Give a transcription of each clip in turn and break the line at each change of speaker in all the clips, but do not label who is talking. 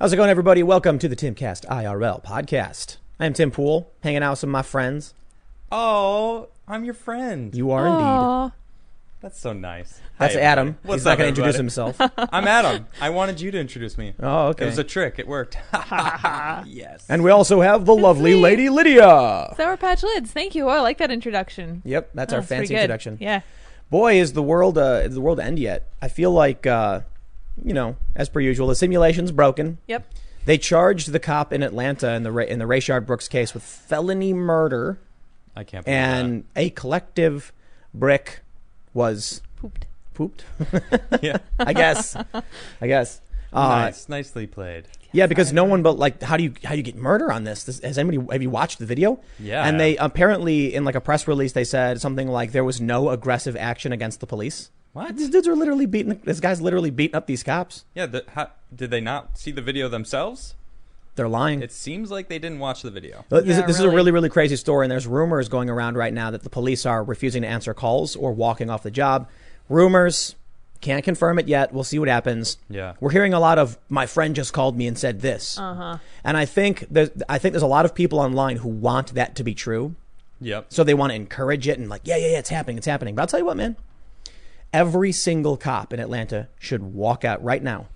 How's it going, everybody? Welcome to the Timcast IRL podcast. I am Tim Poole, hanging out with some of my friends.
Oh, I'm your friend.
You are indeed.
Aw.
That's so nice.
That's
Hi,
Adam.
everybody. What's
He's not
up,
going to introduce
everybody?
himself.
I'm Adam. I wanted you to introduce me.
Oh, okay.
It was a trick. It worked. yes.
and we also have the lovely
me.
Lady Lydia.
Sour Patch Lids. Thank you. Oh, I like that introduction.
Yep, that's
Oh,
our
pretty
fancy
good.
introduction.
Yeah.
Boy, is the world uh, is the world end yet? I feel like uh, you know, as per usual, the simulation's broken.
Yep.
They charged the cop in Atlanta in the Ra- in the Rayshard Brooks case with felony murder,
I can't. Believe
and a collective brick was
Pooped.
pooped.
that. yeah.
I guess. I guess. Uh,
nice. Nicely played.
Yeah, because no one but like how do you how do you get murder on this? this? Has anybody have you watched the video?
Yeah.
And they apparently in like a press release they said something like there was no aggressive action against the police.
What?
These dudes are literally beating this guy's literally beating up these cops.
Yeah. The, how, did they not see the video themselves?
They're lying.
It seems like they didn't watch the video.
Uh, this
Yeah,
this is a
really.
really really crazy story and there's rumors going around right now that the police are refusing to answer calls or walking off the job. Rumors. Can't confirm it yet. We'll see what happens.
Yeah.
We're hearing a lot of my friend just called me and said this. Uh-huh. And I think there's I think there's a lot of people online who want that to be true.
Yep.
So they want to encourage it and like, yeah, yeah, yeah, it's happening, it's happening. But I'll tell you what, man. Every single cop in Atlanta should walk out right now.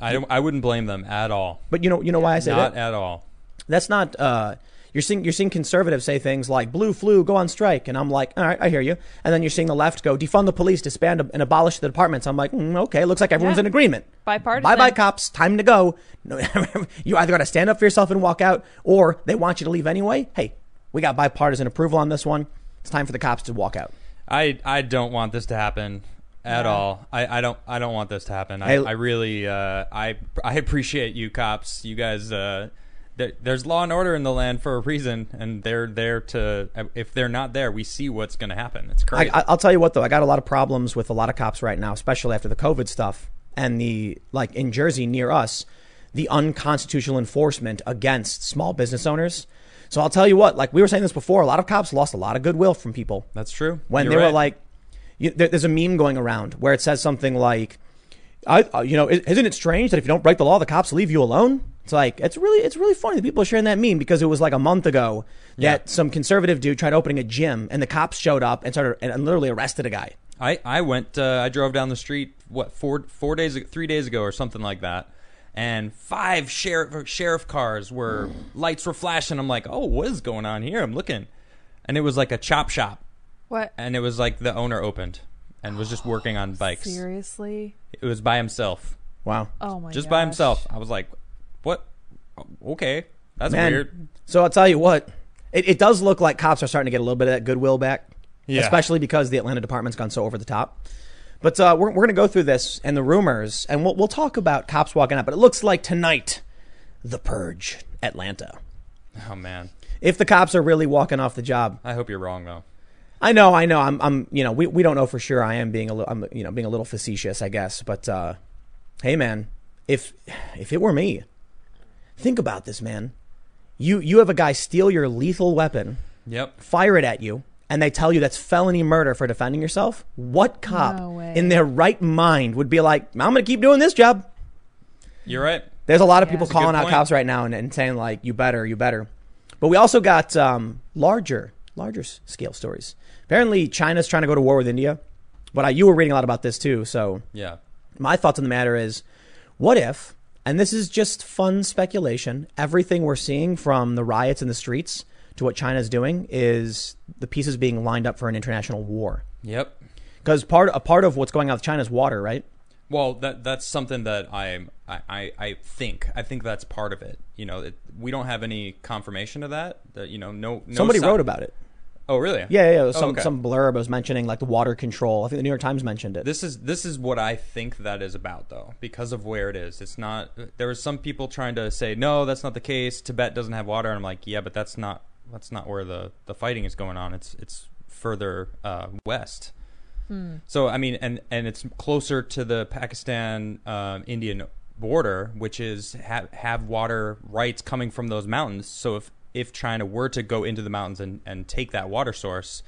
I don't. I wouldn't blame them at all.
But you know, you know why I say
Not
that?
at all.
That's not. Uh, you're seeing you're seeing conservatives say things like "blue flu, go on strike," and I'm like, all right, I hear you. And then you're seeing the left go defund the police, disband and abolish the departments. I'm like, mm, okay, looks like everyone's
Yeah.
in agreement.
Bipartisan.
Bye bye cops, time to go. No, you either got to stand up for yourself and walk out, or they want you to leave anyway. Hey, we got bipartisan approval on this one. It's time for the cops to walk out.
I I don't want this to happen at all. I, I don't I don't want this to happen. I,
Hey-
I really uh, I I appreciate you cops. You guys uh, there, there's law and order in the land for a reason, and they're there to. If they're not there, we see what's going to happen. It's
I,
crazy.
I- I'll tell you what though, I got a lot of problems with a lot of cops right now, especially after the COVID stuff and the like in Jersey near us, the unconstitutional enforcement against small business owners. So I'll tell you what, like we were saying this before, a lot of cops lost a lot of goodwill from people
That's true.
when
You're
they were
right.
like, you, there, there's a meme going around where it says something like, I, uh, you know, is- isn't it strange that if you don't break the law, the cops leave you alone? It's like it's really it's really funny that people are sharing that meme because it was like a month ago that some conservative dude tried opening a gym and the cops showed up and started and, and literally arrested a guy.
I I went. Uh, I drove down the street. What four four days ag- three days ago or something like that. And five sheriff sheriff cars were lights were flashing. I'm like, oh, what is going on here? I'm looking, and it was like a chop shop.
What?
and it was like the owner opened and was just working on bikes.
Seriously?
It was by himself,
Wow,
Oh my.
just by
gosh.
himself. I was like, "What? Oh, Okay, that's
Man.
weird."
So I'll tell you what, it, it does look like cops are starting to get a little bit of that goodwill back,
Yeah.
especially because the Atlanta department's gone so over the top. But uh, we're, we're going to go through this and the rumors, and we'll, we'll talk about cops walking out. But it looks like tonight, the purge, Atlanta.
Oh man,
If the cops are really walking off the job,
I hope you're wrong though.
I know, I know. I'm, I'm, you know, we, we don't know for sure. I am being a little, I'm, you know, being a little facetious, I guess. But uh, hey, man, if if it were me, think about this, man. You you have a guy steal your lethal weapon,
Yep,
fire it at you, and they tell you that's felony murder for defending yourself. What cop
No way.
in their right mind would be like, I'm going to keep doing this job?
you're right.
There's a lot of
Yeah.
people
That's a
good
calling out
point.
cops right now and, and saying like, "You better, you better." But we also got um, larger, larger s- scale stories. Apparently, China's trying to go to war with India. But I, you were reading a lot about this too. So
Yeah,
my thoughts on the matter is, what if? And this is just fun speculation. Everything we're seeing from the riots in the streets to what China's doing is the pieces being lined up for an international war.
yep.
Because part a part of what's going on with China's water, right?
Well, that that's something that I'm, I, I I think I think that's part of it. You know, it, we don't have any confirmation of that. That you know, no, no
Somebody
si-
wrote about it.
Oh, really?
Yeah, yeah, yeah. Some
okay.
some blurb was mentioning like the water control. I think the New York Times mentioned it.
This is this is what I think that is about though, because of where it is. It's not there are some people trying to say, No, that's not the case. Tibet doesn't have water and I'm like, Yeah, but that's not that's not where the, the fighting is going on. It's it's further uh, west. So I mean and, and it's closer to the Pakistan um, Indian border, which is ha- have water rights coming from those mountains. So if if China were to go into the mountains and, and take that water source,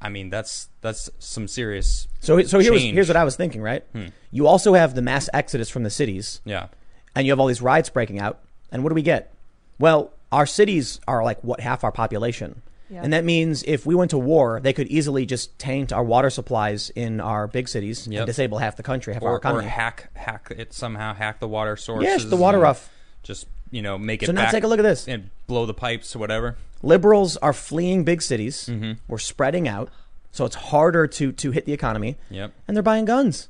I mean that's that's some serious
so so here's
change. Hmm.
here's what I was thinking. Right, you also have the mass exodus from the cities,
yeah.
and you have all these riots breaking out. And what do we get? Well, our cities are like what half our population.
Yeah.
And that means if we went to war, they could easily just taint our water supplies in our big cities and
Yep.
disable half the country, half our
or, or
economy.
hack hack it somehow hack the water sources.
yeah, shut the water
and
off.
Just you know make it.
So now
back
take a look at this.
and blow the pipes or whatever.
liberals are fleeing big cities.
Mm-hmm.
We're spreading out, so it's harder to to hit the economy,
Yep.
and they're buying guns.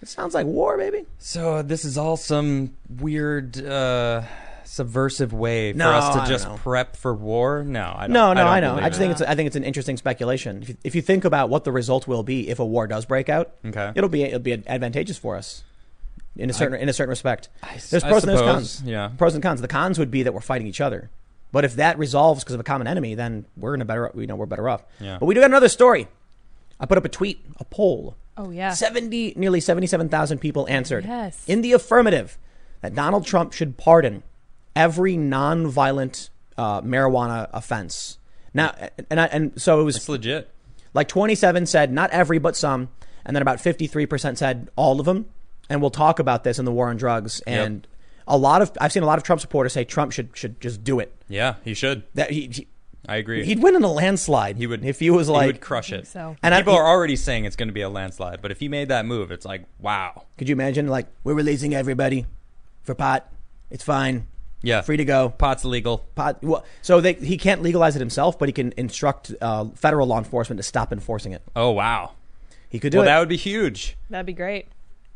It sounds like war, baby.
So uh, this is all some weird uh, subversive way for
No,
us
I
to
don't
just
know.
prep for war. No, I don't,
No, no,
don't
I, know.
believe
I just
it.
think it's I think it's an interesting speculation. If you, if you think about what the result will be if a war does break out,
okay.
it'll be it'll be advantageous for us in a certain in a certain respect.
I s-
There's
I
pros and there's
suppose,
cons.
Yeah.
Pros and cons. The cons would be that we're fighting each other. But if that resolves because of a common enemy, then we're in a better you know we're better off.
Yeah.
But we do got another story. I put up a tweet, a poll.
Oh yeah.
70 nearly 77,000 people answered
Yes.
in the affirmative that Donald Trump should pardon every nonviolent uh, marijuana offense. Now and I, and so it was
It's legit.
like 27 said not every but some and then about 53% said all of them and we'll talk about this in the war on drugs and a lot of I've seen a lot of Trump supporters say Trump should should just do it.
Yeah, he should.
That he, he
I agree.
he'd win in a landslide.
He would-
if he was
He
like
would crush it.
so.
and
People
I,
are already saying it's going to be a landslide, but if he made that move, it's like wow.
Could you imagine? Like, we're releasing everybody for pot. It's fine,
Yeah.
free to go.
Pot's legal.
Pot. Well, so they, he can't legalize it himself, but he can instruct uh, federal law enforcement to stop enforcing it.
Oh wow.
He could do
well,
it.
that would be huge.
That'd be great.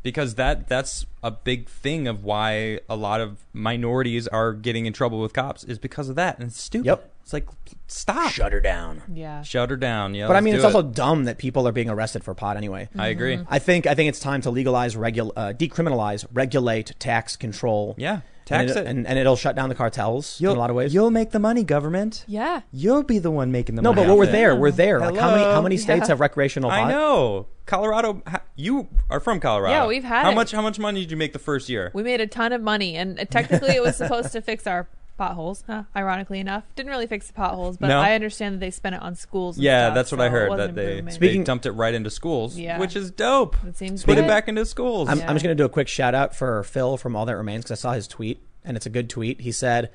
because that that's a big thing of why a lot of minorities are getting in trouble with cops is because of that and it's stupid
Yep.
it's like stop
Shut her down.
Yeah.
shut her down yeah
But I
let's
mean,
do
it's
it.
also Mm-hmm. dumb that people are being arrested for pot anyway.
i agree
I think I think it's time to legalize, regul- uh, decriminalize, regulate, tax, control.
yeah tax
and
it,
and, and it'll shut down the cartels in a lot of ways.
You'll make the money, government.
Yeah.
You'll be the one making the
No,
money.
but we're
Yeah.
there. We're there. Like how many
Hello?
how many states
Yeah.
have recreational pot?
i know colorado ha- you are from colorado
Yeah, we've had
how
it.
much how much money did you make the first year
We made a ton of money, and uh, technically it was supposed to fix our potholes. Huh, ironically enough, didn't really fix the potholes, but
No.
I understand that they spent it on schools. And
yeah
stuff,
that's what
so
i
it
heard
was an
that they,
improvement.
Speaking-
they dumped it right into schools
Yeah.
which is dope
It seems
put it
good.
back into schools
I'm,
Yeah.
I'm just going to do a quick shout out for Phil from All That Remains because I saw his tweet and it's a good tweet. He said,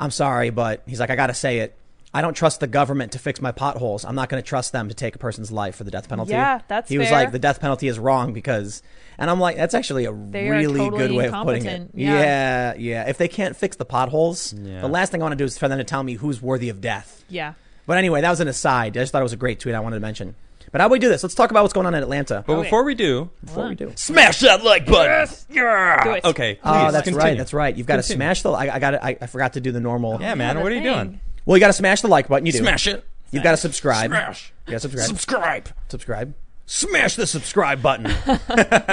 I'm sorry, but he's like, I got to say it. I don't trust the government to fix my potholes. I'm not going to trust them to take a person's life for the death penalty.
Yeah, that's
He was
fair.
like, the death penalty is wrong because, and I'm like, that's actually a
They are
really
totally
good way of putting it.
incompetent. Yeah.
yeah, yeah. If they can't fix the potholes,
Yeah.
the last thing I want to do is for them to tell me who's worthy of death.
Yeah.
But anyway, that was an aside. I just thought it was a great tweet I wanted to mention. But how about we do this? Let's talk about what's going on in Atlanta
but
Okay.
before we do
before we do.
smash that like button yeah
Do it.
okay please
Oh, that's
continue.
right. That's right. You've got to
Continue.
smash the. I, I got. I, I forgot to do the normal.
yeah man
Another
what are you
thing.
doing
Well, you got to smash the like button. You do.
smash it
You've got to subscribe.
Smash.
You got to subscribe.
Subscribe.
subscribe.
Smash the subscribe button.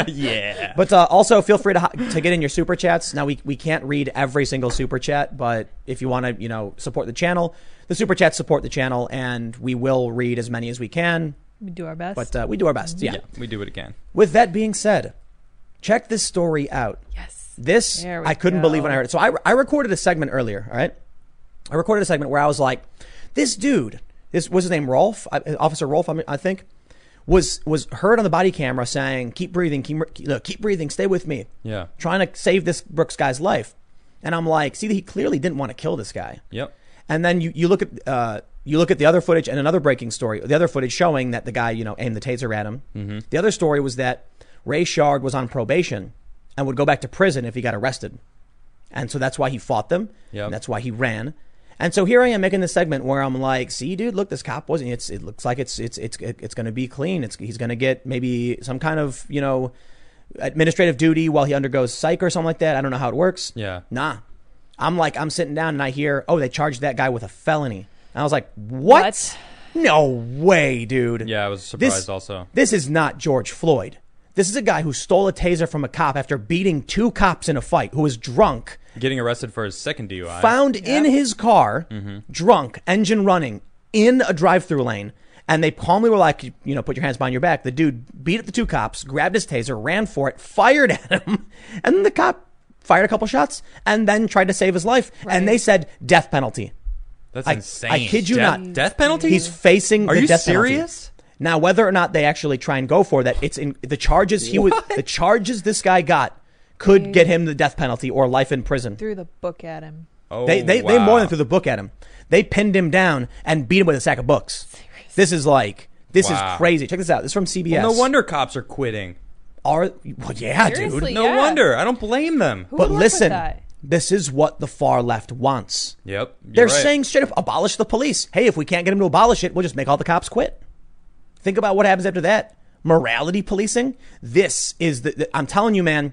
yeah.
But uh, also feel free to ho- to get in your super chats. Now we we can't read every single super chat, but if you want to, you know, support the channel, the super chats support the channel, and we will read as many as we can.
We do our best.
But uh, we do our best. Yeah.
Yeah, we do it again.
With that being said, check this story out.
yes.
This
There we
I couldn't
go.
believe when I heard it. So I I recorded a segment earlier. All right, I recorded a segment where I was like, this dude, this was his name, Rolf, I, Officer Rolf, I, mean, I think, was was heard on the body camera saying, "Keep breathing, keep look, keep breathing, stay with me."
Yeah.
trying to save this Brooks guy's life, and I'm like, see, he clearly didn't want to kill this guy.
Yep.
And then you, you look at uh, you look at the other footage and another breaking story. The other footage showing that the guy you know aimed the taser at him. Mm-hmm. The other story was that Ray Shard was on probation and would go back to prison if he got arrested, and so that's why he fought them.
Yep.
and That's why he ran. And so here I am making this segment where I'm like, "See, dude, look, this cop wasn't. It's it looks like it's it's it's it's going to be clean. It's he's going to get maybe some kind of you know administrative duty while he undergoes psych or something like that. I don't know how it works.
Yeah.
Nah. I'm like, I'm sitting down and I hear, oh, they charged that guy with a felony. And I was like, what?
What?
No way, dude.
Yeah, I was surprised
This-
also.
This is not George Floyd. This is a guy who stole a taser from a cop after beating two cops in a fight, who was drunk,
Getting arrested for his second DUI.
found in his car,
Mm-hmm.
drunk, engine running, in a drive through lane. And they calmly were like, you know, put your hands behind your back. The dude beat up the two cops, grabbed his taser, ran for it, fired at him. And then the cop fired a couple shots and then tried to save his life. And
Right.
they said death penalty.
That's
I-
insane.
I kid you
death,
not.
Death penalty?
He's facing
Are
the
you
death
serious?
penalty. Now, whether or not they actually try and go for that, it's in the charges he was the charges this guy got could
They-
get him the death penalty or life in prison.
Threw the book at him.
Oh,
They they, they more
wow.
than threw the book at him. They pinned him down and beat him with a sack of books. This is like this
Wow.
is crazy. Check this out. This is from CBS.
Well, no wonder cops are quitting.
Are well, yeah, dude.
Seriously,
No
yeah.
wonder. I don't blame them.
Who
But
would work with
listen,
that?
this is what the far left wants.
Yep. you're
They're
right.
saying straight up abolish the police. Hey, if we can't get them to abolish it, we'll just make all the cops quit. Think about what happens after that. Morality policing. This is the, the- I'm telling you, man.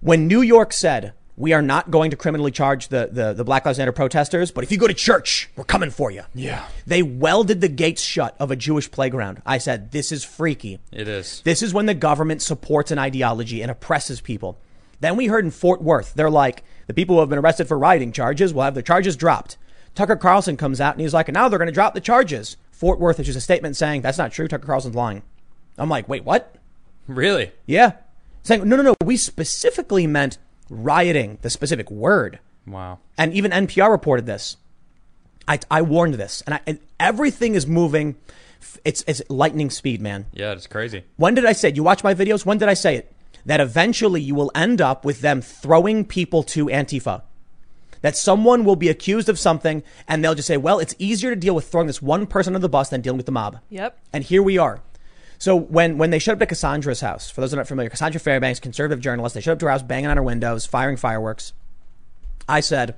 When New York said we are not going to criminally charge the, the the Black Lives Matter protesters, but if you go to church, we're coming for you.
Yeah.
They welded the gates shut of a Jewish playground. I said, this is freaky.
it is.
This is when the government supports an ideology and oppresses people. Then we heard in Fort Worth, they're like, the people who have been arrested for rioting charges will have their charges dropped. Tucker Carlson comes out and he's like, now they're going to drop the charges. Fort Worth issues a statement saying, that's not true. Tucker Carlson's lying. I'm like, wait, what?
Really?
Yeah. Saying, no, no, no. We specifically meant rioting, the specific word
Wow.
and even NPR reported this. I, I warned this, and, I, and everything is moving. F- It's it's lightning speed, man.
Yeah, it's crazy.
When did I say? it? You watch my videos. When did I say it? That eventually you will end up with them throwing people to Antifa. That someone will be accused of something, and they'll just say, "Well, it's easier to deal with throwing this one person under the bus than dealing with the mob."
Yep.
And here we are. So when when they showed up to Cassandra's house, for those who are not familiar, Cassandra Fairbanks, conservative journalist, they showed up to her house, banging on her windows, firing fireworks. I said,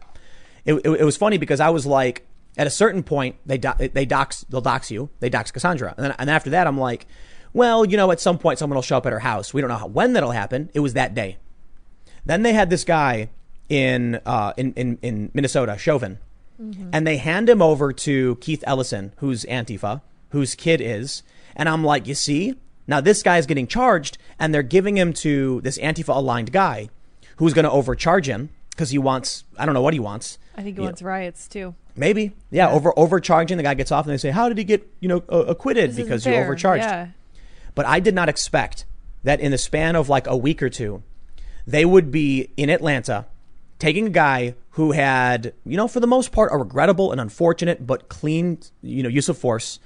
it, it, it was funny because I was like, at a certain point, they do, they dox they'll dox you, they dox Cassandra, and then and after that, I'm like, well, you know, at some point, someone will show up at her house. We don't know how, when that'll happen. It was that day. Then they had this guy in uh, in, in in Minnesota, Chauvin,
Mm-hmm.
and they hand him over to Keith Ellison, who's Antifa, whose kid is, and I'm like, you see, now this guy's getting charged, and they're giving him to this Antifa aligned guy, who's going to overcharge him because he wants I don't know what he wants.
I think he
Yeah.
wants riots too.
Maybe, yeah, over overcharging. The guy gets off, and they say, "How did he get, you know, uh, acquitted
This isn't
because you
fair.
overcharged?"
Yeah.
But I did not expect that in the span of like a week or two, they would be in Atlanta taking a guy who had, you know, for the most part, a regrettable and unfortunate but clean, you know, use of force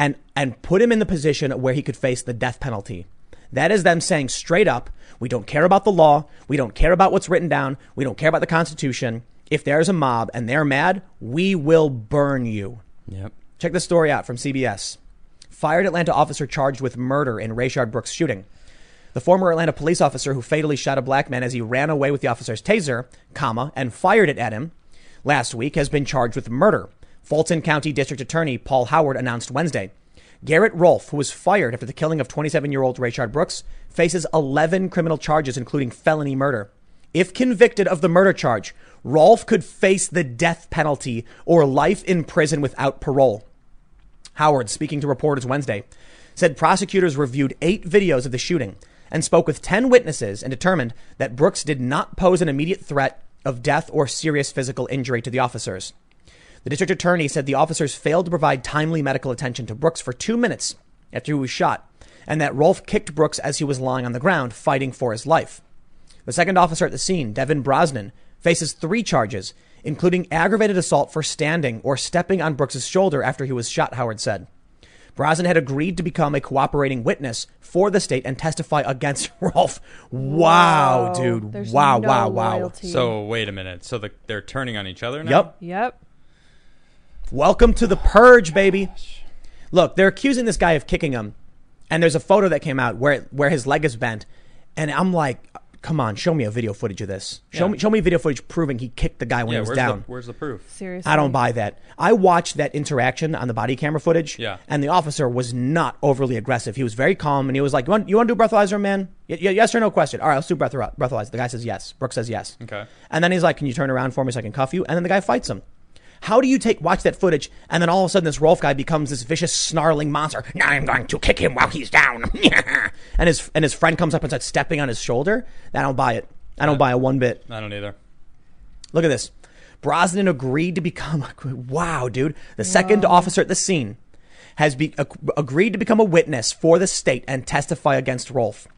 and and put him in the position where he could face the death penalty. That is them saying straight up, we don't care about the law, we don't care about what's written down, we don't care about the constitution. If there's a mob and they're mad, we will burn you.
Yep.
Check this story out from CBS. Fired Atlanta officer charged with murder in Rayshard Brooks shooting. The former Atlanta police officer who fatally shot a black man as he ran away with the officer's taser, comma, and fired it at him last week has been charged with murder. Fulton County District Attorney Paul Howard announced Wednesday. Garrett Rolfe, who was fired after the killing of 27 year old Rayshard Brooks, faces 11 criminal charges, including felony murder. If convicted of the murder charge, Rolfe could face the death penalty or life in prison without parole. Howard, speaking to reporters Wednesday, said prosecutors reviewed eight videos of the shooting and spoke with 10 witnesses and determined that Brooks did not pose an immediate threat of death or serious physical injury to the officers. The district attorney said the officers failed to provide timely medical attention to Brooks for two minutes after he was shot, and that Rolfe kicked Brooks as he was lying on the ground, fighting for his life. The second officer at the scene, Devin Brosnan, faces three charges, including aggravated assault for standing or stepping on Brooks' shoulder after he was shot, Howard said. Brosnan had agreed to become a cooperating witness for the state and testify against Rolfe. Wow,
Wow.
dude.
Oh, There's
wow,
no
wow, wow.
loyalty.
So wait a minute. So the, they're turning on each other now.
Yep.
Yep.
Welcome to the purge, baby. Look, they're accusing this guy of kicking him, and there's a photo that came out where where his leg is bent, and I'm like, come on, show me a video footage of this. Show
Yeah.
me show me video footage proving he kicked the guy when
Yeah.
he was
Where's
down.
the Where's the proof?
Seriously.
I don't buy that. I watched that interaction on the body camera footage.
Yeah.
And the officer was not overly aggressive. He was very calm and he was like, You want, you want to do breathalyzer, man? Y- y- yes or no question. All right, let's do breathaly- breathalyzer. The guy says yes. Brooks says yes.
Okay.
And then he's like, Can you turn around for me so I can cuff you? And then the guy fights him. How do you take watch that footage and then all of a sudden this Rolf guy becomes this vicious snarling monster? Now I'm going to kick him while he's down. and his and his friend comes up and starts stepping on his shoulder. I don't buy it. I don't buy it one bit.
I don't either.
Look at this. Brosnan agreed to become. Wow, dude. The second officer at the scene has be, ag- agreed to become a witness for the state and testify against Rolfe.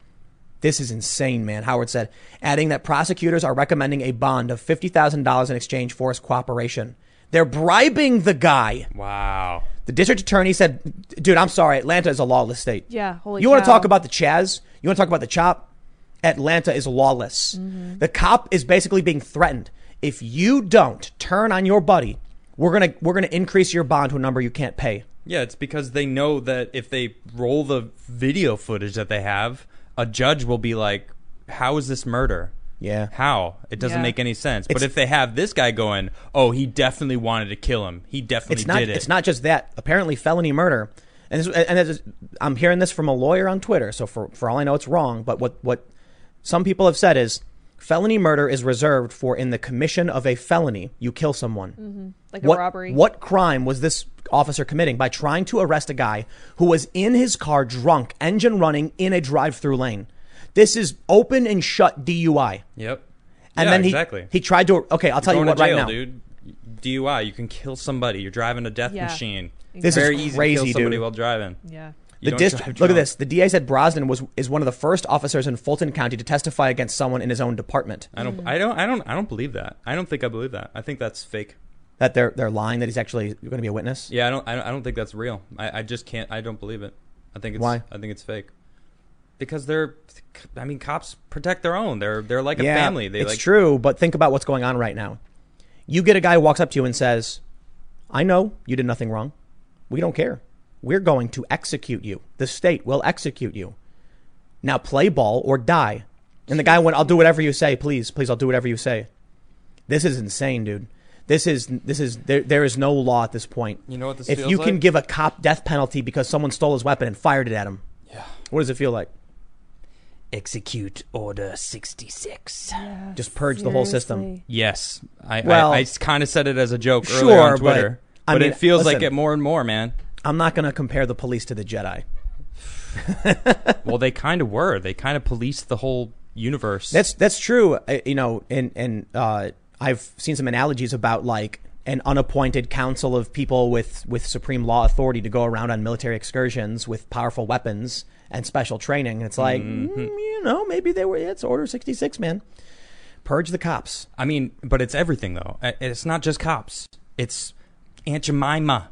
This is insane, man, Howard said, adding that prosecutors are recommending a bond of $50,000 in exchange for his cooperation. They're bribing the guy.
Wow.
The district attorney said, dude, I'm sorry. Atlanta is a lawless state.
Yeah, holy
You want to
cow.
talk about the Chaz? You want to talk about the Chop? Atlanta is lawless.
Mm-hmm.
The cop is basically being threatened. If you don't turn on your buddy, we're gonna we're gonna increase your bond to a number you can't pay.
Yeah, it's because they know that if they roll the video footage that they have, a judge will be like, "How is this murder?
Yeah.
How? It doesn't
Yeah.
make any sense." but
It's-
if they have this guy going, "Oh, he definitely wanted to kill him. He definitely
it's not
did it."
it's not just that apparently felony murder and this, and this is, i'm hearing this from a lawyer on twitter so for, for all i know it's wrong but what what some people have said is felony murder is reserved for in the commission of a felony you kill someone
Mm-hmm. like
what,
a robbery.
What crime was this officer committing by trying to arrest a guy who was in his car drunk, engine running in a drive-through lane? This is open and shut DUI.
Yep.
And
Yeah,
then he
exactly.
he tried to okay, I'll tell
Going
you what
to jail,
right now.
dude. DUI. You can kill somebody. You're driving a death
Yeah.
machine.
This is
Very easy to
crazy,
kill somebody
dude.
while driving.
Yeah.
You
the
don't
dist-
drive
look at
drunk.
this. The DA said Brosnan was is one of the first officers in Fulton County to testify against someone in his own department.
I don't. I don't. I don't. I don't believe that. I don't think I believe that. I think that's fake.
That they're they're lying that he's actually going to be a witness.
Yeah, I don't. I don't, I don't think that's real. I, I just can't. I don't believe it. I think it's.
Why?
I think it's fake. Because they're. I mean, cops protect their own. They're. They're like a
Yeah,
family. They
it's
like.
true, but think about what's going on right now. You get a guy who walks up to you and says, "I know you did nothing wrong. We don't care. We're going to execute you. The state will execute you. Now play ball or die." And the guy went, "I'll do whatever you say, please, please. I'll do whatever you say." This is insane, dude. This is this is there. There is no law at this point.
You know what this
if
feels
you can
like?
give a cop death penalty because someone stole his weapon and fired it at him,
Yeah.
what does it feel like?
Execute Order 66.
Just purge the whole system.
Yes. I.
Well-
I, I kind of said it as a joke earlier
Sure,
on
but-
Twitter.
I
but
mean,
it feels like
listen.
it more and more, man.
I'm not going to compare the police to the Jedi.
Well, they kind of were. They kind of policed the whole universe.
That's that's true. I, you know, and and uh, I've seen some analogies about like an unappointed council of people with with supreme law authority to go around on military excursions with powerful weapons and special training. And it's like,
Mm-hmm.
mm, you know, maybe they were. It's Order sixty six, man. Purge the cops.
I mean, but it's everything though. I- It's not just cops. It's Aunt Jemima,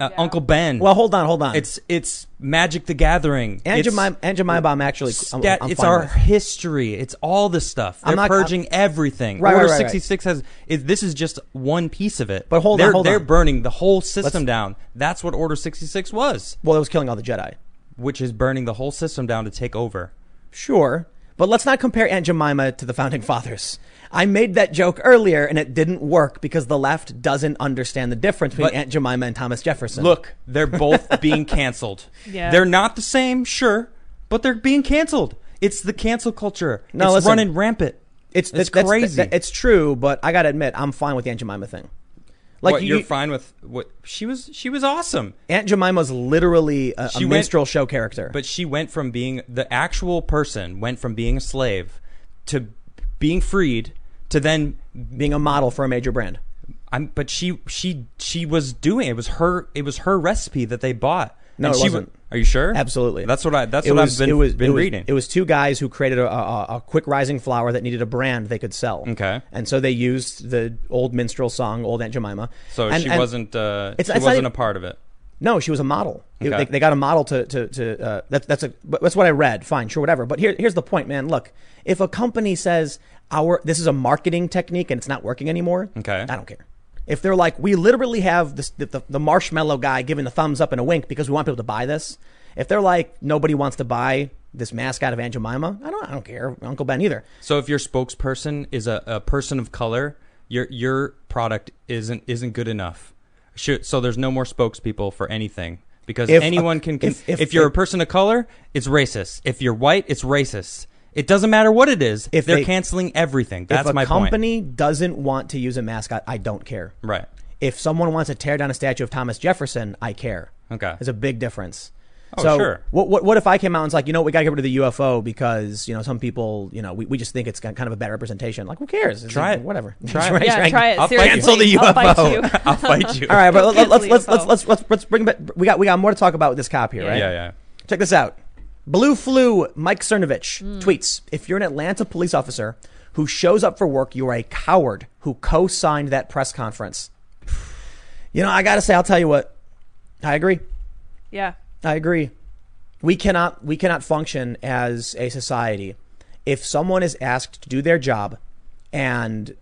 uh,
Yeah.
Uncle Ben.
Well, hold on, hold on.
it's it's Magic the Gathering.
and
It's-
Jemima, and Jemima, I'm actually. I'm,
Stat-
I'm
it's
fine
our
with.
history. It's all this stuff. They're
I'm not-
purging everything.
Right,
Order
right, right, right.
66 has. Is, this is just one piece of it.
But hold on,
they're,
hold
They're
on.
burning the whole system down. That's what Order 66 was,
Well, it was killing all the Jedi.
which is burning the whole system down to take over.
Sure. But let's not compare Aunt Jemima to the founding fathers. I made that joke earlier and it didn't work because the left doesn't understand the difference between
But-
Aunt Jemima and Thomas Jefferson.
Look, they're both being canceled.
Yeah.
They're not the same, sure, but they're being canceled. It's the cancel culture.
No,
it's
listen.
running rampant.
it's,
it's
that's-
crazy.
that- it's true, but I got to admit, I'm fine with the Aunt Jemima thing. Like,
what,
you,
you're fine with what she was she was awesome.
Aunt Jemima's literally a, a
She went-
minstrel show character.
But she went from being the actual person went from being a slave to being freed to then
being a model for a major brand.
I'm but she she she was doing it was her it was her recipe that they bought.
No,
And
it
she
wasn't.
w- Are you sure?
Absolutely.
That's what I that's
It
what
was-
I've been
it was-
been
it was-
reading.
It was two guys who created a, a, a quick rising flower that needed a brand they could sell.
Okay.
And so they used the old minstrel song, Old Aunt Jemima.
so
And-
she
and-
wasn't uh
It's-
she
it's not
wasn't
even-
a part of it.
No, she was a model. It-
Okay.
They, they got a model to to to. Uh, that's that's a but that's what I read. Fine, sure, whatever. But here here's the point, man. Look, if a company says our this is a marketing technique and it's not working anymore,
Okay.
I don't care. If they're like, we literally have this, the, the the marshmallow guy giving the thumbs up and a wink because we want people to buy this. If they're like, nobody wants to buy this mascot of Aunt Jemima, I don't I don't care. Uncle Ben either.
So if your spokesperson is a, a person of color, your your product isn't isn't good enough. Should, so there's no more spokespeople for anything because
If-
anyone can. can
if-
if,
if-
you're
if-
a person of color, it's racist. If you're white, it's racist. It doesn't matter what it is.
If
they're
they-
canceling everything. That's
if a
my point.
company doesn't want to use a mascot, I don't care.
Right.
If someone wants to tear down a statue of Thomas Jefferson, I care.
Okay.
There's a big difference.
Oh,
so
sure.
What, what what if I came out and was like, you know, we got to get rid of the UFO because you know some people, you know, we, we just think it's kind of a bad representation. Like, who cares? It's
Try
like,
it.
Whatever.
Try it.
Yeah, try it.
I'll fight you.
seriously.
Cancel the
I'll fight
UFO.
you.
I'll fight you.
All right, but let-
Cancel
let's let's
the
let's
UFO.
let's let's let's bring back. We got we got more to talk about with this cop here,
Yeah.
right?
Yeah. Yeah.
Check this out. Blue Flu Mike Cernovich
Hmm.
tweets If you're an Atlanta police officer who shows up for work, you are a coward who co signed that press conference. You know, I got to say, I'll tell you what. I agree.
Yeah.
I agree. We cannot we cannot function as a society if someone is asked to do their job and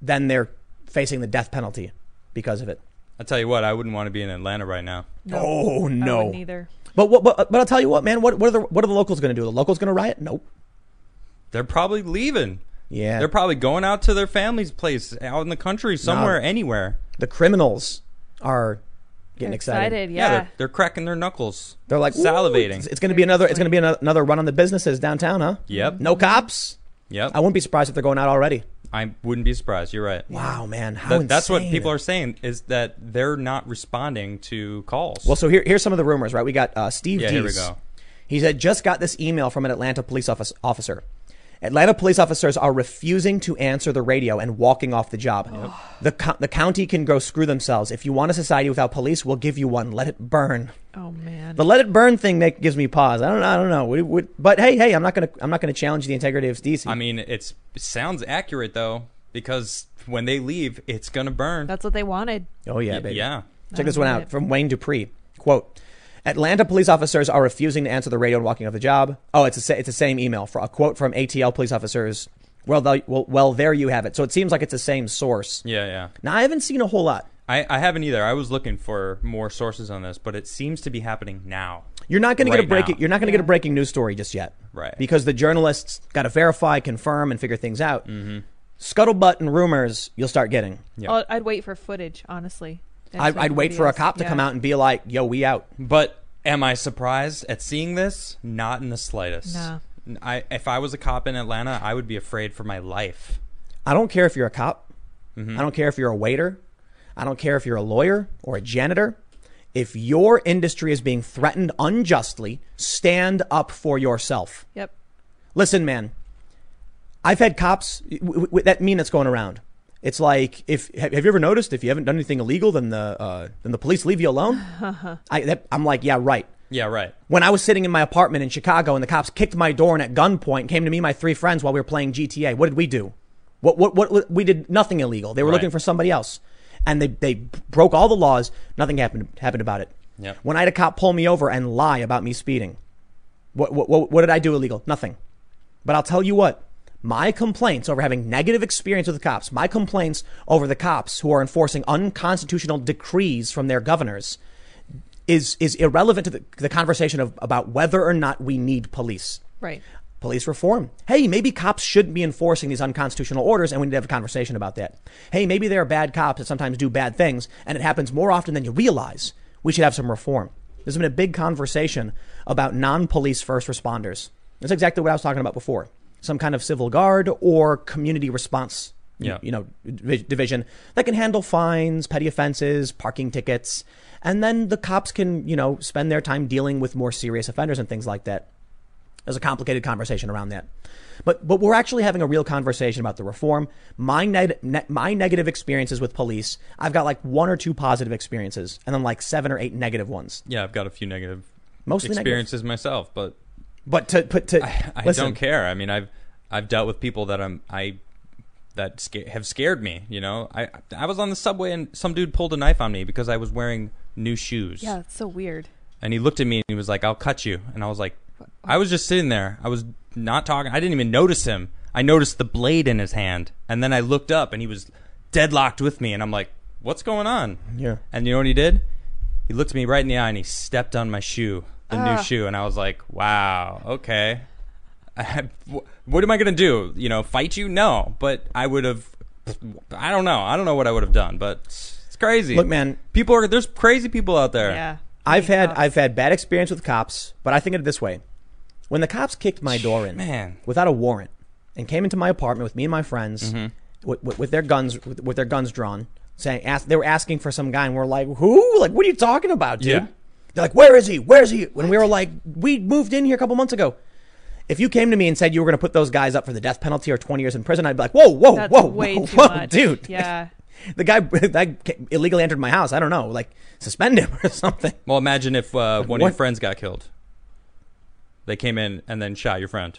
then they're facing the death penalty because of it.
I tell you what, I wouldn't want to be in Atlanta right now.
Oh no!
Neither.
But what? But, but I'll tell you what, man. What? What are the? What are the locals going to do? The locals going to riot? Nope.
They're probably leaving.
Yeah.
They're probably going out to their family's place out in the country somewhere, anywhere.
the criminals are getting excited.
Excited,
Yeah,
yeah.
they're, they're cracking their knuckles.
They're like "Ooh,
Salivating.
It's, going to be another. It's going to be ano- another run on the businesses downtown, huh?
Yep.
No cops.
Yep.
I wouldn't be surprised if they're going out already.
I wouldn't be surprised. You're right.
Wow, man. How
That- that's what
insane.
people are saying is that they're not responding to calls.
Well, so here, here's some of the rumors, right? We got uh, Steve
Yeah, here we
Deese.
go.
He said, just got this email from an Atlanta police office, officer. Atlanta police officers are refusing to answer the radio and walking off the job. The, co- the county can go screw themselves. If you want a society without police, we'll give you one. Let it burn.
Oh man.
The let it burn thing make, gives me pause. I don't, I don't know. What- what- but hey, hey, I'm not gonna, I'm not gonna challenge the integrity of Stacey.
I mean, it's it sounds accurate though because when they leave, it's gonna burn.
That's what they wanted.
oh yeah,
Y-
baby.
yeah.
Check this one
Alright.
out from Wayne Dupree. Quote: Atlanta police officers are refusing to answer the radio and walking off the job. Oh, it's a, sa- it's the same email for a quote from ATL police officers. Well, thou- well, well, there you have it. So it seems like it's the same source.
Yeah, yeah.
Now I haven't seen a whole lot.
I, I haven't either. I was looking for more sources on this, but it seems to be happening now.
You're not going to get a
Right
breaking.
now.
You're not going to get a
Yeah.
breaking news story just yet,
Right.
Because the journalists got to verify, confirm, and figure things out. Mm-hmm. Scuttlebutt and rumors you'll start getting.
Yeah.
Oh, I'd wait for footage, honestly. That's
I,
what
I'd wait
nobody
for a
else-
cop to
yeah.
come out and be like, "Yo, we out."
But am I surprised at seeing this? Not in the slightest.
No.
I, if I was a cop in Atlanta, I would be afraid for my life.
I don't care if you're a cop. I don't care if you're a waiter. I don't care if you're a lawyer or a janitor. If your industry is being threatened unjustly, stand up for yourself.
Yep.
Listen, man, I've had cops w- w- that meme that's going around. It's like if have have you ever noticed if you haven't done anything illegal, then the uh, then the police leave you alone. I, that, I'm like, yeah, right.
Yeah, right.
When I was sitting in my apartment in Chicago and the cops kicked my door and at gunpoint and came to me and my three friends while we were playing GTA, what did we do? What what what, what- we did nothing illegal. They were
Right.
looking for somebody else. And they, they broke all the laws. Nothing happened happened about it.
Yep.
When I had a cop pull me over and lie about me speeding, what what what, what did I do illegal? Nothing. But I'll tell you what, my complaints over having negative experience with the cops, my complaints over the cops who are enforcing unconstitutional decrees from their governors is is irrelevant to the, the conversation of about whether or not we need police.
Right.
Police reform. Hey, maybe cops shouldn't be enforcing these unconstitutional orders, and we need to have a conversation about that. Hey, maybe there are bad cops that sometimes do bad things, and it happens more often than you realize. We should have some reform. There's been a big conversation about non police first responders. That's exactly what I was talking about before some kind of civil guard or community response
Yeah.
you know divi- division that can handle fines, petty offenses, parking tickets, and then the cops can you know spend their time dealing with more serious offenders and things like that. There's a complicated conversation around that, but but we're actually having a real conversation about the reform. My neg- ne- my negative experiences with police, I've got like one or two positive experiences, and then like seven or eight negative ones,
Yeah, I've got a few negative
mostly negative.
experiences myself, but
But to but to
I, I
listen,
don't care. I mean, I've I've dealt with people that I'm I that sca- have scared me. You know, I I was on the subway and some dude pulled a knife on me because I was wearing new shoes.
Yeah, it's so weird.
And he looked at me and he was like, "I'll cut you." And I was like, I was just sitting there. I was not talking. I didn't even notice him. I noticed the blade in his hand, and then I looked up and he was deadlocked with me. And I'm like, "What's going on?"
Yeah.
And you know what he did? He looked me right in the eye and he stepped on my shoe, the new shoe, and I was like, "Wow, okay." I- wh- what am I gonna do? You know, fight you? No, but I would have. I don't know. I don't know what I would have done, but it's crazy.
Look, man.
people are there's crazy people out there.
Yeah.
I've
Hate
had
cops.
I've had bad experience with cops, but I think of it this way: when the cops kicked my door in,
man.
without a warrant, and came into my apartment with me and my friends,
Mm-hmm.
with, with, with their guns with, with their guns drawn, saying ask, they were asking for some guy, and we're like, who? Like, what are you talking about, dude?
Yeah.
They're like, where is he? Where is he? When we were like, we moved in here a couple months ago. If you came to me and said you were going to put those guys up for the death penalty or 20 years in prison, I'd be like, whoa, whoa,
That's
whoa,
way
whoa,
too
whoa,
much.
dude.
Yeah.
The guy that illegally entered my house. I don't know, like suspend him or something.
Well, imagine if uh, one of
what-
your friends got killed. They came in and then shot your friend.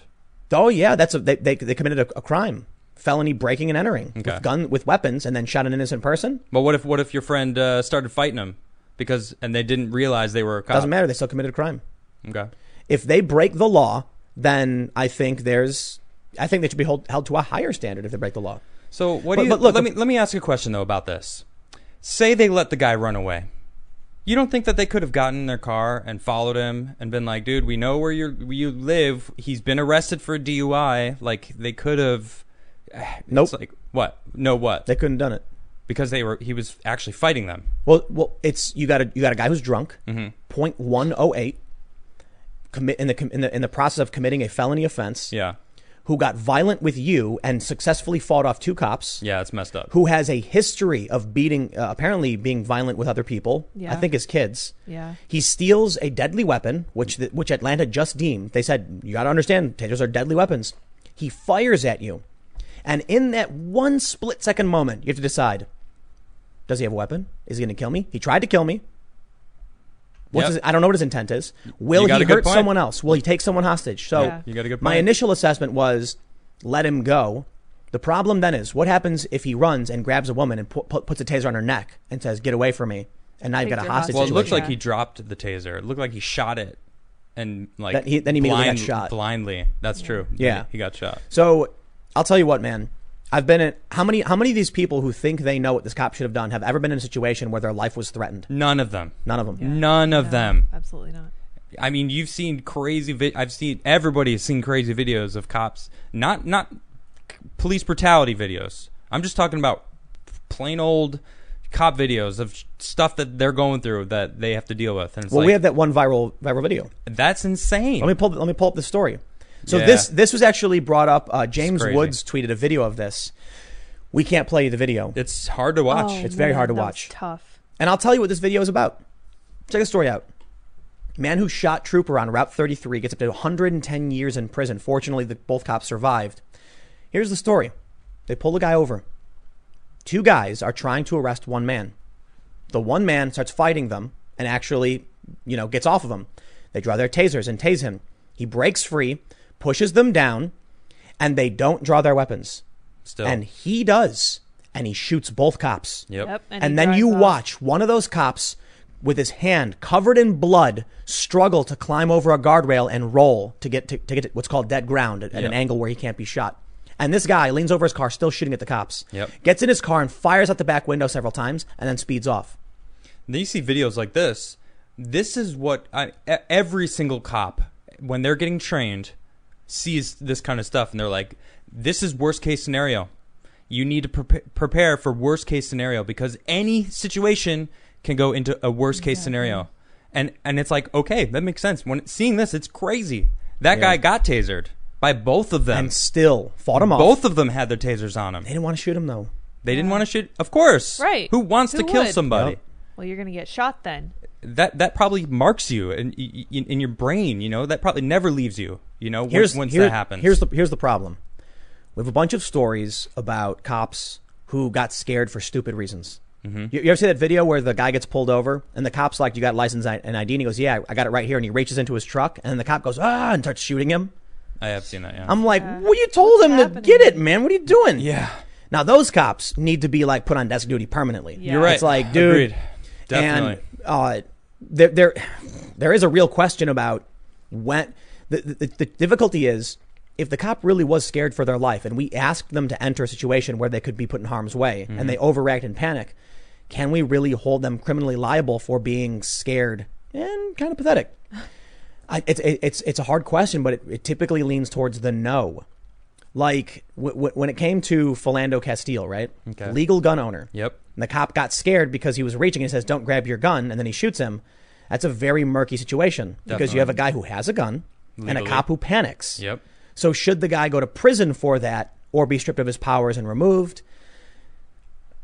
Oh yeah, that's a, they, they they committed a, a crime, felony breaking and entering
Okay.
with gun with weapons, and then shot an innocent person.
But what if what if your friend uh, started fighting him because and they didn't realize they were a cop?
Doesn't matter. They still committed a crime.
Okay.
If they break the law, then I think there's I think they should be held, held to a higher standard if they break the law.
So
But-
what do you?
but look,
let
if-
me let me ask you a question though about this. Say they let the guy run away. You don't think that they could have gotten in their car and followed him and been like, "Dude, we know where you where you live. He's been arrested for DUI." Like they could have.
Nope.
It's like what? No, what?
They couldn't done it.
Because they were he was actually fighting them.
Well, well, it's you got a you got a guy who's drunk,
Mm-hmm.
point one oh eight, commit in the com- in the in the process of committing a felony offense,
Yeah,
who got violent with you and successfully fought off two cops,
yeah, it's messed up.
uh, who has a history of beating, uh, apparently being violent with other people. I
Yeah.
think his kids.
Yeah.
He steals a deadly weapon, which the, which Atlanta just deemed. They said you got to understand, tasers are deadly weapons. He fires at you, and in that one split second moment, you have to decide: Does he have a weapon? Is he going to kill me? He tried to kill me. What's
Yep.
his, I don't know what his intent is. Will
You got
he
a good
hurt
point.
someone else? Will he take someone hostage? So
Yeah.
You got a good
my
point.
initial assessment was let him go. The problem then is what happens if he runs and grabs a woman and pu- pu- puts a taser on her neck and says, "Get away from me." And now you've
Take
got a
your
hostage
hostage.
Well, it
situation.
looked like
Yeah.
he dropped the taser. It looked like he shot it, and like
Then he- then he immediately got
blind-
shot.
blindly. That's true.
Yeah.
he got shot.
So I'll tell you what, man. I've been in how many how many of these people who think they know what this cop should have done have ever been in a situation where their life was threatened?
None of them.
None of them.
None of
No,
them.
Absolutely not.
I mean, you've seen crazy. Vi- I've seen everybody has seen crazy videos of cops. Not not c- police brutality videos. I'm just talking about plain old cop videos of sh- stuff that they're going through that they have to deal with. And it's
Well,
like,
we have that one viral viral video.
that's insane.
Let me pull let me pull up the story. So
Yeah.
this this was actually brought up. Uh, James
crazy.
Woods tweeted a video of this. We can't play you the video,
it's hard to watch.
Oh,
It's very hard to
that was
watch.
tough.
and I'll tell you what this video is about. Check the story out. Man who shot trooper on Route 33 gets up to 110 years in prison. Fortunately, the, both cops survived. Here's the story they pull the guy over. Two guys are trying to arrest one man. The one man starts fighting them and actually, you know, gets off of them. They draw their tasers and tase him. He breaks free, pushes them down, and they don't draw their weapons.
Still.
And he does. And he shoots both cops
yep.
Yep.
and,
he
then
drives
you
off.
watch one of those cops with his hand covered in blood struggle to climb over a guardrail and roll to get to, to get to what's called dead ground at, at an
Yep.
angle where he can't be shot. And this guy leans over his car, still shooting at the cops.
Yep.
Gets in his car and fires out the back window several times, and then speeds off.
Then you see videos like this. This is what I, e- every single cop, when they're getting trained, sees this kind of stuff, and they're like, "This is worst case scenario. You need to pre- prepare for worst case scenario because any situation can go into a worst case scenario." And and it's like, okay, that makes sense. When seeing this, it's crazy. That guy got tasered by both of them.
And still fought him off.
both of them had their tasers on them.
They didn't want to shoot him though.
They didn't want to shoot. Of course,
Right.
Who wants
Who
to kill
would?
somebody?
Yep.
Well, you're gonna get shot then.
that that probably marks you in, in, in your brain. You know that probably never leaves you. You know once, once
here-
that happens.
Here's the here's the problem. We have a bunch of stories about cops who got scared for stupid reasons.
Mm-hmm.
You, you ever see that video where the guy gets pulled over and the cop's like, "You got license I- and ID?" And he goes, "Yeah, I got it right here." And he reaches into his truck and the cop goes, "Ah!" and starts shooting him.
I have seen that. Yeah.
I'm like, "What? you told him
happening?
to get it, man. What are you doing?"
yeah.
Now those cops need to be like put on desk duty permanently.
Yeah.
You're right.
It's like, dude,
Agreed. Definitely.
and uh, there, there, there is a real question about when the, the, the difficulty is if the cop really was scared for their life and we asked them to enter a situation where they could be put in harm's way
Mm-hmm.
and they overreact and panic, can we really hold them criminally liable for being scared and kind of pathetic? I, it's it, it's it's a hard question, but it, it typically leans towards the no. Like w- w- when it came to Philando Castile, right?
Okay.
Legal gun owner.
Yep.
And the cop got scared because he was reaching and says, "Don't grab your gun," and then he shoots him. That's a very murky situation because you
Definitely.
have a guy who has a gun and
Legally.
a cop who panics.
Yep.
So should the guy go to prison for that or be stripped of his powers and removed?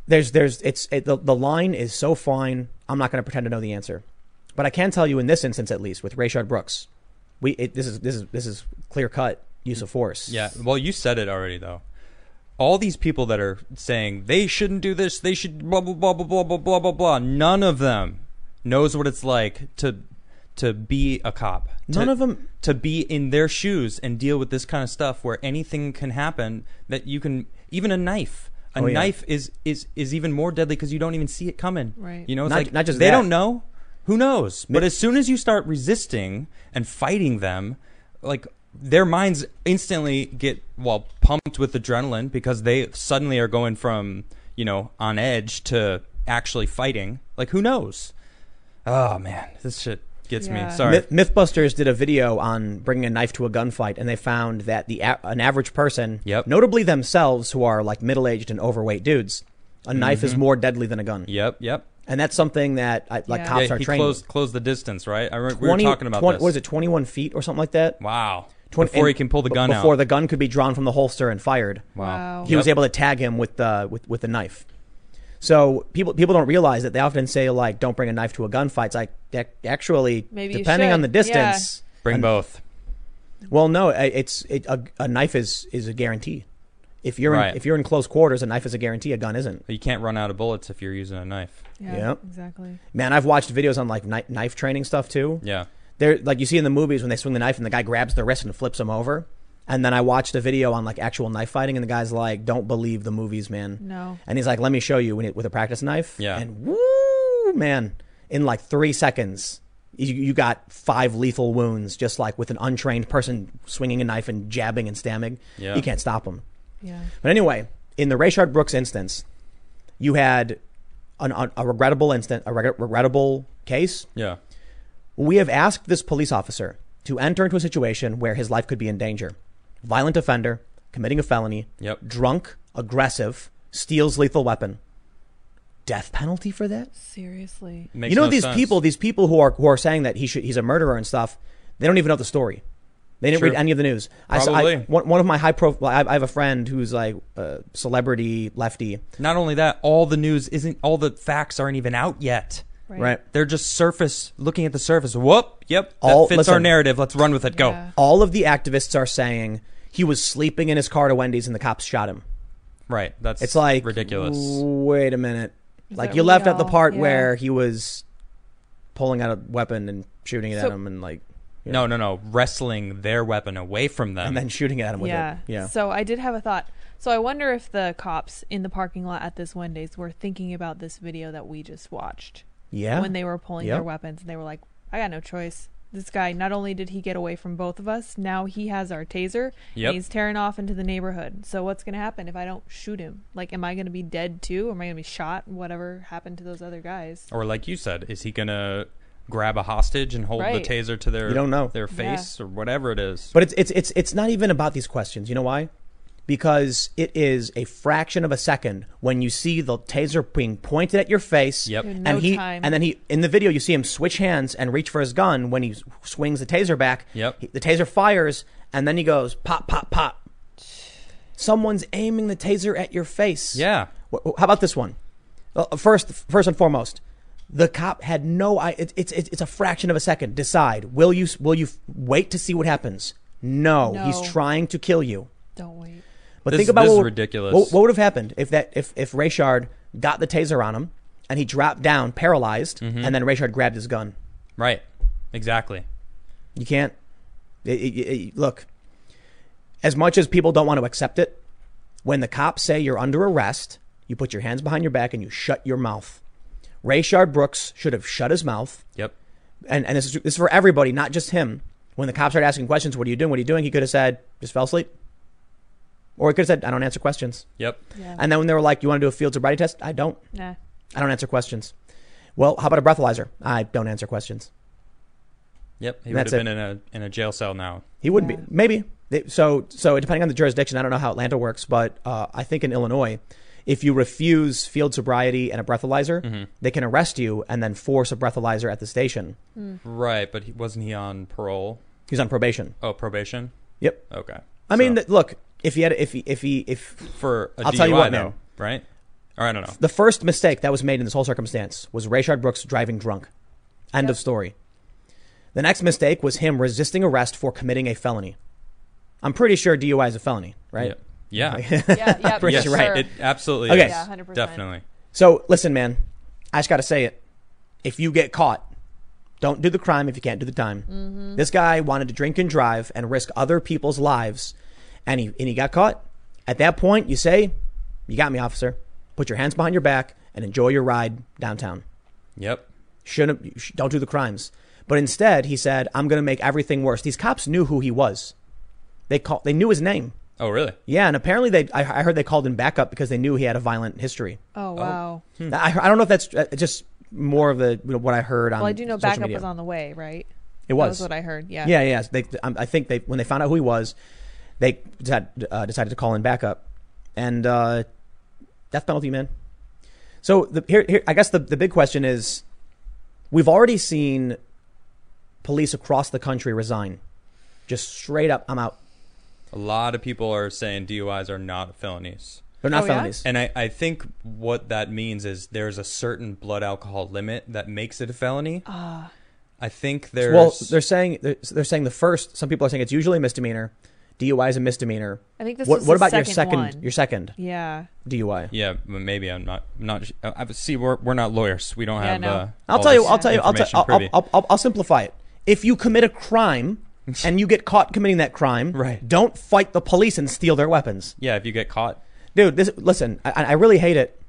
There's there's it's it, the the line is so fine. I'm not going to pretend to know the answer, but I can tell you in this instance at least with Rayshard Brooks, we it, this is this is this is clear cut use of force.
Yeah. Well, you said it already though. All these people that are saying they shouldn't do this, they should blah blah blah blah blah blah blah blah blah. None of them knows what it's like to to be a cop. To-
None of 'em-
to be in their shoes and deal with this kind of stuff where anything can happen that you can even a knife. A
Oh, yeah.
knife is is is even more deadly because you don't even see it coming.
Right.
You know, it's
Not-
like
not just
they
that.
don't know. Who knows? But as soon as you start resisting and fighting them, like their minds instantly get well pumped with adrenaline because they suddenly are going from you know on edge to actually fighting. Like who knows? Oh man, this shit gets
Yeah.
me. Sorry.
Myth- MythBusters did a video on bringing a knife to a gunfight, and they found that the a- an average person,
Yep.
notably themselves, who are like middle aged and overweight dudes, a knife
Mm-hmm.
is more deadly than a gun,
Yep, yep.
and that's something that I, like
Yeah.
cops
yeah,
are
he
trained.
closed closed the distance, right? I remember we were talking about
20
this.
What is it, twenty one feet or something like that?
Wow.
20
before
and
he can pull the
b-
gun
Before
out.
the gun could be drawn from the holster and fired.
Wow.
he was able to tag him with the with, with the knife. So people people don't realize that they often say like don't bring a knife to a gunfight. It's like that actually
Maybe you
depending on the
should.
distance.
Bring
an-
both.
Well, no, i- it's it, a, a knife is is a guarantee. If you're
Right.
in, if you're in close quarters, a knife is a guarantee. A gun isn't.
You can't run out of bullets if you're using a knife.
Yeah,
Yep.
exactly.
Man, I've watched videos on like knife, knife training stuff too.
Yeah.
They're like you see in the movies when they swing the knife and the guy grabs the wrist and flips him over. And then I watched a video on like actual knife fighting, and the guy's like, "Don't believe the movies, man."
No.
And he's like, "Let me show you when it, with a practice knife."
Yeah.
And woo, man, in like three seconds, you, you got five lethal wounds just like with an untrained person swinging a knife and jabbing and stabbing.
Yeah.
You can't stop them.
Yeah.
But anyway, in the Rayshard Brooks instance, you had an, a- a regrettable instant, a reg- regrettable case.
Yeah.
We have asked this police officer to enter into a situation where his life could be in danger. Violent offender, committing a felony,
Yep.
drunk, aggressive, steals lethal weapon. Death penalty for that?
Seriously.
Makes
you know
no
these
sense.
people, these people who are who are saying that he should he's a murderer and stuff. They don't even know the story. They didn't
Sure.
read any of the news. I, saw- I-
Probably.
one, one of my high profile. I, I have a friend who's like a celebrity lefty,
Not only that, all the news isn't all the facts aren't even out yet.
Right.
right?
They're just surface looking at the surface. Whoop. Yep. That
All-
fits our
listen.
narrative. Let's run with it. Go.
Yeah.
All of the activists are saying he was sleeping in his car to Wendy's and the cops shot him.
Right. That's
It's like
ridiculous.
Wait a minute.
Is
like
that
you
what
left
we
out the
all-
part
yeah.
where he was pulling out a weapon and shooting it
So-
at him, and like you
No, no, no. Wrestling their weapon away from them.
and then shooting it at him with
yeah.
it. Yeah.
So I did have a thought. So I wonder if the cops in the parking lot at this Wendy's were thinking about this video that we just watched
yeah.
when they were pulling
Yep.
their weapons and they were like, I got no choice. This guy, not only did he get away from both of us, now he has our taser
Yep.
and he's tearing off into the neighborhood. So what's going to happen if I don't shoot him? Like, am I going to be dead too? Am I going to be shot? Whatever happened to those other guys?
or like you said, is he gonna grab a hostage and hold
Right.
the taser to their
You don't know.
their face or whatever it is?
But it's it's it's it's not even about these questions. You know why? Because it is a fraction of a second when you see the taser being pointed at your face.
Yep.
Dude, no
and he
time.
and then he in the video you see him switch hands and reach for his gun when he s- swings the taser back.
Yep.
He- the taser fires and then he goes pop pop pop. Someone's aiming the taser at your face.
yeah.
Wh- wh- How about this one? Uh, First, first and foremost, the cop had no. i- It's it's it's a fraction of a second. Decide. Will you will you f- wait to see what happens? No,
No.
he's trying to kill you.
Don't wait.
But
This
think
is-
about
this
what
is
would-
ridiculous.
What, what would have happened if that if if Rayshard got the taser on him and he dropped down paralyzed,
Mm-hmm.
and then Rayshard grabbed his gun?
Right. Exactly.
You can't. it- it- it- look, as much as people don't want to accept it, when the cops say you're under arrest, you put your hands behind your back and you shut your mouth. Rayshard Brooks should have shut his mouth.
Yep.
And, and this, is, this is for everybody, not just him. When the cops started asking questions, what are you doing? What are you doing? He could have said, just fell asleep. Or he could have said, I don't answer questions.
Yep.
Yeah.
And then when they were like, you want to do a field sobriety test? I don't.
nah.
I don't answer questions. Well, how about a breathalyzer? I don't answer questions.
Yep. He would have
That's
been in a in a jail cell now.
He would
Yeah.
be maybe. They- So so depending on the jurisdiction, I don't know how Atlanta works, but uh, I think in Illinois, if you refuse field sobriety and a breathalyzer, they can arrest you and then force a breathalyzer at the station.
Right. But he, wasn't he on parole?
He's on probation.
Oh, probation.
Yep.
Okay.
I mean,
So,
th- look, if he had, if he, if he, if
for a
I'll
DUI,
tell you what,
though,
man.
right? Or I don't know.
the first mistake that was made in this whole circumstance was Rayshard Brooks driving drunk. End
Yep.
of story. The next mistake was him resisting arrest for committing a felony. I'm pretty sure DUI is a felony, right?
Yep. Yeah.
Yeah, yeah, for
Yes,
sure.
right.
It absolutely
Okay.
is.
Yeah,
100%.
Definitely.
So listen, man, I just got to say it. If you get caught, don't do the crime if you can't do the time. This guy wanted to drink and drive and risk other people's lives, and he and he got caught. At that point, you say, "You got me, officer." Put your hands behind your back and enjoy your ride downtown.
Yep.
Shouldn't you sh- don't do the crimes. But instead, he said, "I'm going to make everything worse." These cops knew who he was. They call they knew his name.
Oh, really?
Yeah, and apparently they I, I heard they called him back up because they knew he had a violent history.
Oh wow.
Mm. I, I don't know if that's uh, just more of the you know, what I heard on.
Well, I do know
social
backup
media.
was on the way, right?
It was.
That was what I heard. Yeah.
Yeah, yeah. They, um, I think they when they found out who he was, they decided, uh, decided to call in backup, and uh, death penalty, man. So the, here, here, I guess the the big question is, we've already seen police across the country resign, just straight up. I'm out.
A lot of people are saying DUIs are not felonies.
They're not
Oh, yeah?
felonies.
And I, I think what that means is there's a certain blood alcohol limit that makes it a felony.
Ah.
I think there's.
Well, they're saying they're, they're saying the first. Some people are saying it's usually a misdemeanor. DUI is a misdemeanor.
I think this
What,
was
what
the
about your second
second one.
your second
Yeah.
DUI?
yeah, but maybe I'm not. I'm not. sh- uh, I- See, we're we're not lawyers. We don't
Yeah,
have.
no.
Uh,
I'll
all
tell you.
this
I'll tell you. I'll tell
information
I'll,
privy.
I'll, I'll, I'll, I'll simplify it. If you commit a crime and you get caught committing that crime,
Right.
Don't fight the police and steal their weapons,
yeah, if you get caught,
dude. This listen. I, I really hate it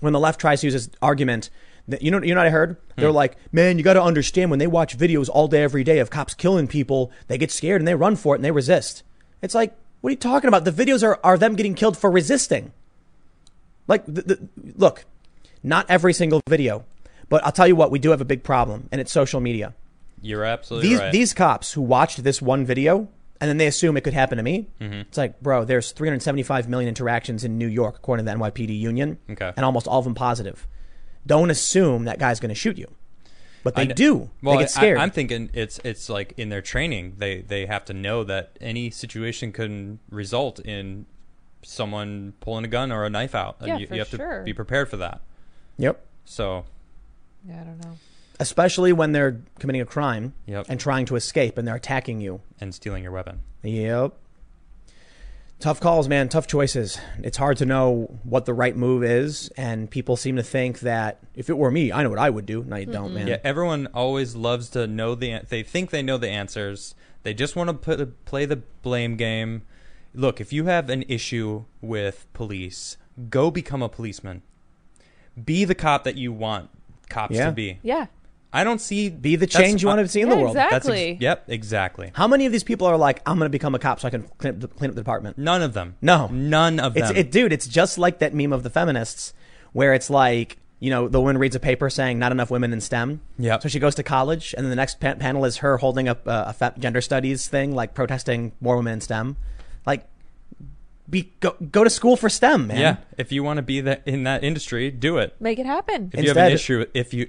when the left tries to use this argument. That, you know. You know what I heard? They're like, man, you got to understand when they watch videos all day every day of cops killing people, they get scared and they run for it and they resist. It's like, what are you talking about? The videos are are them getting killed for resisting. Like, the, the, look, not every single video, but I'll tell you what, we do have a big problem, and it's social media.
you're absolutely
These
right.
these cops who watched this one video and then they assume it could happen to me.
Mm-hmm.
It's like, bro, there's 375 million interactions in New York according to the NYPD union,
Okay.
and almost all of them positive. Don't assume that guy's going to shoot you, but they
kn-
do.
Well,
they get scared.
I, am thinking it's it's like in their training, they they have to know that any situation can result in someone pulling a gun or a knife out, and
Yeah,
you,
for
you have
sure.
to be prepared for that.
yep.
So,
Yeah, I don't know.
Especially when they're committing a crime
Yep.
and trying to escape and they're attacking you.
and stealing your weapon.
Yep. Tough calls, man. Tough choices. It's hard to know what the right move is, and people seem to think that if it were me, I know what I would do. No, you don't, man.
Yeah, everyone always loves to know the. an- They think they know the answers. They just want to put, play the blame game. Look, if you have an issue with police, go become a policeman. Be the cop that you want cops
Yeah.
to be.
Yeah.
I don't see
Be the
that's-
change you want to see in
Yeah,
the world.
exactly.
That's ex- yep, exactly.
How many of these people are like, I'm going to become a cop so I can clean up the, clean up the department?
None of them.
No.
None of
It's,
them.
it, dude, it's just like that meme of the feminists where it's like, you know, the woman reads a paper saying not enough women in STEM.
Yep.
So she goes to college, and then the next pa- panel is her holding up uh, a fe- gender studies thing, like protesting more women in STEM. Like, be go, go to school for STEM, man.
yeah, if you want to be that in that industry, do it.
Make it happen.
If you have
Instead-
an issue, if you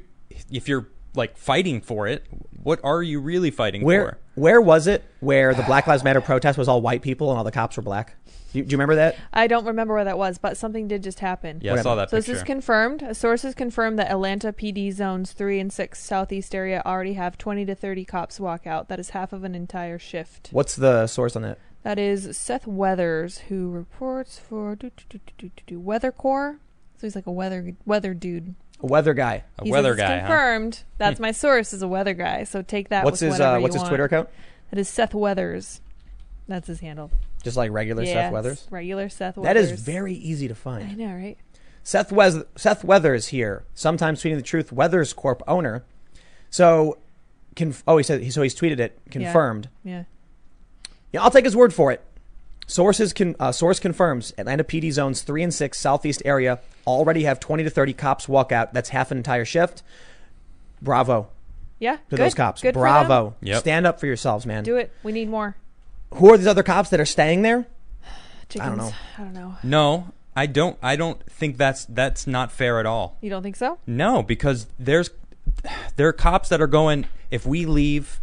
if you're like fighting for it, what are you really fighting
Where where was it where the Black Lives Matter protest was all white people and all the cops were black? Do you, do you remember that?
I don't remember where that was, but something did just happen.
for? Yeah, I
Whatever.
saw that
So this
picture.
is confirmed. Sources confirm that Atlanta PD zones three and six southeast area already have 20 to 30 cops walk out. That is half of an entire shift.
What's the source on that?
That is Seth Weathers, who reports for do, do, do, do, do, do, do, Weather Corps. So he's like a weather weather dude.
A weather guy.
a
He says
weather
it's
guy. huh?
confirmed. That's my source. Is a weather guy. So take that.
what's
with
his
whatever
uh,
you
What's his
want.
Twitter account?
That is Seth Weathers. That's his handle.
Just like regular
Yes,
Seth Weathers.
Regular Seth
That
Weathers.
is very easy to
I
find.
know, right?
Seth, Wes- Seth Weathers here, sometimes tweeting the truth. Weathers Corp owner. So, conf- oh, he said so. He's tweeted it confirmed.
Yeah.
Yeah, I'll take his word for it. Sources can uh, source confirms Atlanta PD zones three and six southeast area already have twenty to thirty cops walk out. That's half an entire shift. Bravo
Yeah.
to
good.
those cops.
Good for them.
Bravo.
Yep.
Stand up for yourselves, man.
Do it. We need more
Who are these other cops that are staying there?
chickens.
I don't know.
I don't know.
No, I don't. I don't think that's that's not fair at all.
You don't think so?
No, because there's there are cops that are going. If we leave,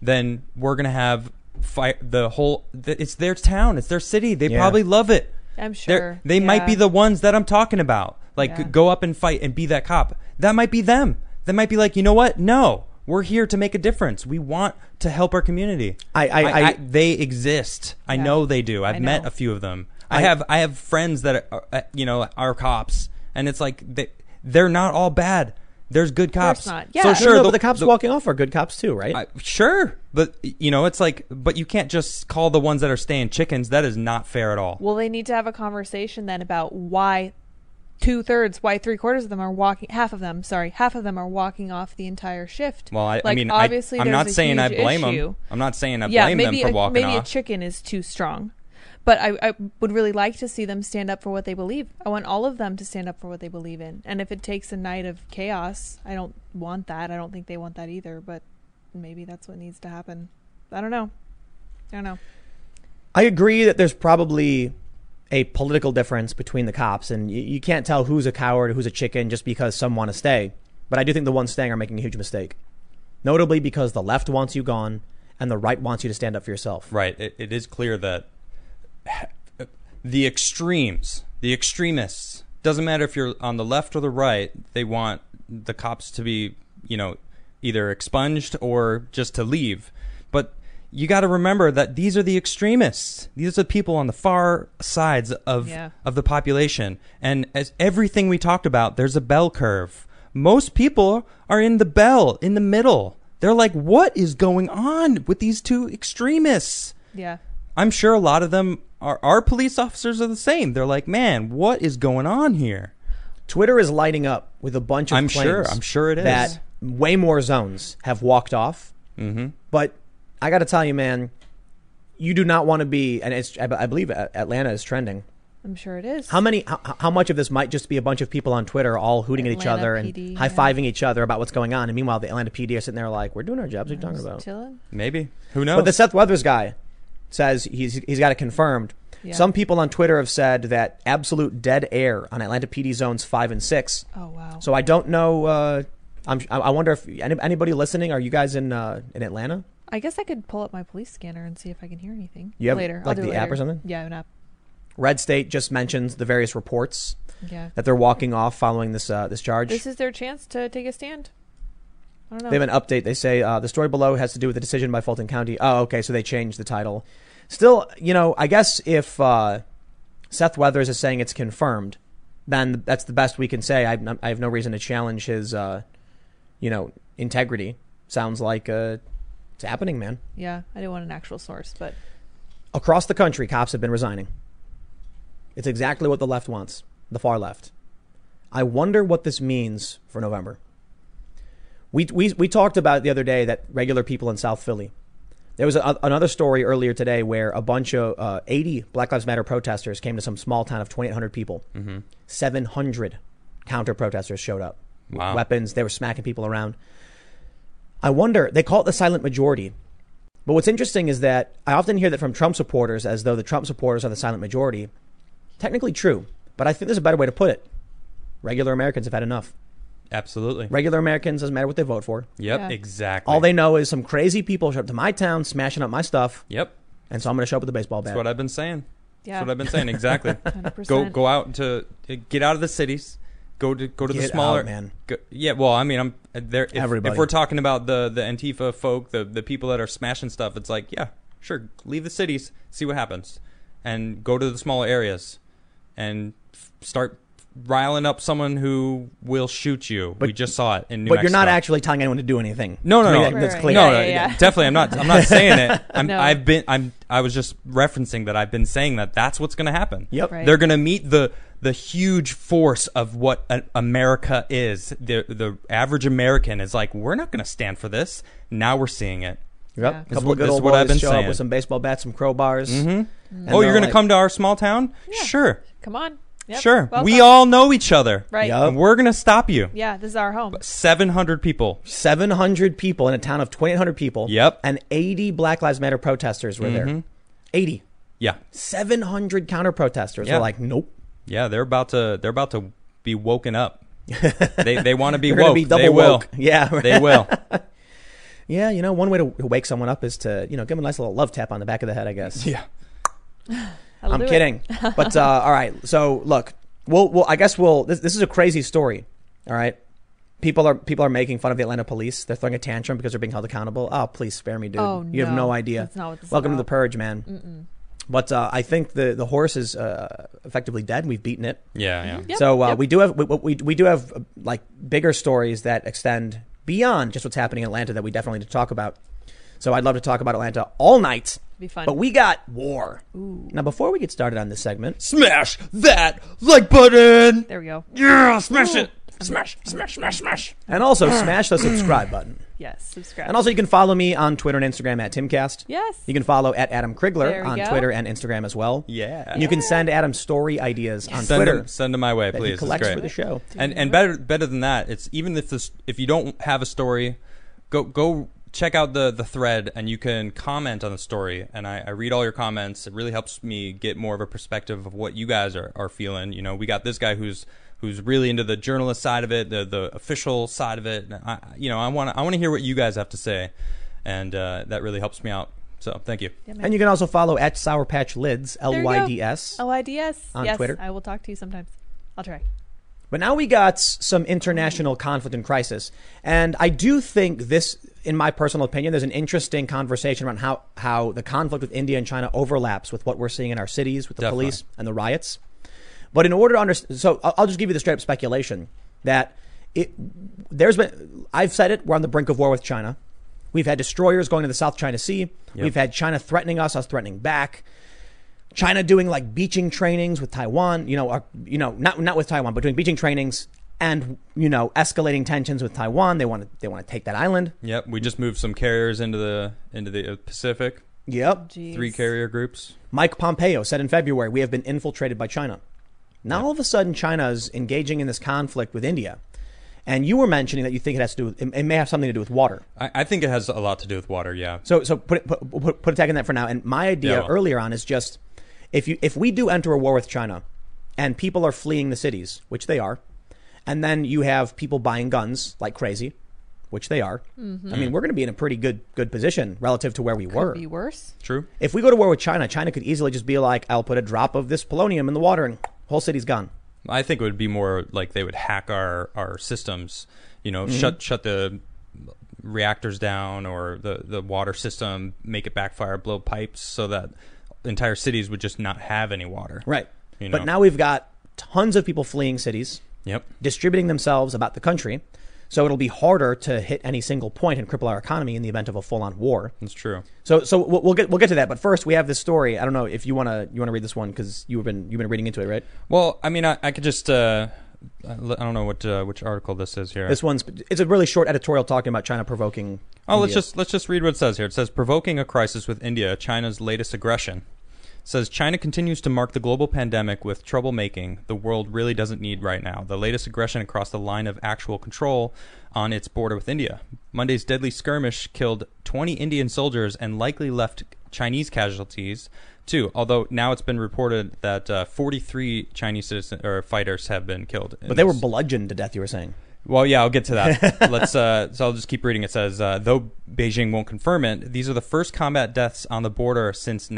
then we're gonna have fight the whole. th- It's their town. It's their city. They
Yeah.
probably love it. They're-
I'm sure.
They might be
Yeah.
the ones that I'm talking about. Like
Yeah.
go up and fight and be that cop. That might be them. That might be like you know what? No, we're here to make a difference. We want to help our community.
I- I- I-
they exist. I
Yeah.
know they do. I've
I
met
know.
a few of them. I,
I-
have I have friends that are uh, you know are cops, and it's like they they're not all bad. There's good cops.
course not.
So
Yeah.
sure,
no, but the cops walking off are good cops too, right?
I- sure, but you know it's like, but you can't just call the ones that are staying chickens. That is not fair at all.
Well, they need to have a conversation then about why two thirds, why three quarters of them are walking. Half of them, sorry, half of them are walking off the entire shift.
Well, I, I
Like,
mean, I,
obviously
I'm
there's
not
a
saying I
huge
blame
issue.
them. I'm not saying I
yeah,
blame
maybe
them for
a,
walking
maybe
off.
a chicken is too strong, but I, I would really like to see them stand up for what they believe. I want all of them to stand up for what they believe in, and if it takes a night of chaos, I don't want that. I don't think they want that either. But maybe that's what needs to happen. I don't know. I don't know.
I agree that there's probably a political difference between the cops, and you, you can't tell who's a coward, who's a chicken, just because some want to stay. But I do think the ones staying are making a huge mistake, notably because the left wants you gone, and the right wants you to stand up for yourself.
Right. It, it is clear that the extremes, the extremists, doesn't matter if you're on the left or the right, they want the cops to be, you know, either expunged or just to leave. But you got to remember that these are the extremists. These are the people on the far sides of
Yeah.
of the population. And as everything we talked about, there's a bell curve. Most people are in the bell, in the middle. They're like, "What is going on with these two extremists?"
Yeah.
I'm sure a lot of them are our police officers are the same. They're like, man, what is going on here?
Twitter is lighting up with a bunch of
I'm
claims
sure- I'm sure it is.
that way more zones have walked off.
Mm-hmm.
But I got to tell you, man, you do not want to be. And it's, I, I believe A- Atlanta is trending.
I'm sure it is.
How many? How, how much of this might just be a bunch of people on Twitter all hooting at each
Atlanta
other
PD,
and
yeah.
high fiving each other about what's going on? And meanwhile, the Atlanta PD are sitting there like, "We're doing our jobs. What are you talking
Just
about?"
chilling?
Maybe. Who knows?
But the Seth Weathers guy says he's he's got it confirmed.
Yeah.
Some people on Twitter have said that absolute dead air on Atlanta PD zones five and six.
Oh wow.
So I don't know. Uh, I'm, I- I wonder if any, anybody listening, are you guys in uh, in Atlanta?
I guess I could pull up my police scanner and see if I can hear anything.
You have,
later. I'll
like,
do
the
it later.
app or something?
Yeah, I have an app.
Red State just mentions the various reports
Yeah.
that they're walking off following this uh, this charge.
This is their chance to take a stand. I don't know.
They have an update. They say uh, the story below has to do with the decision by Fulton County. Oh, okay, so they changed the title. Still, you know, I guess if uh, Seth Weathers is saying it's confirmed, then that's the best we can say. I have no, I have no reason to challenge his, uh, you know, integrity. Sounds like uh, it's happening, man.
yeah, I didn't want an actual source, but
Across the country, cops have been resigning. It's exactly what the left wants, the far left. I wonder what this means for November. We, we, we talked about the other day that regular people in South Philly. There was a, another story earlier today where a bunch of uh, 80 Black Lives Matter protesters came to some small town of 2,800 people. 700 counter protesters showed up. with
Wow.
Weapons, they were smacking people around. I wonder, they call it the silent majority. But what's interesting is that I often hear that from Trump supporters as though the Trump supporters are the silent majority. Technically true, but I think there's a better way to put it. Regular Americans have had enough.
Absolutely.
Regular Americans, doesn't matter what they vote for.
Yep.
Yeah.
Exactly.
All they know is some crazy people showed up to my town smashing up my stuff,
Yep.
and so I'm going to show up with a baseball
That's
bat.
what I've been saying.
yeah.
That's what I've been saying. Exactly.
100%.
go go out to get out of the cities. Go to go to the
Get
smaller
out, man.
Go, yeah. Well, I mean, I'm eh, there. If,
Everybody.
if we're talking about the the Antifa folk, the the people that are smashing stuff, it's like, yeah, sure, leave the cities, see what happens, and go to the smaller areas, and f- start riling up someone who will shoot you. we just saw it in New
but you're not
Mexico.
actually telling anyone to do anything.
No, no,
To me,
no.
that- that's
Right,
clear.
No,
Yeah,
no,
yeah, yeah.
definitely. I'm not. I'm not saying it. I'm,
No.
I've been. I'm. I was just referencing that. I've been saying that. That's what's going to happen.
Yep.
Right.
They're going to meet the the huge force of what a, America is. The the average American is like, we're not going to stand for this. Now we're seeing it.
Yep.
Yeah.
A
This
is
couple
what-
of good
this
old
is what I've
boys
been
show up
saying.
with some baseball bats, some crowbars. and
oh, you're
they're
going to
like,
come to our small town?
Yeah.
Sure,
Come on. Yep.
sure. We
Welcome.
all know each other.
Right.
Yup.
And we're going to stop you.
Yeah, this is our home.
Seven hundred people.
700 people in a town of 2,800 people.
Yep. Mm-hmm.
And 80 Black Lives Matter protesters were there. 80.
Yeah.
700 counter protesters
Yeah.
were like, nope.
Yeah, they're about to they're about to be woken up. they they want to be
You're going to
woke.
be double
they will.
woke. Yeah. right.
They will.
yeah. You know, one way to to wake someone up is to, you know, give them a nice little love tap on the back of the head, I guess.
yeah.
I'll do
I'm
it.
kidding. but uh, all right. So look, we'll, we'll I guess we'll. This, this is a crazy story. All right. People are people are making fun of the Atlanta police. They're throwing a tantrum because they're being held accountable. Oh, please spare me, dude.
Oh,
you have no
no.
idea.
That's not what this is
Welcome to
about.
the purge, man. But uh, I think the the horse is uh, effectively dead. We've beaten it.
Yeah, yeah.
Yep,
so uh,
yep.
we do have we, we, we do have uh, like bigger stories that extend beyond just what's happening in Atlanta that we definitely need to talk about. So I'd love to talk about Atlanta all night.
Be fun.
But we got war. Now, before we get started on this segment,
Smash that like button.
there we go.
Yeah, smash it.
Smash, smash, smash, smash.
and also smash the subscribe button.
Yes, subscribe.
And also, you can follow me on Twitter and Instagram at Timcast.
yes.
You can follow at Adam
There
Krigler
we
on
go.
Twitter and Instagram as well.
Yeah.
And you can send Adam story ideas on
send
Twitter
them send them my way,
that
please.
he
It's
collects
great.
for the show.
and and better better than that it's even if this if you don't have a story go go check out the the thread and you can comment on the story and I, I read all your comments it really helps me get more of a perspective of what you guys are, are feeling you know we got this guy who's who's really into the journalist side of it the the official side of it and I, you know I want to I want to hear what you guys have to say and uh, that really helps me out so thank you
Yeah,
And you can also follow at Sour Patch Lids, L
you go.
Y D S.
L I D S.
On
yes,
Twitter.
I will talk to you sometimes. I'll try.
But now we got s- some international conflict and crisis. And I do think this, in my personal opinion, there's an interesting conversation around how, how the conflict with India and China overlaps with what we're seeing in our cities with the
Definitely.
police and the riots. But in order to understand, so I'll, I'll just give you the straight up speculation that it, there's been, I've said it, we're on the brink of war with China. We've had destroyers going to the South China Sea. We've had China threatening us, us threatening back. China doing like beaching trainings with Taiwan, you know, or, you know, not not with Taiwan, but doing beaching trainings and you know, escalating tensions with Taiwan. They want to they want to take that island.
yep we just moved some carriers into the into the uh, Pacific
Yep.
Jeez.
three carrier groups
Mike Pompeo said in February, "We have been infiltrated by China." Now all of a sudden, China is engaging in this conflict with India, and you were mentioning that you think it has to do with it, it may have something to do with water.
I, I think it has a lot to do with water yeah
So so put it, put, put put a tag in that for now. And my idea
Yeah, well.
earlier on is just if you if we do enter a war with China, and people are fleeing the cities, which they are, and then you have people buying guns like crazy, which they are. I mean, we're going to be in a pretty good good position relative to where we were.
Be worse.
true
If we go to war with China, China could easily just be like, "I'll put a drop of this polonium in the water, and whole city's gone."
I think it would be more like they would hack our, our systems, you know, shut shut the reactors down or the, the water system, make it backfire, blow pipes so that entire cities would just not have any water.
Right.
You
But
know.
now we've got tons of people fleeing cities.
Yep.
distributing themselves about the country. So it'll be harder to hit any single point and cripple our economy in the event of a full-on war.
That's true.
So, so we'll, we'll get we'll get to that. But first, we have this story. I don't know if you wanna you wanna read this one because you've been you've been reading into it, right?
Well, I mean, I, I could just uh, I don't know what uh, which article this is here.
This one's it's a really short editorial talking about China provoking.
Oh, let's
India.
just let's just read what it says here. It says provoking a crisis with India, China's latest aggression. It says China continues to mark the global pandemic with troublemaking the world really doesn't need right now. The latest aggression across the line of actual control on its border with India. Monday's deadly skirmish killed 20 Indian soldiers and likely left Chinese casualties too. Although now it's been reported that uh, 43 Chinese citizen or fighters have been killed. in
but they were
this.
bludgeoned to death. You were saying.
Well, yeah, I'll get to that. Let's. Uh, so I'll just keep reading. It says, uh, though Beijing won't confirm it, these are the first combat deaths on the border since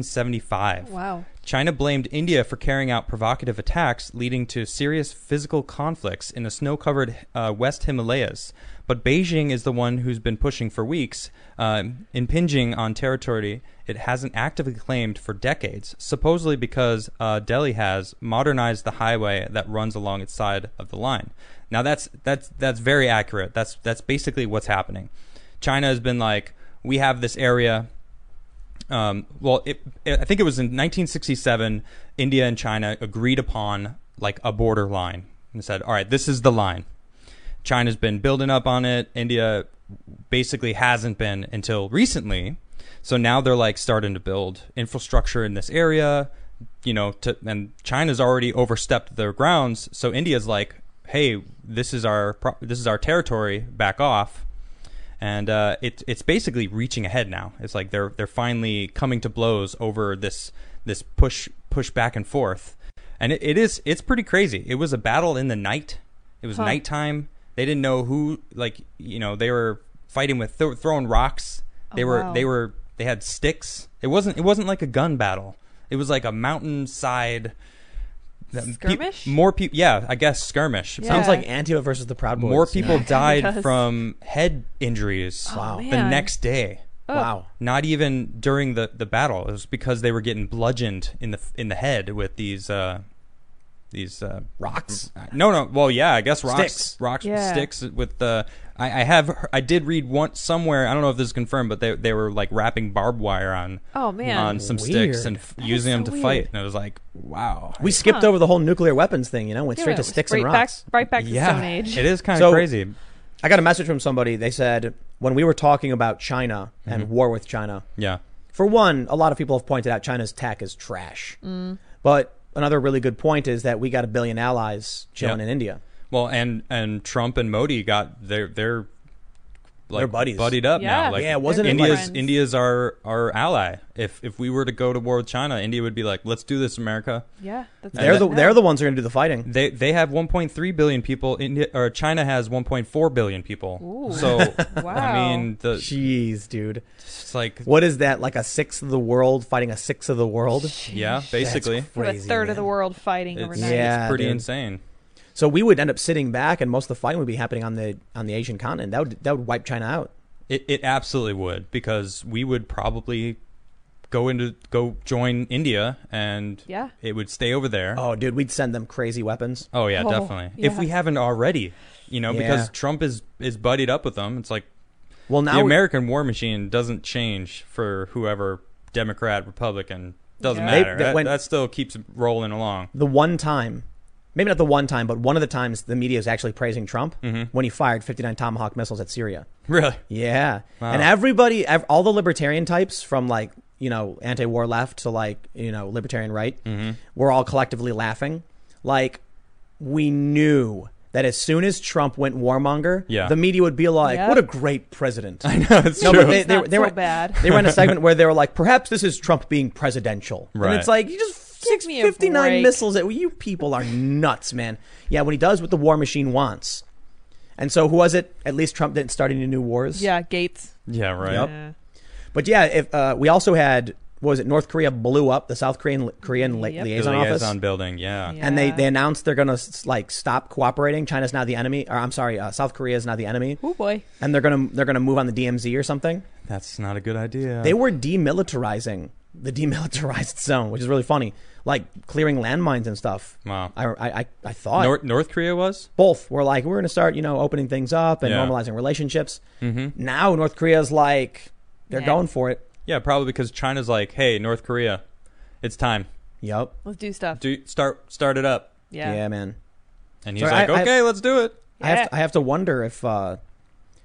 1975.
Wow.
China blamed India for carrying out provocative attacks, leading to serious physical conflicts in the snow covered uh, West Himalayas. But Beijing is the one who's been pushing for weeks, um impinging on territory it hasn't actively claimed for decades, supposedly because uh, Delhi has modernized the highway that runs along its side of the line. Now that's that's that's very accurate. That's that's basically what's happening. China has been like, we have this area um, well, it, I think it was in 1967, India and China agreed upon like a border line and said, all right, this is the line. China's been building up on it. India basically hasn't been until recently. So now they're like starting to build infrastructure in this area, you know, to, and China's already overstepped their grounds. So India's like, hey, this is our pro- this is our territory. Back off and uh, it, it's basically reaching ahead now. It's like they're they're finally coming to blows over this this push push back and forth, and it, it is it's pretty crazy. It was a battle in the night. It was
Huh.
nighttime. They didn't know who like you know they were fighting with th- throwing rocks. They
Oh,
were
wow.
they were they had sticks. It wasn't it wasn't like a gun battle. It was like a mountainside pe-
Skirmish?
more people, yeah, I guess skirmish.
Yeah.
Sounds like Antifa versus the Proud Boys.
More people died
does.
from head injuries
Wow.
the
man.
next day.
Oh,
Wow.
Not even during the, the battle. It was because they were getting bludgeoned in the in the head with these uh, these uh,
Rocks.
no no well yeah I guess rocks
Mm. Sticks.
rocks
Yeah.
sticks with the I, I have he- I did read one somewhere. I don't know if this is confirmed, but they they were like wrapping barbed wire on
Oh man.
on some
Weird.
sticks and f-
is
using them
so
to
weird.
fight. And it was like, wow,
We skipped over the whole nuclear weapons thing, you know, went
Yeah,
straight
it
to
was
sticks
right
and rocks.
Back, right back to
yeah,
Stone Age.
it is kind of
So-
crazy.
I got a message from somebody. They said when we were talking about China
Mm-hmm.
and war with China,
Yeah,
for one, a lot of people have pointed out China's tech is trash. But another really good point is that we got a billion allies chilling
Yeah.
in India.
well, and and Trump and Modi got their their like
They're buddies.
buddied up
Yeah.
now. Like,
Yeah, wasn't it
They're good
India's
like-
friends.
India's our our ally. If if we were to go to war with China, India would be like, let's do this, America.
Yeah, that's
And
They're
good
the
to know.
they're the ones who are going to do the fighting.
They they have 1.3 billion people. India or China has 1.4 billion people.
Ooh.
So
wow.
I mean, the,
Jeez, dude.
it's like
What is that? Like a sixth of the world fighting a sixth of the world?
yeah, basically,
That's
We have a
crazy,
third of the
man.
world fighting
it's,
overnight.
Yeah.
it's pretty
dude.
insane.
So we would end up sitting back, and most of the fighting would be happening on the on the Asian continent. That would that would wipe China out.
It it absolutely would because we would probably go into go join India and
Yeah.
it would stay over there.
Oh, dude, we'd send them crazy weapons.
Oh yeah,
Oh,
definitely. If
yeah.
we haven't already, you know, because
Yeah.
Trump is is buddied up with them. It's like
Well, now
the
we-
American war machine doesn't change for whoever Democrat, Republican doesn't
Yeah.
They-
matter.
that
that,
when-
that still keeps rolling along.
the one time, maybe not the one time, but one of the times the media is actually praising Trump
Mm-hmm.
when he fired 59 Tomahawk missiles at Syria.
Really?
Yeah.
Wow.
And everybody, ev- all the libertarian types from like, you know, anti war left to like, you know, libertarian right,
Mm-hmm.
we're all collectively laughing. Like, we knew that as soon as Trump went warmonger,
Yeah.
the media would be like,
Yeah.
what a great president.
I know it's
No,
true.
but they,
It's
they,
not
were- they
so
were
bad.
They were in a segment where they were like, perhaps this is Trump being presidential,
Right.
and it's like you just
Give
six
me a
fifty nine
break.
missiles. At, you people are nuts, man. Yeah, when he does what the war machine wants, and so who was it? At least Trump didn't start any new wars.
Yeah, Gates.
yeah, right.
Yep.
Yeah.
but yeah, if uh, we also had what was it? North Korea blew up the South Korean Korean li-
Yep.
The
liaison
liaison
office.
building. Yeah.
Yeah.
And they, they announced they're gonna s- like stop cooperating. China's now the enemy, or I'm sorry, uh, South Korea is now the enemy,
Oh boy.
and they're gonna they're gonna move on the DMZ or something.
that's not a good idea.
they were demilitarizing the demilitarized zone, which is really funny, like clearing landmines and stuff.
wow.
I I I, I thought
North, North Korea was.
both were like we're going to start, you know, opening things up and
Yeah. Mm-hmm.
normalizing relationships. Now North Korea's like they're
Yeah.
going for it.
Yeah, probably because China's like, hey, North Korea, it's time.
Yep.
Let's do stuff.
Do start start it up.
Yeah,
yeah.
man.
And he's
Sorry,
like,
I- I-
okay, let's do it.
I have
Yeah.
to, I have to wonder if uh,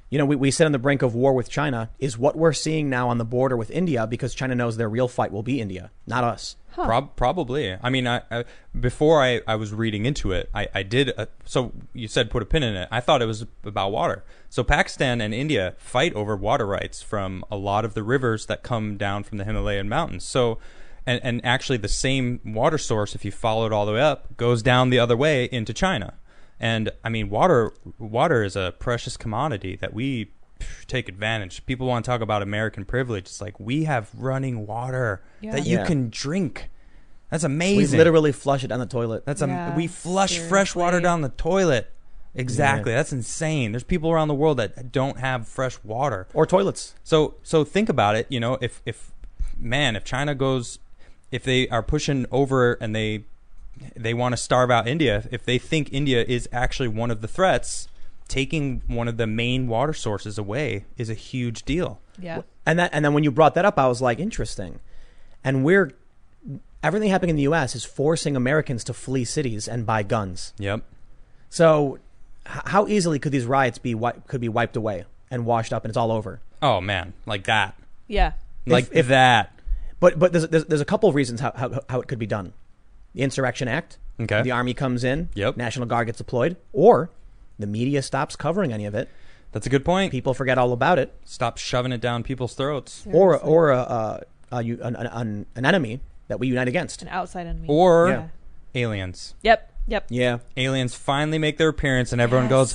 you know we we sit on the brink of war with China. Is what we're seeing now on the border with India because China knows their real fight will be India, not us.
Prob- probably. I mean, I, I before I, I was reading into it, I, I did. uh so you said put a pin in it. I thought it was about water. So Pakistan and India fight over water rights from a lot of the rivers that come down from the Himalayan mountains. So, and, and actually, the same water source, if you follow it all the way up, goes down the other way into China. And I mean, water water is a precious commodity that we pff, take advantage. People want to talk about American privilege. It's like we have running water
Yeah.
that you
Yeah.
can drink. That's
We
amazing.
literally flush it down the toilet.
that's a
Yeah,
we flush fresh water
seriously.
down the toilet. Exactly. That's insane. There's people around the world that don't have fresh water.
or toilets.
So so think about it, you know, if if man, if China goes if they are pushing over and they they want to starve out India, if they think India is actually one of the threats, taking one of the main water sources away is a huge deal.
Yeah.
And that and then when you brought that up, I was like, interesting. And we're everything happening in the U.S. is forcing Americans to flee cities and buy guns.
Yep.
So, h- how easily could these riots be wi- could be wiped away and washed up and it's all over?
Oh man, like that.
Yeah.
Like
if-
that.
But but there's there's, there's a couple of reasons how, how how it could be done. The Insurrection Act.
Okay.
The army comes in.
Yep.
National Guard gets deployed, or the media stops covering any of it.
That's a good point.
People forget all about it,
Stop shoving it down people's throats.
or or a, uh a, u- an, an, an enemy that we unite against.
An outside enemy.
Or
Yeah.
aliens.
Yep. Yep.
Yeah.
Aliens finally make their appearance, and everyone
Yes.
goes,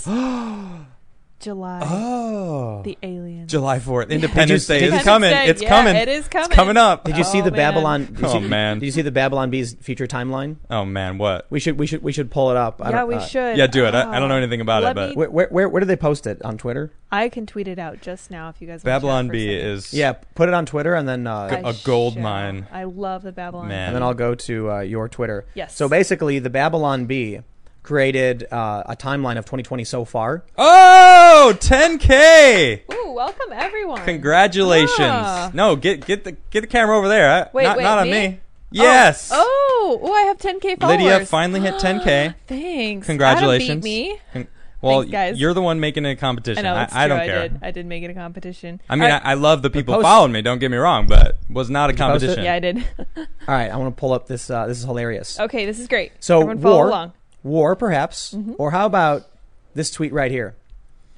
July.
"Oh,
the aliens.
July Fourth, Independence Day
did you-
is coming!
Independence Day,
It's
yeah,
coming!
it is
It's
coming.
coming up!"
Did you see
Oh,
the
man.
Babylon? Did you
Oh,
see,
man.
Did you see the Babylon Bee's future timeline?
Oh man, what?
We should we should we should pull it up. I
yeah,
don't-
we
uh,
should.
Yeah, do it. I, I don't know
Oh.
anything about it,
Let
but
me-
Where, where where where do they post it on Twitter?
I can tweet it out just now if you guys.
Babylon
B
B is
Yeah, put it on Twitter and then uh,
Go- a gold mine.
I love the Babylon.
Man.
and then I'll go to uh, your Twitter.
Yes.
So basically, the Babylon Bee created uh, a timeline of 2020 so far.
Oh, 10k!
Ooh, welcome everyone.
Congratulations!
Yeah.
No, get get the get the camera over there. I-
Wait,
not,
wait,
not on
me?
me. Yes.
Oh, oh, I have 10k followers.
Lydia finally hit 10k.
Thanks.
Congratulations.
Adam beat me.
Con- well,
Thanks, guys.
you're the one making it a competition.
I
I,
know it's
I
true.
don't
I
care.
did. I did make it a competition.
I mean, I, I love the people
post-
following me. Don't get me wrong, but was not a
you post it?
competition.
yeah, I did.
All right, I want to pull up this. Uh, this is hilarious.
okay, this is great.
So
Everyone follow
war,
along.
war perhaps,
Mm-hmm.
or how about this tweet right here?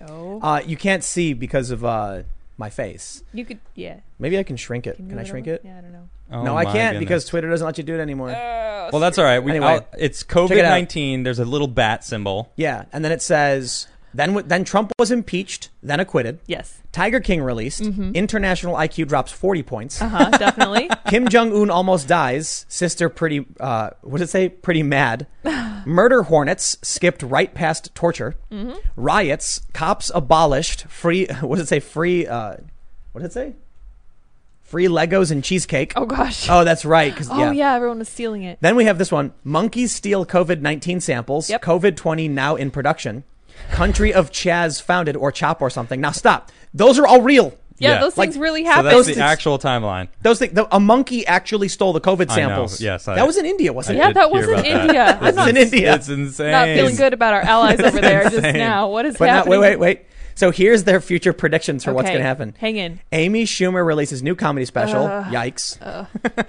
Oh,
Uh, you can't see because of uh, my face.
you could. Yeah.
Maybe I can shrink it.
you
Can,
move
I shrink
over?
it?
Yeah, Uh. I don't know. Oh,
Oh
no, I
my
can't
goodness.
because Twitter doesn't let you do it anymore.
Well, that's all right. We
Anyway.
I'll- it's COVID
it out.
nineteen. There's a little bat symbol.
yeah, and then it says then w- then Trump was impeached, then acquitted.
Yes.
Tiger King released.
Mm-hmm.
International IQ drops 40 points.
Uh huh. definitely.
Kim Jong Un almost dies. Sister pretty, uh, what did it say? Pretty mad. Murder hornets skipped right past torture.
Mm-hmm.
Riots. Cops abolished. Free, what did it say? Free, uh, what did it say? Free Legos and cheesecake.
Oh gosh.
Oh, that's right. 'cause-
Oh yeah. everyone was stealing it.
Then we have this one. Monkeys steal COVID 19 samples.
Yep.
COVID 20 now in production. Country of Chaz founded or Chop or something. Now stop. Those are all real.
Yeah,
Yeah.
those
Like,
things really
So
happened.
that's
those
the
things-
actual timeline.
Those things. The, a monkey actually stole the COVID
know.
samples.
Yes, I-
that was in India, wasn't it?
I
yeah,
did
that
hear
was in
about that.
India. I'm
This is
not,
in India.
It's insane.
not feeling good about our allies over there just
insane.
now. What is
But not,
happening?
wait, wait, wait. So here's their future predictions for what's
Okay,
going to happen.
Hang in.
Amy Schumer releases new comedy special.
Uh,
Yikes.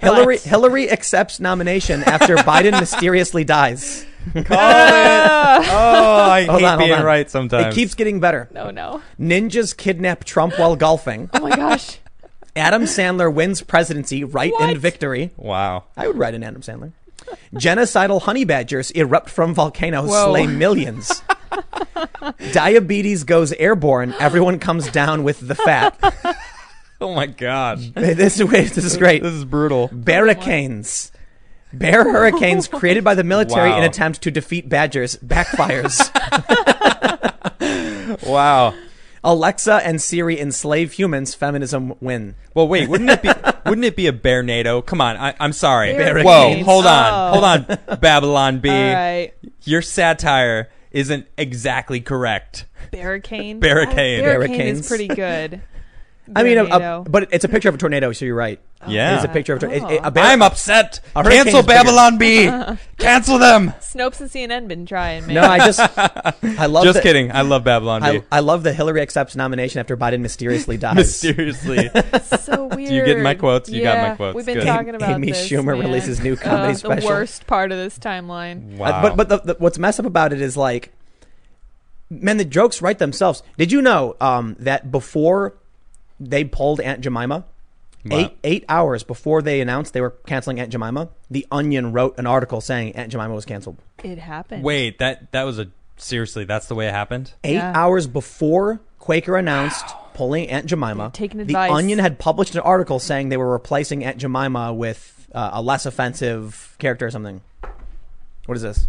Hillary Hillary accepts nomination after Biden mysteriously dies.
Call it. Oh, I
Hold
hate
on, hold
being
on.
right
It
sometimes.
keeps getting better.
No, no.
Ninjas kidnap Trump while golfing.
Oh my gosh.
Adam Sandler wins presidency right
What?
in victory.
Wow.
I would write an Adam Sandler. Genocidal honey badgers erupt from volcanoes,
Whoa.
slay millions. Diabetes goes airborne. Everyone comes down with the fat.
Oh my gosh.
this is wait, this is great.
This is brutal.
Barricades. Bear hurricanes created by the military in
Wow.
attempt to defeat badgers backfires.
Wow.
Alexa and Siri enslave humans. Feminism win.
Well, wait. Wouldn't it be? wouldn't it be a bear NATO? Come on. I, I'm sorry.
Bear
Whoa.
Gates.
Hold on.
Oh.
Hold on. Babylon B.
All right.
Your satire isn't exactly correct.
Barricade.
Barricade.
Barricade
Barricanes.
is pretty good.
I mean, a,
Tornado.
a, but it's a picture of a tornado, so you're right.
Yeah.
It's a picture of a tornado.
Oh.
A bear-
I'm upset.
A hurricane
Cancel
is bigger.
Babylon B. Cancel them.
Snopes and CNN been trying, man.
No, I just I love
Just
that-
kidding. I love Babylon B.
I, I love that Hillary accepts nomination after Biden mysteriously dies.
Mysteriously.
so weird.
you get my quotes? You got my
Yeah,
quotes.
We've been
Good.
talking about
Amy
this,
Schumer
man.
releases new
Uh,
comedy
The
special.
worst part of this timeline.
wow.
Uh, but but the, the, what's messed up about it is like, man, the jokes write themselves. Did you know um, that before they pulled Aunt Jemima,
Wow.
eight eight hours before they announced they were canceling Aunt Jemima, The Onion wrote an article saying Aunt Jemima was canceled.
It happened.
wait, that that was a seriously. That's the way it happened.
Eight
Yeah.
hours before Quaker announced pulling Aunt Jemima,
taking
The
advice.
Onion had published an article saying they were replacing Aunt Jemima with uh, a less offensive character or something. What is this?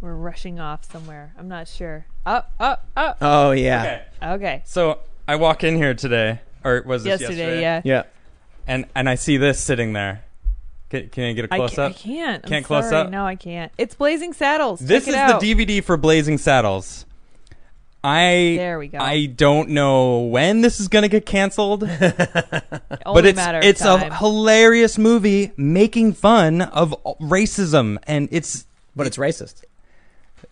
We're rushing off somewhere. I'm not sure. Up, up, up.
Oh yeah,
Okay.
So I walk in here today, or was this
Yesterday,
yesterday?
yeah.
yeah.
And and I see this sitting there. Can, can I get a
I,
close
ca-
up?
I can't. I'm
Can't close
sorry.
up?
No, I can't. It's Blazing Saddles.
This
Check
is
it
the
out.
DVD for Blazing Saddles. I
There we go.
I don't know when this is gonna get canceled, but
Only
it's
matter of
it's
time.
a hilarious movie making fun of racism, and it's
But it's racist.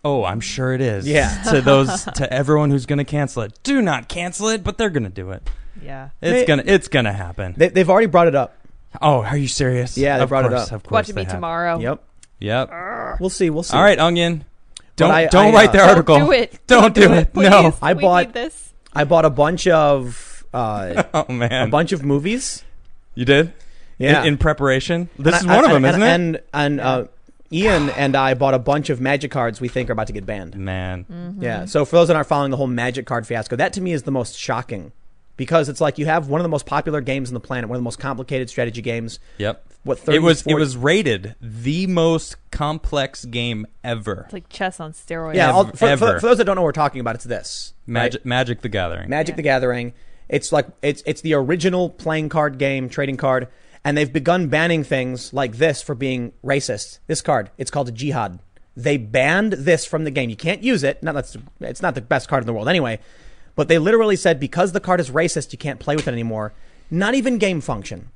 oh, I'm sure it is.
Yeah.
to those to everyone who's gonna cancel it, do not cancel it, but they're gonna do it.
yeah.
It's
They-
gonna it's gonna happen.
They, they've already brought it up.
oh, are you serious?
Yeah, they
of
brought it
course,
up.
Of course,
Watch it
they
be
have.
tomorrow.
Yep.
Yep.
We'll see. We'll see.
All right, Onion. Don't
I-
don't
I,
write
uh,
the
Don't
article.
Don't do it.
Don't do it.
Please.
No.
I
we
bought-
need this.
I bought a bunch of uh,
Oh man,
a bunch of movies.
you did.
Yeah.
in, in preparation. This
And
is
I-
one of them,
and,
isn't it?
and, And and uh, Ian and I bought a bunch of magic cards we think are about to get
Mm-hmm.
banned.
Man,
Mm-hmm.
Yeah. So for those that aren't following the whole Magic card fiasco, that to me is the most shocking because it's like you have one of the most popular games on the planet, one of the most complicated strategy games.
yep.
What 30,
It was
40
it was rated the most complex game ever.
It's like chess on steroids.
yeah. all- for,
ever.
For, for those that don't know what we're talking about, it's this
Magic
right?
Magic the Gathering.
Magic
Yeah.
the Gathering. It's like it's it's the original playing card game, trading card, and they've begun banning things like this for being racist. This card, it's called a jihad. They banned this from the game. You can't use it. Now that's it's not the best card in the world anyway, but they literally said because the card is racist, you can't play with it anymore. Not even game function.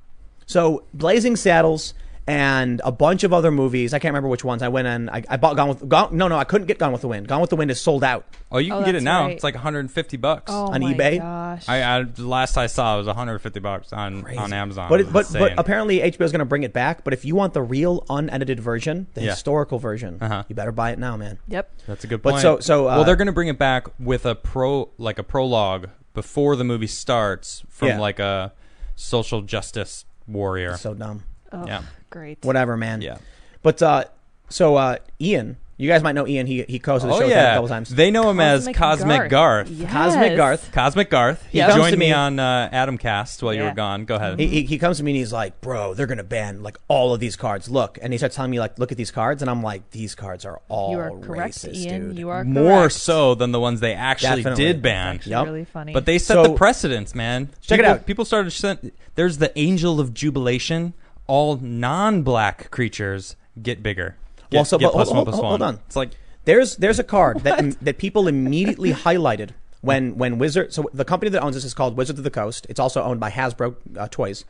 So Blazing Saddles and a bunch of other movies. I can't remember which ones. I went and I, I bought Gone with Gone, No, no, I couldn't get Gone with the Wind. Gone with the Wind is sold out.
Oh, you
Oh,
can get it
that's
now.
right.
It's like 150 bucks.
Oh
On
my
eBay?
Gosh.
I, I the last I saw it was 150 bucks on on
Crazy.
Amazon.
But
It
it, but
was
but
insane.
apparently HBO is going to bring it back. But if you want the real unedited version, the
Yeah.
historical version,
Uh-huh.
you better buy it now, man.
yep.
That's a good
But
point.
so- so, uh,
well, they're going to bring it back with a pro, like a prologue before the movie starts from
Yeah.
like a social justice warrior.
So dumb.
Oh,
Yeah.
Great.
Whatever, man.
yeah.
But uh, so uh, Ian, you guys might know Ian. He he co-hosted the
Oh
show with them a couple
yeah.
times.
They know him as Cosmic Garth.
Yes.
Cosmic Garth.
Cosmic Garth. He
He comes to
joined me
me-
on uh, Adamcast while you
Yeah.
were gone. Go ahead.
He, he, he comes to me and he's like, bro, they're going to ban like all of these cards. Look. And he starts telling me like, look at these cards. And I'm like, these cards are all
You are correct,
racist,
Ian.
dude.
You are
More
correct.
so than the ones they actually
Definitely.
did ban.
Yep.
Really funny.
But they set
So-
the precedence, man.
Check it
People-
out.
People started. Sent, there's the Angel of Jubilation. All non-black creatures get bigger. Get,
Well, so-
get
but
plus
hold-
one, plus
hold- hold
one.
on.
It's like
There's there's a card that that people immediately highlighted when when Wizard. So the company that owns this is called Wizards of the Coast. It's also owned by Hasbro uh, Toys.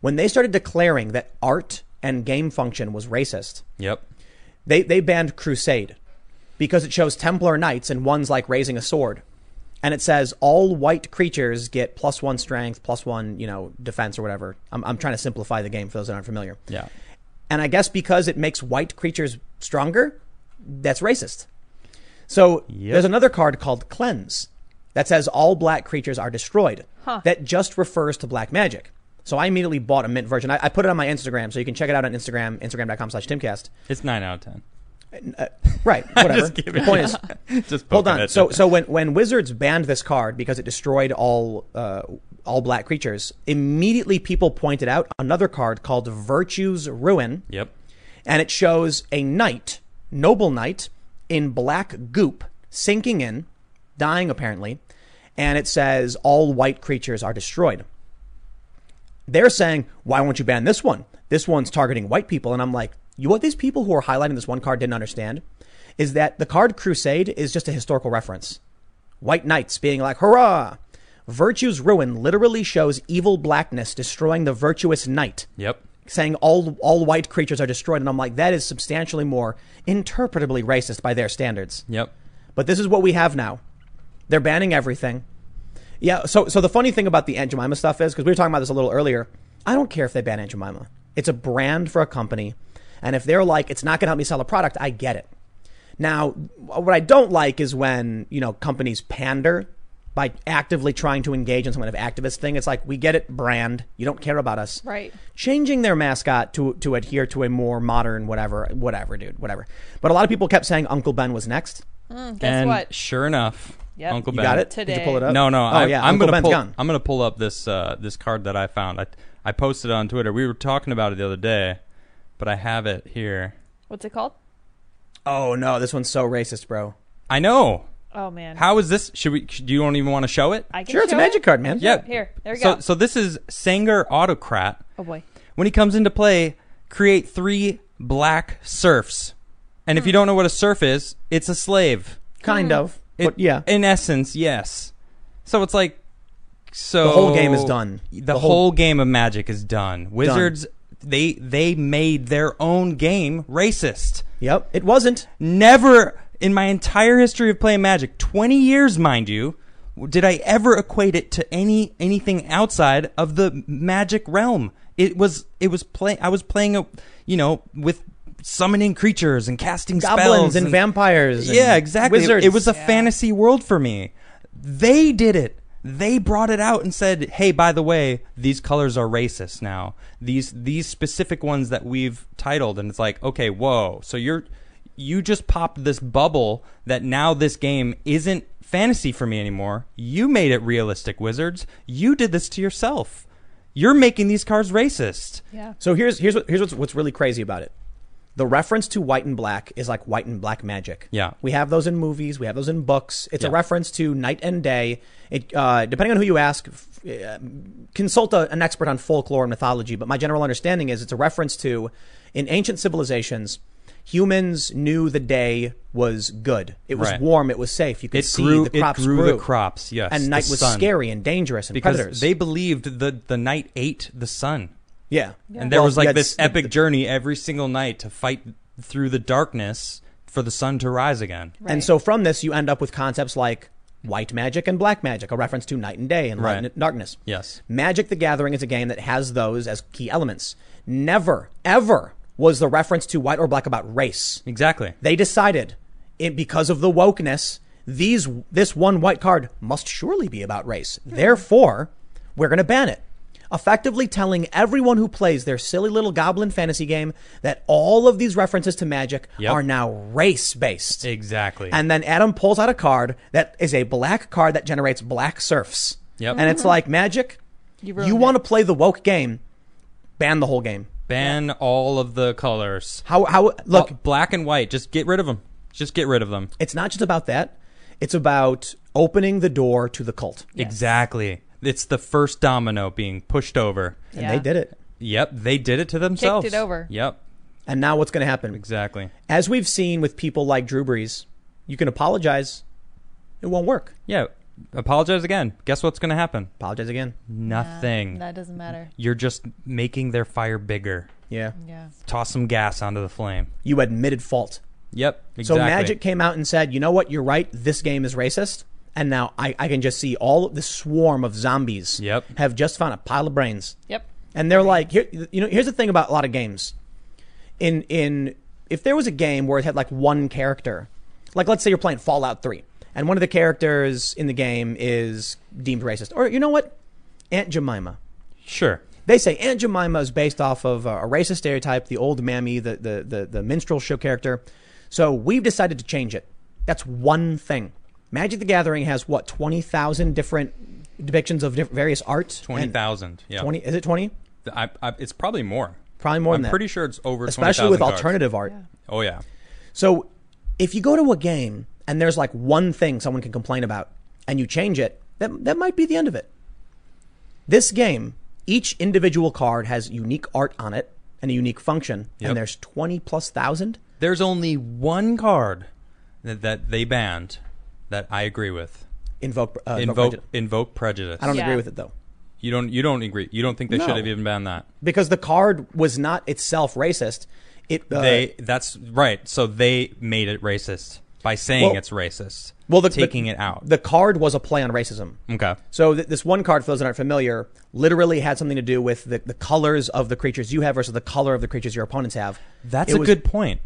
When they started declaring that art and game function was racist,
yep.
they they banned Crusade because it shows Templar knights and one's like raising a sword, and it says all white creatures get plus one strength, plus one you know defense or whatever. I'm I'm trying to simplify the game for those that aren't familiar.
Yeah.
And I guess because it makes white creatures stronger, that's racist. So
Yep.
there's another card called Cleanse that says all black creatures are destroyed.
Huh.
That just refers to black magic. So I immediately bought a mint version. I, I put it on my Instagram, so you can check it out on Instagram, instagram.com slash timcast.
It's nine out of ten.
Right, whatever.
Just
the
kidding.
point is,
Just
hold
poking
on.
at
So,
you.
so when, when Wizards banned this card because it destroyed all uh, all black creatures, immediately people pointed out another card called Virtue's Ruin
yep.
and it shows a knight, noble knight, in black goop, sinking in, dying apparently, and it says all white creatures are destroyed. They're saying, why won't you ban this one? This one's targeting white people, and I'm like, you what these people who are highlighting this one card didn't understand is that the card Crusade is just a historical reference. White knights being like, hurrah! Virtue's ruin literally shows evil blackness destroying the virtuous knight
Yep.
saying all all white creatures are destroyed, and I'm like, that is substantially more interpretably racist by their standards.
Yep.
But this is what we have now. They're banning everything. Yeah. So so the funny thing about the Aunt Jemima stuff is because we were talking about this a little earlier. I don't care if they ban Aunt Jemima. It's a brand for a company, and if they're like, it's not going to help me sell a product, I get it. Now, what I don't like is when you know companies pander by actively trying to engage in some kind of activist thing. It's like we get it, brand. You don't care about us,
Right.
changing their mascot to to adhere to a more modern whatever whatever dude whatever but a lot of people kept saying uncle ben was next
Mm, guess
And
what?
sure enough,
Yep.
Uncle
you
Ben.
got it did
Today.
you pull it up
No, no.
oh
I,
yeah
I'm
uncle
gonna
Ben's
pull.
gone
I'm gonna pull up this uh, this card that I found. I I posted it on Twitter. We were talking about it the other day, but I have it here.
What's it called?
oh no this one's so racist bro
I know.
Oh man.
How is this? Should we? Do you don't even want to show it?
I can
sure it's a
show
magic
it?
card man
Yeah.
Here, there we
so,
go.
So this is Sanger Autocrat.
Oh boy.
When he comes into play, create three black serfs. And
Hmm.
if you don't know what a serf is, it's a slave.
kind of
It-
but yeah
In essence, yes. So it's like so
The whole game is done.
The,
The
whole,
whole-
game of Magic is done. Wizards they they made their own game racist.
yep it wasn't
Never in my entire history of playing Magic, 20 years, mind you, did I ever equate it to any anything outside of the Magic realm. It was it was play I was playing a you know with summoning creatures and casting
goblins
spells
and, vampires and
yeah, exactly. It-
wizards.
It was a
Yeah.
fantasy world for me. They did it. They brought it out and said, "Hey, by the way, these colors are racist now. These these specific ones that we've titled." And it's like, "Okay, whoa. So you're you just popped this bubble that now this game isn't fantasy for me anymore. You made it realistic, Wizards. You did this to yourself. You're making these cards racist."
Yeah.
so here's here's what here's what's, what's really crazy about it the reference to white and black is like white and black magic.
Yeah.
We have those in movies. We have those in books. It's a
Yeah.
reference to night and day. It, uh, depending on who you ask, f- uh, consult a, an expert on folklore and mythology. But my general understanding is it's a reference to, in ancient civilizations, humans knew the day was good. It was
Right.
warm. It was safe. You could
It
see
grew.
the crops
it grew,
grew.
the crops. Yes,
and
the
night was
sun.
scary and dangerous and
because
predators.
they believed the the night ate the sun,
yeah.
and there
Well,
was like
yeah,
this
it's-
epic journey every single night to fight through the darkness for the sun to rise again.
Right.
And so from this, you end up with concepts like white magic and black magic, a reference to night and day and light
Right.
and darkness.
Yes.
Magic the Gathering is a game that has those as key elements. Never, ever was the reference to white or black about race.
Exactly.
They decided, it, because of the wokeness, these this one white card must surely be about race.
Hmm.
Therefore, we're going to ban it. Effectively telling everyone who plays their silly little goblin fantasy game that all of these references to magic
Yep.
are now race based.
Exactly.
And then Adam pulls out a card that is a black card that generates black serfs.
Yep.
And it's like magic.
Mm-hmm.
You,
You ruined
want to play the woke game? Ban the whole game.
ban all of the colors.
How? How? Look,
Look, black and white. Just get rid of them. Just get rid of them.
it's not just about that. It's about opening the door to the cult,
Exactly. It's the first domino being pushed over.
and
Yeah.
they did it.
Yep, they did it to themselves.
over.
Yep,
And now what's going to happen?
exactly.
As we've seen with people like Drew Brees, you can apologize. It won't work.
Yeah, apologize again. Guess what's going to happen?
Apologize again.
Mm-hmm. Nothing.
That doesn't matter.
You're just making their fire bigger.
Yeah.
Yeah.
Toss some gas onto the flame.
You admitted fault.
Yep, exactly.
So Magic came out and said, "You know what? You're right. This game is racist." And now I, I can just see all of this swarm of zombies
Yep.
have just found a pile of brains,
Yep.
and they're like, here, you know, here's the thing about a lot of games. In in if there was a game where it had like one character, like let's say you're playing Fallout Three, and one of the characters in the game is deemed racist, or you know what, Aunt Jemima.
Sure.
They say Aunt Jemima is based off of uh, a racist stereotype, the old mammy, the, the, the, the minstrel show character. So we've decided to change it. That's one thing. Magic the Gathering has what, 20,000 different depictions of diff- various art?
Twenty thousand. Yeah.
And 20, is it 20?
I, I, it's probably more.
Probably more
I'm
than that.
pretty sure it's over.
Especially with
20,000 cards.
alternative art.
Oh yeah.
So if you go to a game and there's like one thing someone can complain about and you change it, that, that might be the end of it. This game, each individual card has unique art on it and a unique function,
Yep.
and there's 20 plus thousand.
There's only one card that, that they banned that I agree with.
Invoke, uh, invoke.
Invoke
prejudice.
invoke prejudice.
I don't
Yeah.
agree with it though.
You don't. You don't agree. You don't think they
No.
should have even banned that.
Because the card was not itself racist. It, uh,
they. That's right. So they made it racist by saying
Well-
it's racist.
well, the,
taking
the-
it out.
The card was a play on racism.
okay.
So th- this one card, for those that aren't familiar, literally had something to do with the, the colors of the creatures you have versus the color of the creatures your opponents have.
That's
It
a
was-
good point.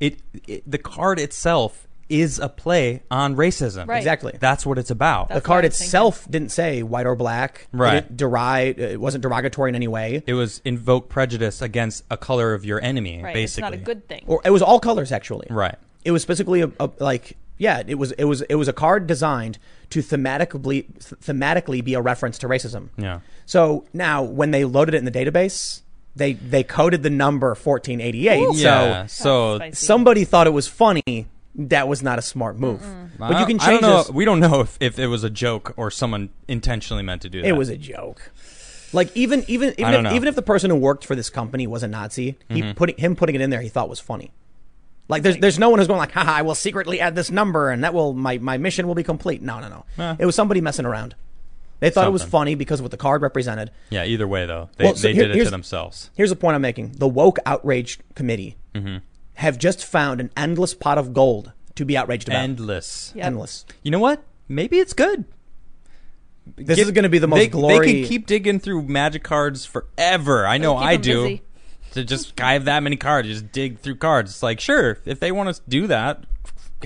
It, it. The card itself is a play on racism.
Right.
Exactly.
That's what it's about.
the
That's what
card
I was thinking.
itself didn't say white or black.
Right.
It didn't deride. It wasn't derogatory in any way.
it was invoke prejudice against a color of your enemy.
Right.
Basically,
It's not a good thing.
or it was all colors actually.
Right.
It was specifically a, a- like yeah. It was it was it was a card designed to thematically thematically be a reference to racism.
Yeah.
So now when they loaded it in the database, they they coded the number fourteen eighty eight. So
Yeah. So.
Spicy.
somebody thought it was funny. That was not a smart move. But
I-
you can
I don't
change
know,
this.
We don't know if, if it was a joke or someone intentionally meant to do that.
It was a joke. Like even even
I
even
don't
if,
know. Mm-hmm.
even if the person who worked for this company was a Nazi, he putting him putting it in there he thought was funny. Like there's there's no one who's going like, haha, I will secretly add this number and that will my, my mission will be complete. No, no, no.
Eh.
It was somebody messing around. They thought it was
Something.
funny because of what the card represented.
Yeah, either way though, they,
Well, so
they
here-
did it
here's-
to themselves.
Here's the point I'm making. The woke outrage committee
Mm-hmm.
have just found an endless pot of gold to be outraged about.
Endless.
Yep.
Endless.
You know what? Maybe it's good.
This is going to be the most
they,
glory.
They can keep digging through magic cards forever. I know
keep
I
'em
do.
busy.
To just I have that many cards, just dig through cards. It's like sure, if they want to do that,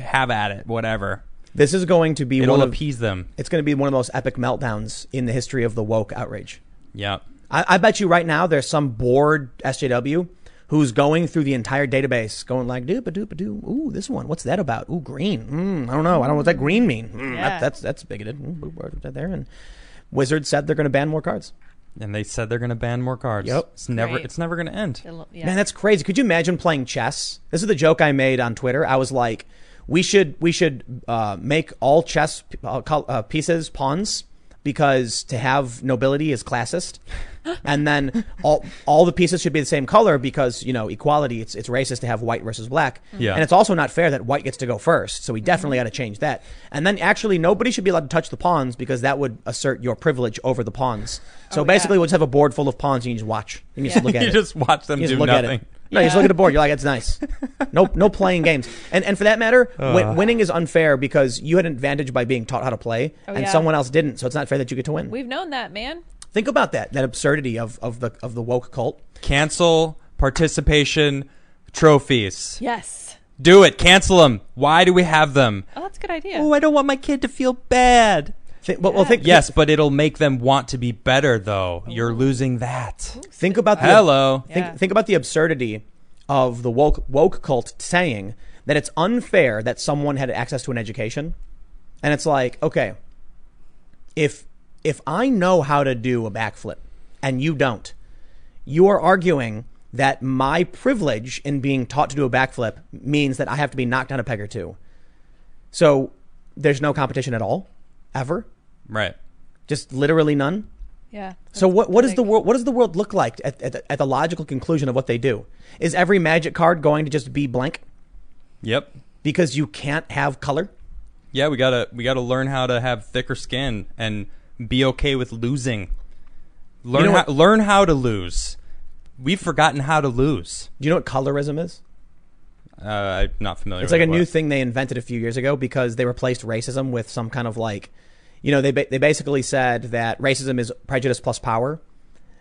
have at it. Whatever.
this is going to be
It'll
one of
appease them.
it's going to be one of the most epic meltdowns in the history of the woke outrage.
Yep.
I, I bet you right now there's some bored SJW who's going through the entire database, going like, doopa doopa doo. Ooh, this one. What's that about? Ooh, green. Mm, I don't know. I don't know what that green mean. Mm,
Yeah.
that, that's that's bigoted. Mm, boo- boo- boo- there and Wizards said they're going to ban more cards.
and they said they're going to ban more cards.
Yep.
It's never
Great.
it's never going to end.
It'll- yeah.
Man, that's crazy. Could you imagine playing chess? This is the joke I made on Twitter. I was like, we should we should uh, make all chess uh, col- uh, pieces pawns because to have nobility is classist, and then all all the pieces should be the same color because you know equality. It's it's racist to have white versus black.
Yeah.
and it's also not fair that white gets to go first. So we definitely got to change that. And then actually, nobody should be allowed to touch the pawns because that would assert your privilege over the pawns. So
Oh, yeah.
basically, we'll just have a board full of pawns and you just watch. You can just
Yeah.
look at
you
it.
just watch them
You
do
just look
nothing.
at it. No, you just
Yeah.
look at the board. You're like, it's nice. No, no playing games. And and for that matter, win- winning is unfair because you had an advantage by being taught how to play,
Oh,
and
yeah.
someone else didn't. So it's not fair that you get to win.
We've known that, man.
Think about that. That absurdity of of the of the woke cult.
Cancel participation trophies.
Yes.
Do it. Cancel them. Why do we have them?
Oh, that's a good idea.
Oh, I don't want my kid to feel bad.
Think, well, well, think
Yes, but it'll make them want to be better though. You're
Oh.
losing that.
Think about the
Hello.
Think,
Yeah.
think about the absurdity of the woke, woke cult saying that it's unfair that someone had access to an education. And it's like, okay, if if I know how to do a backflip and you don't, you are arguing that my privilege in being taught to do a backflip means that I have to be knocked down a peg or two. So there's no competition at all, ever,
Right.
just literally none.
yeah.
So what what does
Like-
the world what does the world look like at, at, the, at the logical conclusion of what they do? Is every magic card going to just be blank
Yep.
because you can't have color?
Yeah, we gotta we gotta learn how to have thicker skin and be okay with losing. Learn
know
how,
what-
learn how to lose. We've forgotten how to lose.
Do you know what colorism is?
Uh, I'm not familiar.
It's
with
like a
what-
new thing they invented a few years ago because they replaced racism with some kind of like, you know, they ba- they basically said that racism is prejudice plus power,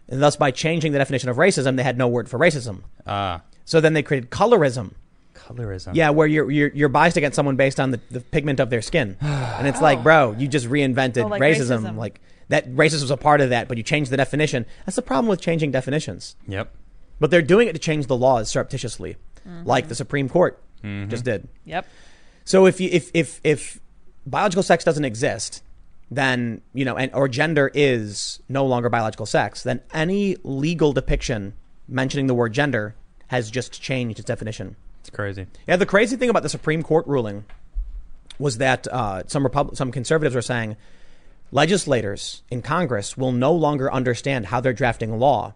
and thus by changing the definition of racism, they had no word for racism.
Ah,
So then they created colorism.
colorism.
Yeah, where you're you're, you're biased against someone based on the, the pigment of their skin, and it's like, bro, you just reinvented
Oh, like
racism.
racism.
Like that racism was a part of that, but you changed the definition. That's the problem with changing definitions.
Yep.
But they're doing it to change the laws surreptitiously,
Mm-hmm.
like the Supreme Court just did.
Yep.
So if you if if if biological sex doesn't exist, then you know, and or gender is no longer biological sex, then any legal depiction mentioning the word gender has just changed its definition.
It's crazy.
Yeah, the crazy thing about the Supreme Court ruling was that uh, some Repub- some conservatives were saying legislators in Congress will no longer understand how they're drafting law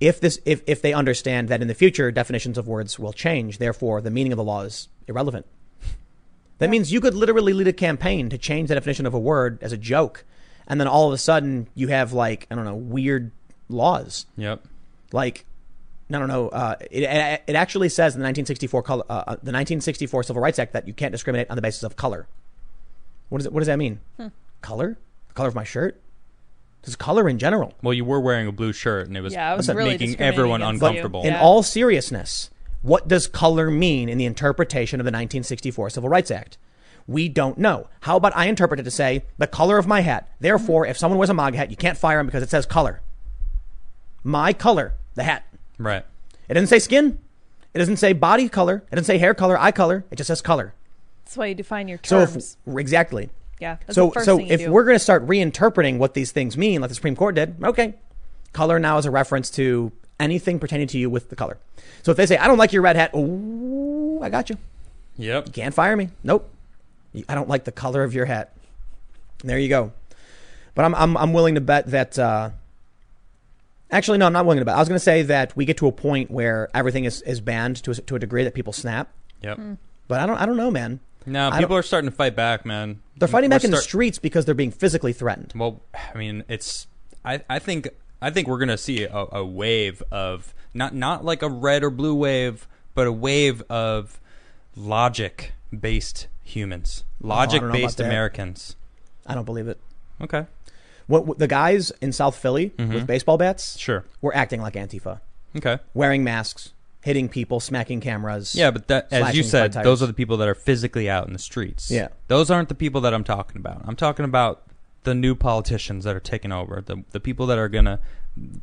if this if, if they understand that in the future definitions of words will change, therefore the meaning of the law is irrelevant. That means you could literally lead a campaign to change the definition of a word as a joke, and then all of a sudden you have like I don't know weird laws
Yep.
like no no no uh, it, it it actually says in the 1964 color, uh, uh, the 1964 civil rights act that you can't discriminate on the basis of color what, is it, what does that mean color the color of my shirt just color in general
Well, you were wearing a blue shirt, and it was,
Yeah, I was
making
really discriminating
everyone
against you.
uncomfortable.
in
Yeah.
all seriousness what does color mean in the interpretation of the 1964 civil rights act we don't know. How about I interpret it to say the color of my hat? Therefore, if someone wears a MAGA hat, you can't fire him because it says color. My color, the hat.
Right.
It doesn't say skin. It doesn't say body color. It doesn't say hair color, eye color. It just says color.
That's why you define your
So
terms.
if exactly.
yeah. That's
so
the first
so
thing you
if
do.
we're going to start reinterpreting what these things mean, like the Supreme Court did, okay, color now is a reference to anything pertaining to you with the color. So if they say I don't like your red hat, ooh, I got you.
Yep.
Can't fire me. Nope. I don't like the color of your hat. There you go. But I'm I'm, I'm willing to bet that. Uh, actually, no, I'm not willing to bet. I was going to say that we get to a point where everything is, is banned to a, to a degree that people snap.
Yep.
But I don't I don't know, man.
Now
Hmm. I
people are starting to fight back, man.
They're fighting
We're
back in the
Mm-hmm. start-
streets because they're being physically threatened.
Well, I mean, it's I, I think I think we're gonna see a, a wave of not not like a red or blue wave, but a wave of logic based humans,
Oh, know
logic
about
based
that.
Americans.
I don't believe it.
Okay,
What, what the guys in South Philly
Mm-hmm.
with baseball bats
sure,
were acting like Antifa,
okay,
wearing masks, hitting people, smacking cameras.
yeah, but that as you
Slashing
said,
flat
those
tires.
are the people that are physically out in the streets.
Yeah.
those aren't the people that I'm talking about. I'm talking about the new politicians that are taking over the the people that are gonna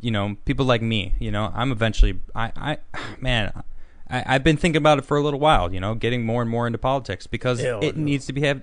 you know people like me you know i'm eventually i i man I, i've been thinking about it for a little while you know getting more and more into politics because
Ew,
it
ew.
needs to be have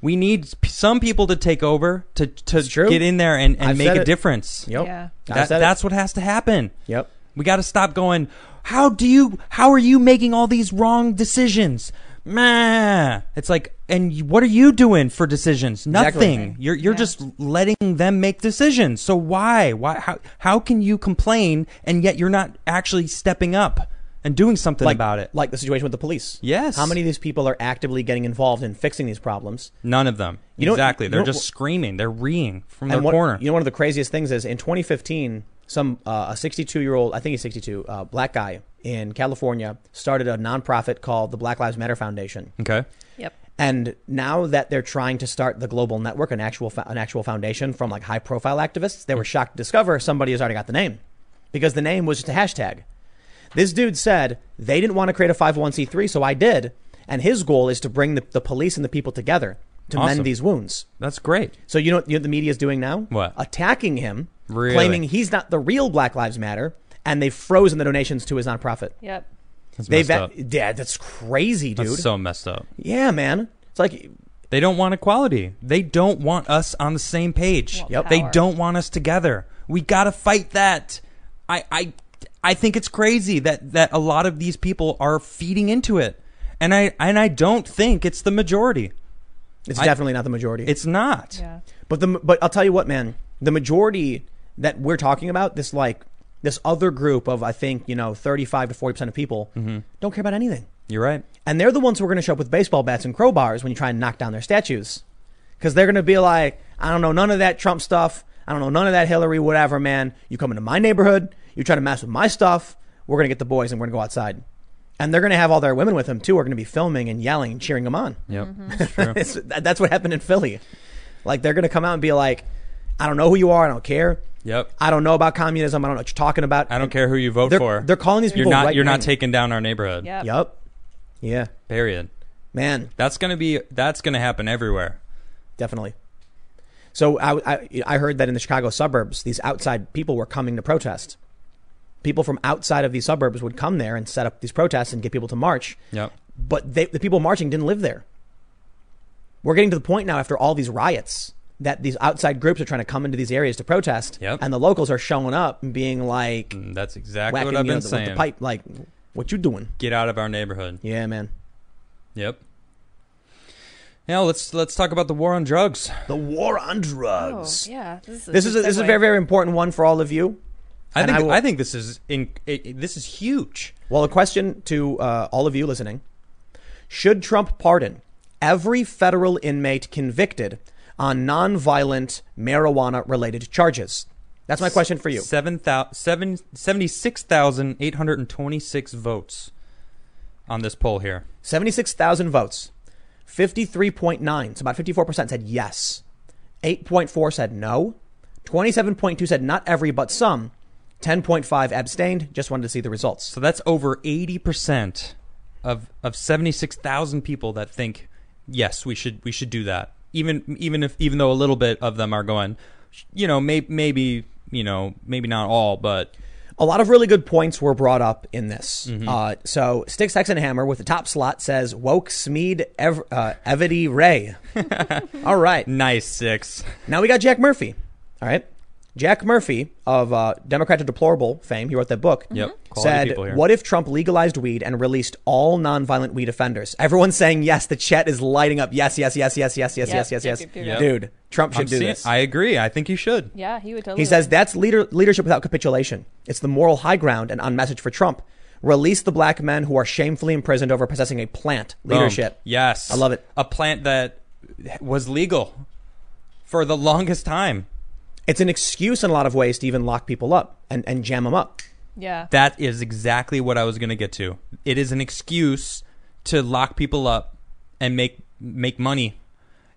We need p- some people to take over to to
It's true.
get in there and, and
I've
make
said
a
it.
difference.
Yep.
Yeah.
I
That,
said it.
that's what has to happen.
Yep.
We got to stop going. How do you? How are you making all these wrong decisions? Meh. It's like, and you- what are you doing for decisions?
Exactly.
Nothing. You're you're
Yeah.
just letting them make decisions. So why? Why? How? How can you complain and yet you're not actually stepping up and doing something
Like
about it?
Like the situation with the police.
Yes.
How many of these people are actively getting involved in fixing these problems?
None of them.
You know-
exactly.
you
They're
know-
just screaming. They're reeing from their
and what,
corner.
You know, one of the craziest things is in 2015, some uh, a 62 year old, I think he's 62, uh, black guy in California started a nonprofit called the Black Lives Matter Foundation.
okay.
Yep.
And now that they're trying to start the global network, an actual fo- an actual foundation from like high profile activists,
Mm.
they were shocked to discover somebody has already got the name, because the name was just a hashtag. This dude said they didn't want to create a 501c3, so I did. And his goal is to bring the, the police and the people together to
Awesome.
mend these wounds.
That's great.
So you know what you know what the media is doing now?
What?
Attacking him,
Really?
claiming he's not the real Black Lives Matter, and they've frozen the donations to his nonprofit.
Yep.
That's
They've
messed up.
yeah, that's crazy, dude.
That's so messed up.
yeah, man. It's like
They don't want equality. They don't want us on the same page.
Want Yep.
They
power.
don't want us together. We gotta fight that. I I I think it's crazy that that a lot of these people are feeding into it, and I and I don't think it's the majority.
it's
I-
definitely not the majority.
It's not.
Yeah.
But the but I'll tell you what, man, the majority that we're talking about this like this other group of I think you know thirty five to forty percent of people
Mm-hmm.
don't care about anything,
You're right.
and they're the ones who are going to show up with baseball bats and crowbars when you try and knock down their statues, because they're going to be like, I don't know none of that Trump stuff, I don't know none of that Hillary, whatever, man. You come into my neighborhood, you try to mess with my stuff, we're going to get the boys and we're going to go outside. And they're going to have all their women with them too. Are going to be filming and yelling and cheering them on.
Yep.
Mm-hmm.
It's true.
It's, that- that's what happened in Philly. Like they're gonna come out and be like, "I don't know who you are. I don't care.
Yep.
I don't know about communism. I don't know what you're talking about.
I don't care who you vote
They're,
for.
they're calling these
you're
people.
not.
right
You're not
wing.
taking down our neighborhood.
Yep.
Yep. Yeah,
Period.
man,
That's gonna be. That's gonna happen everywhere.
definitely. So I, I I heard that in the Chicago suburbs, these outside people were coming to protest. People from outside of these suburbs would come there and set up these protests and get people to march.
Yep.
but they, the people marching didn't live there. We're getting to the point now after all these riots that these outside groups are trying to come into these areas to protest,
Yep.
and the locals are showing up and being like,
Mm, That's exactly
whacking
what I've
you know,
been
the,
saying.
with the pipe, like, what you doing?
Get out of our neighborhood.
Yeah, man.
Yep. Now let's let's talk about the war on drugs.
The war on
Oh,
drugs.
yeah. This is a,
This is a,
good
this is a
segue.
very very important one for all of you.
I
And
think I,
I will-
think this is in it, it- this is huge.
Well, a question to uh, all of you listening: Should Trump pardon every federal inmate convicted on nonviolent marijuana related charges? That's my question for you.
Seven thou- seven- 76,826 votes on this poll here.
76,000 votes. 53.9, so about 54% said yes. 8.4 said no. 27.2 said not every but some. 10.5 abstained. Just wanted to see the results.
So that's over 80% of of 76,000 people that think yes, we should we should do that. Even even if even though a little bit of them are going, you know, may, maybe, you know, maybe not all, but
A lot of really good points were brought up in this. Uh, so Sticks Hex and Hammer with the top slot says woke Smeed Ev- uh, Evity Ray. All right.
nice six.
Now we got Jack Murphy. All right. Jack Murphy of uh, Democrat to Deplorable fame, he wrote that book.
Yep. Quality
Said,
people here.
what if Trump legalized weed and released all nonviolent weed offenders? Everyone's saying yes. The chat is lighting up. Yes, yes, yes, yes, yes, yes,
Yep,
yes, yes,
yep,
yes.
yep, yep, yep.
Dude, Trump should
I'm
do
seeing-
this.
I agree. I think you should.
Yeah, he would totally.
he says that's leader, leadership without capitulation. It's the moral high ground and on message for Trump. Release the black men who are shamefully imprisoned over possessing a plant.
Boom.
Leadership.
Yes.
I love it.
A plant that was legal for the longest time.
It's an excuse in a lot of ways to even lock people up and, and jam them up.
Yeah.
That is exactly what I was going to get to. It is an excuse to lock people up and make make money.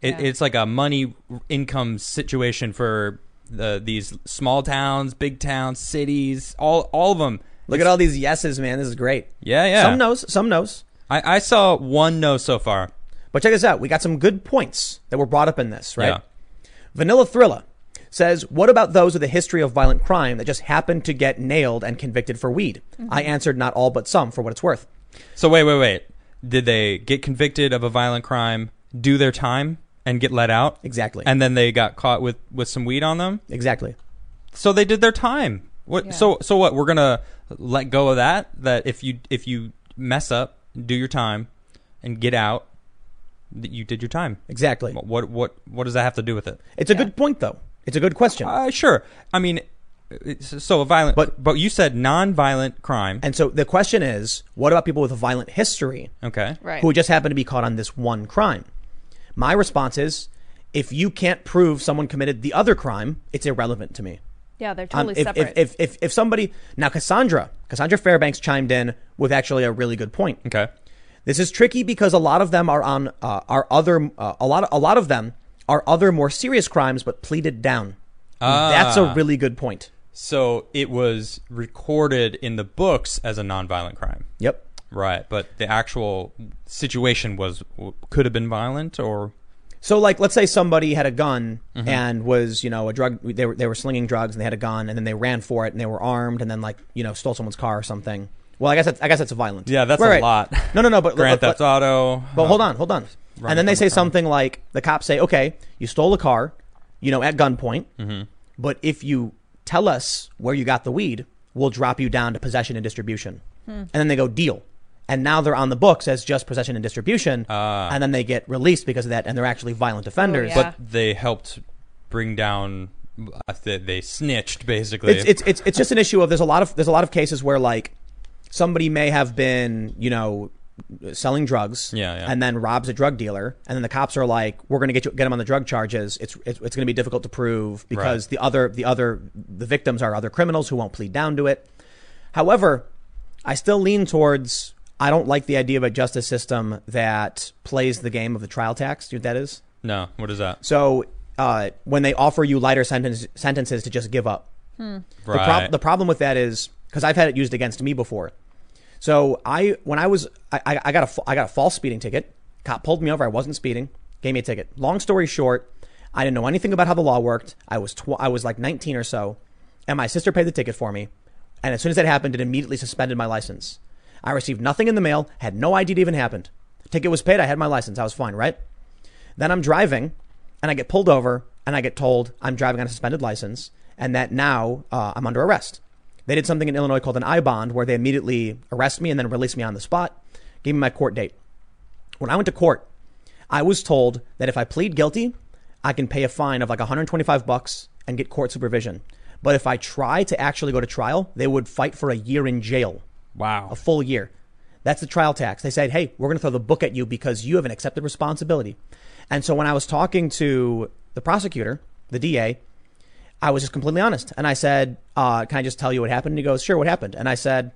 It,
Yeah.
It's like a money income situation for the, these small towns, big towns, cities, all all of them.
Look at all these yeses, man. This is great.
Yeah, yeah.
Some knows, some knows.
I, I saw one no so far.
But check this out. We got some good points that were brought up in this, right?
Yeah.
Vanilla Thrilla says, What about those with a history of violent crime that just happened to get nailed and convicted for weed?
Mm-hmm.
I answered not all but some for what it's worth.
So wait, wait, wait. Did they get convicted of a violent crime, do their time, and get let out,
Exactly.
and then they got caught with with some weed on them.
exactly.
So they did their time. What?
Yeah.
So so what? We're gonna let go of that. That if you if you mess up, do your time, and get out, that you did your time.
Exactly.
What what what, what does that have to do with it?
It's a
Yeah.
good point though. It's a good question.
Uh, sure. I mean, it's- so a violent, but
But-
but you said non-violent crime.
and so the question is, what about people with a violent history?
Okay.
Right.
who just happened to be caught on this one crime. My response is if you can't prove someone committed the other crime, it's irrelevant to me.
yeah, they're
Um,
totally
if,
separate.
if, if, if, if somebody, now Cassandra, Cassandra Fairbanks chimed in with actually a really good point.
Okay.
This is tricky because a lot of them are on, uh, are other, uh, a, lot, a lot of them are other more serious crimes, but pleaded down. That's
Ah.
a really good point.
So it was recorded in the books as a non-violent crime.
Yep.
Right, but the actual situation was could have been violent or
So, like, let's say somebody had a gun
Mm-hmm.
and was, you know, a drug. They were they were slinging drugs and they had a gun and then they ran for it and they were armed and then like, you know, stole someone's car or something. Well, I guess that's, I guess that's violent.
Yeah, that's a lot.
No, no, no. But
Grand Theft Auto. uh,
But hold on, hold on.
Run
and then
from
they say
a crime.
something like the cops say, "Okay, you stole a car, you know, at gunpoint.
Mm-hmm.
But if you tell us where you got the weed, we'll drop you down to possession and distribution." And then they go deal. And now they're on the books as just possession and distribution,
Ah.
and then they get released because of that, and they're actually violent offenders.
yeah.
But they helped bring down. uh, They, they snitched basically.
it's, it's it's it's just an issue of there's a lot of there's a lot of cases where like somebody may have been you know selling drugs
Yeah, yeah.
and then robs a drug dealer and then the cops are like we're going to get you get him on the drug charges it's it's, it's going to be difficult to prove because
Right.
the other the other the victims are other criminals who won't plead down to it however i still lean towards i don't like the idea of a justice system that plays the game of the trial tax do you know what that is
no, what is that?
so uh, when they offer you lighter sentence, sentences to just give up the, prob-
Right.
the problem with that is because I've had it used against me before. So I, when I was, I, I I got a, fa- I got a false speeding ticket. Cop pulled me over. I wasn't speeding. Gave me a ticket. Long story short, I didn't know anything about how the law worked. I was, tw- I was like 19 or so, and my sister paid the ticket for me. And as soon as that happened, it immediately suspended my license. I received nothing in the mail. Had no idea it even happened. Ticket was paid. I had my license. I was fine, right? Then I'm driving and I get pulled over and I get told I'm driving on a suspended license and that now uh, I'm under arrest. They did something in Illinois called an I bond where they immediately arrest me and then release me on the spot, gave me my court date. When I went to court, I was told that if I plead guilty, I can pay a fine of like 125 bucks and get court supervision. But if I try to actually go to trial, they would fight for a year in jail
wow.
a full year. That's the trial tax. They said, hey, we're going to throw the book at you because you haven't accepted responsibility. And so when I was talking to the prosecutor, the DA, I was just completely honest. And I said, uh, can I just tell you what happened? And he goes, sure, what happened? And I said,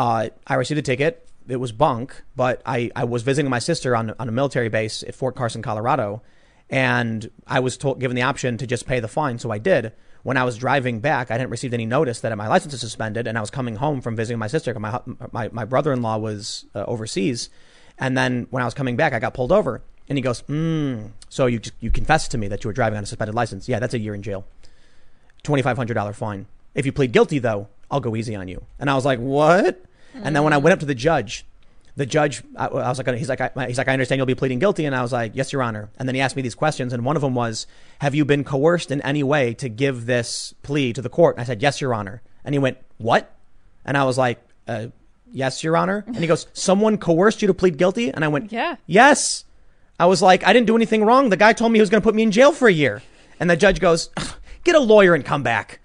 uh, I received a ticket. It was bunk, but I, I was visiting my sister on, on a military base at Fort Carson, Colorado. And I was told, given the option to just pay the fine. So I did. When I was driving back, I didn't receive any notice that my license is suspended. And I was coming home from visiting my sister. 'cause My, hu- my, my brother in law was uh, overseas. And then when I was coming back, I got pulled over. And he goes, mm, So you, just, you confessed to me that you were driving on a suspended license. Yeah, that's a year in jail. $2,500 fine. If you plead guilty, though, I'll go easy on you. And I was like, what? And then when I went up to the judge, the judge, I, I was like, he's like, I, he's like, I understand you'll be pleading guilty. And I was like, yes, your honor. And then he asked me these questions. And one of them was, have you been coerced in any way to give this plea to the court? And I said, yes, your honor. And he went, what? And I was like, uh, yes, your honor. And he goes, someone coerced you to plead guilty? And I went,
Yeah.
Yes. I was like, I didn't do anything wrong. The guy told me he was going to put me in jail for a year. And the judge goes, "Ugh, get a lawyer and come back.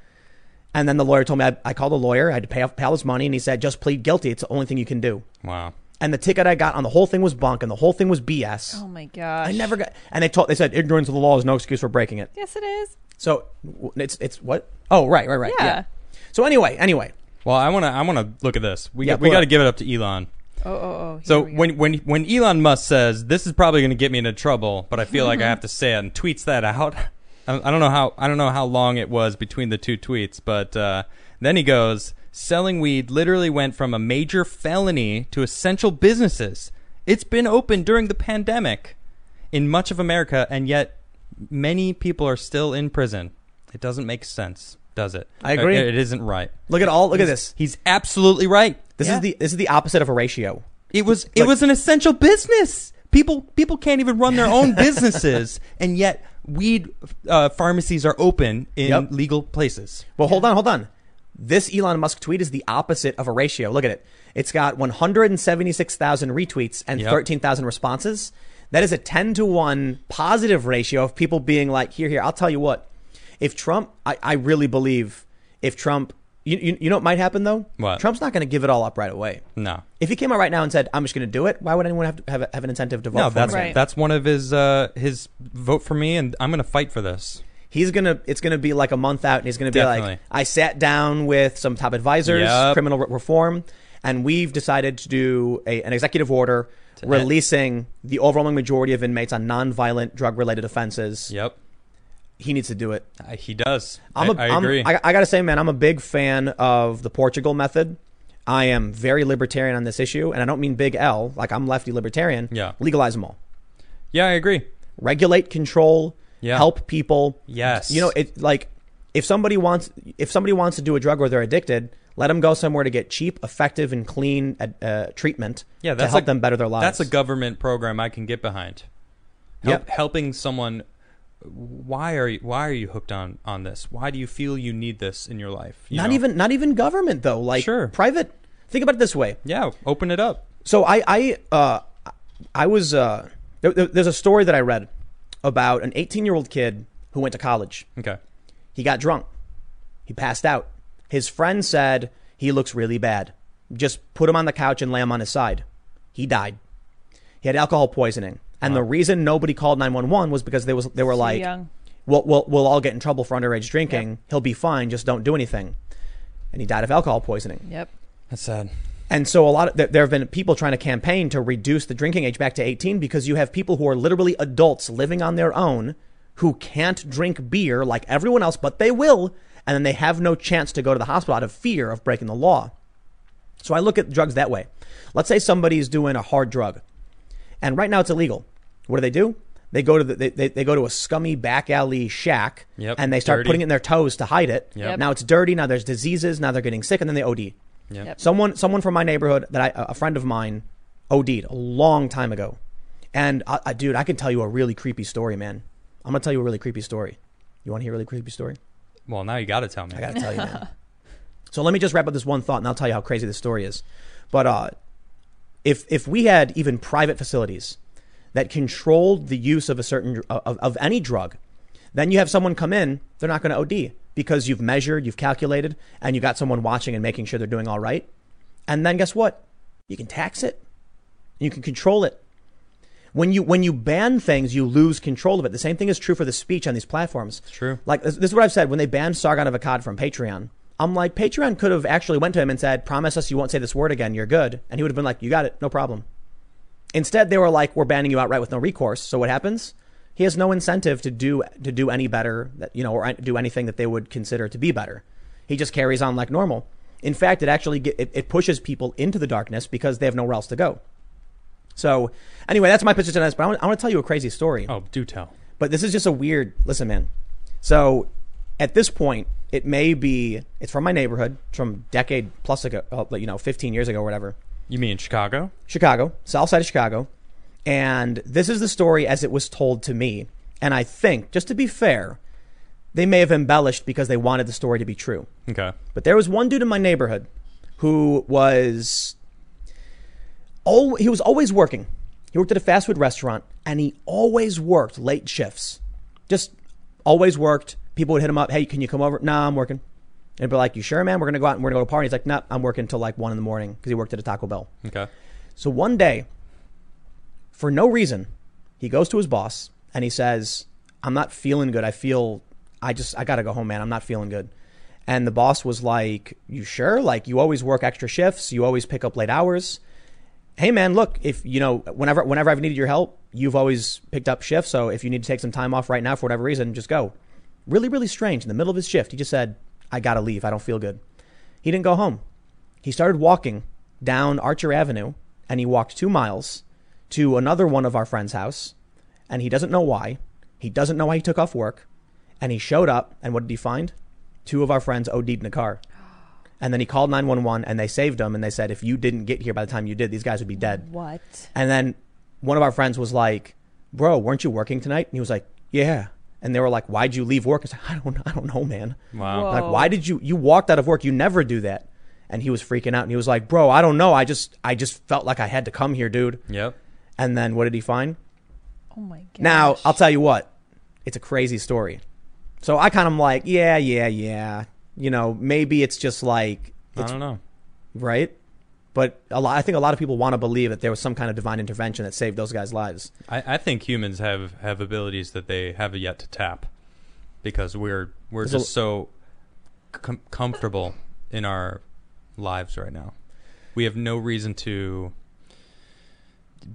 And then the lawyer told me, I, I called a lawyer. I had to pay, off, pay all his money. And he said, just plead guilty. It's the only thing you can do.
Wow.
And the ticket I got on the whole thing was bunk and the whole thing was BS.
oh my gosh.
I never got, and they told, they said, ignorance of the law is no excuse for breaking it.
Yes, it is.
So w- it's, it's what? Oh, right, right, right.
Yeah.
So anyway, anyway,
Well, I want to I want to look at this. We
Yeah,
got, we
pull it
got to
up.
give it up to Elon.
Oh, oh, oh.
So
here we go.
when when when Elon Musk says this is probably going to get me into trouble, but I feel
Mm-hmm.
like I have to say it and tweets that out. I don't I don't know how I don't know how long it was between the two tweets, but uh, then he goes, "Selling weed literally went from a major felony to essential businesses. It's been open during the pandemic in much of America, and yet many people are still in prison. It doesn't make sense, does it?
I agree.
It- it isn't right.
look at all, look at this.
He's absolutely right.
This
Yeah.
is the, this is the opposite of a ratio.
It was it
Like-
was an essential business. People people can't even run their own businesses, and yet weed uh, pharmacies are open in
Yep.
legal places.
Well, hold on, hold on. This Elon Musk tweet is the opposite of a ratio. Look at it. It's got 176,000 retweets and
Yep.
13,000 responses. That is a 10 to 1 positive ratio of people being like, here, here, I'll tell you what. If Trump, I, I really believe if Trump, you, you, you know what might happen though?
What?
Trump's not going to give it all up right away.
No,
If he came out right now and said, I'm just going to do it, why would anyone have, to have, have an incentive to vote
no,
for
that's
him?
Right.
that's one of his uh, his vote for me, and I'm gonna fight for this.
he's gonna it's gonna be like a month out and he's gonna be like
Definitely.
i sat down with some top advisors
Yep.
criminal re- reform and we've decided to do a, an executive order releasing the overwhelming majority of inmates on nonviolent drug related offenses
Yep,
he needs to do it
I, he does.
I'm a,
I- I
I'm-
agree.
I, I gotta say man i'm a big fan of the portugal method i am very libertarian on this issue and i don't mean big l like i'm lefty libertarian
Yeah.
legalize them all
yeah, I agree.
regulate control
Yeah.
help people
Yes.
you know it like if somebody wants if somebody wants to do a drug or they're addicted let them go somewhere to get cheap effective and clean uh, treatment
Yeah,
to
that's
help
a-
them better their lives
That's a government program I can get behind. Help,
Yep.
Helping someone. Why are you, why are you hooked on on this? Why do you feel you need this in your life? You
not
know?
even not even government though like
Sure.
private think about it this way
Yeah, open it up.
So I I uh, I was uh, there, there- there's a story that I read about an 18 year old kid who went to college.
Okay.
He got drunk. He passed out. His friend said he looks really bad. Just put him on the couch and lay him on his side. He died. He had alcohol poisoning, and the reason nobody called 911 was because they was they were
Too
like,
young.
we'll, we'll, we'll all get in trouble for underage drinking. He'll be fine. Just don't do anything." And he died of alcohol poisoning.
Yep.
That's sad.
And so a lot of there- there have been people trying to campaign to reduce the drinking age back to 18 because you have people who are literally adults living on their own who can't drink beer like everyone else, but they will, and then they have no chance to go to the hospital out of fear of breaking the law. So I look at drugs that way. Let's say somebody's doing a hard drug, and right now it's illegal. What do they do? They go to the, they, they, they go to a scummy back alley shack,
Yep,
and they start
dirty.
putting it in their toes to hide it.
Yep.
Now it's dirty. Now there's diseases. Now they're getting sick, and then they OD.
Yeah.
Yep.
Someone, someone from my neighborhood that I, a friend of mine, OD'd a long time ago, and I, I, dude, I can tell you a really creepy story, man. I'm gonna tell you a really creepy story. You want to hear a really creepy story?
Well, now you got to tell me.
I gotta tell you, man. so let me just wrap up this one thought, and I'll tell you how crazy this story is. But uh, if if we had even private facilities that controlled the use of a certain uh, of, of any drug, then you have someone come in, they're not going to OD because you've measured, you've calculated, and you got someone watching and making sure they're doing all right. And then guess what? You can tax it, you can control it. When you when you ban things, you lose control of it. The same thing is true for the speech on these platforms.
true.
Like this, this is what I've said when they banned Sargon of Akkad from Patreon. I'm like, Patreon could have actually went to him and said, "Promise us you won't say this word again. You're good," and he would have been like, "You got it, no problem." Instead, they were like, "We're banning you outright with no recourse." So what happens? He has no incentive to do to do any better, that, you know, or do anything that they would consider to be better. He just carries on like normal. In fact, it actually get, it, it pushes people into the darkness because they have nowhere else to go. So, anyway, that's my position on this. But I want, I want to tell you a crazy story.
Oh, do tell.
But this is just a weird. Listen, man. So at this point, it may be it's from my neighborhood, it's from decade plus ago, uh, like, you know, fifteen years ago, or whatever.
You mean Chicago?
Chicago, south side of Chicago, and this is the story as it was told to me. And I think, just to be fair, they may have embellished because they wanted the story to be true.
Okay.
But there was one dude in my neighborhood who was oh he was always working. He worked at a fast food restaurant and he always worked late shifts. Just always worked. People would hit him up, "Hey, can you come over?" "Nah, I'm working." And he'd be like, "You sure, man? We're gonna go out and we're gonna go to a party." He's like, "Nah, I'm working till like one in the morning because he worked at a Taco Bell."
Okay.
So one day, for no reason, he goes to his boss and he says, I'm not feeling good. I feel, I just, I got to go home, man. I'm not feeling good. And the boss was like, You sure? Like, you always work extra shifts. You always pick up late hours. Hey, man, look, if, you know, whenever, whenever I've needed your help, you've always picked up shifts. So if you need to take some time off right now for whatever reason, just go. Really, really strange. In the middle of his shift, he just said, I got to leave. I don't feel good. He didn't go home he started walking down Archer Avenue and he walked two miles to another one of our friend's house. And he doesn't know why. He doesn't know why he took off work. And he showed up. And what did he find? Two of our friends OD'd in a car. And then he called 911 and they saved him. And they said, if you didn't get here by the time you did, these guys would be dead.
What?
And then one of our friends was like, "Bro, weren't you working tonight?" And he was like, "Yeah." And they were like, "Why'd you leave work?" I said, "I don't, I don't know, man.
Wow.
Whoa.
Like, why did you you walked out of work? You never do that." And he was freaking out, and he was like, "Bro, I don't know. I just, I just felt like I had to come here, dude."
Yep.
And then what did he find?
Oh my god.
Now I'll tell you what, it's a crazy story. So I kind of like, yeah, yeah, yeah. You know, maybe it's just like,
I
it's,
don't know.
right? But a lot, I think a lot of people want to believe that there was some kind of divine intervention that saved those guys' lives.
I, I think humans have, have abilities that they have yet to tap because we're we're
There's a-
just so com- comfortable in our lives right now. We have no reason to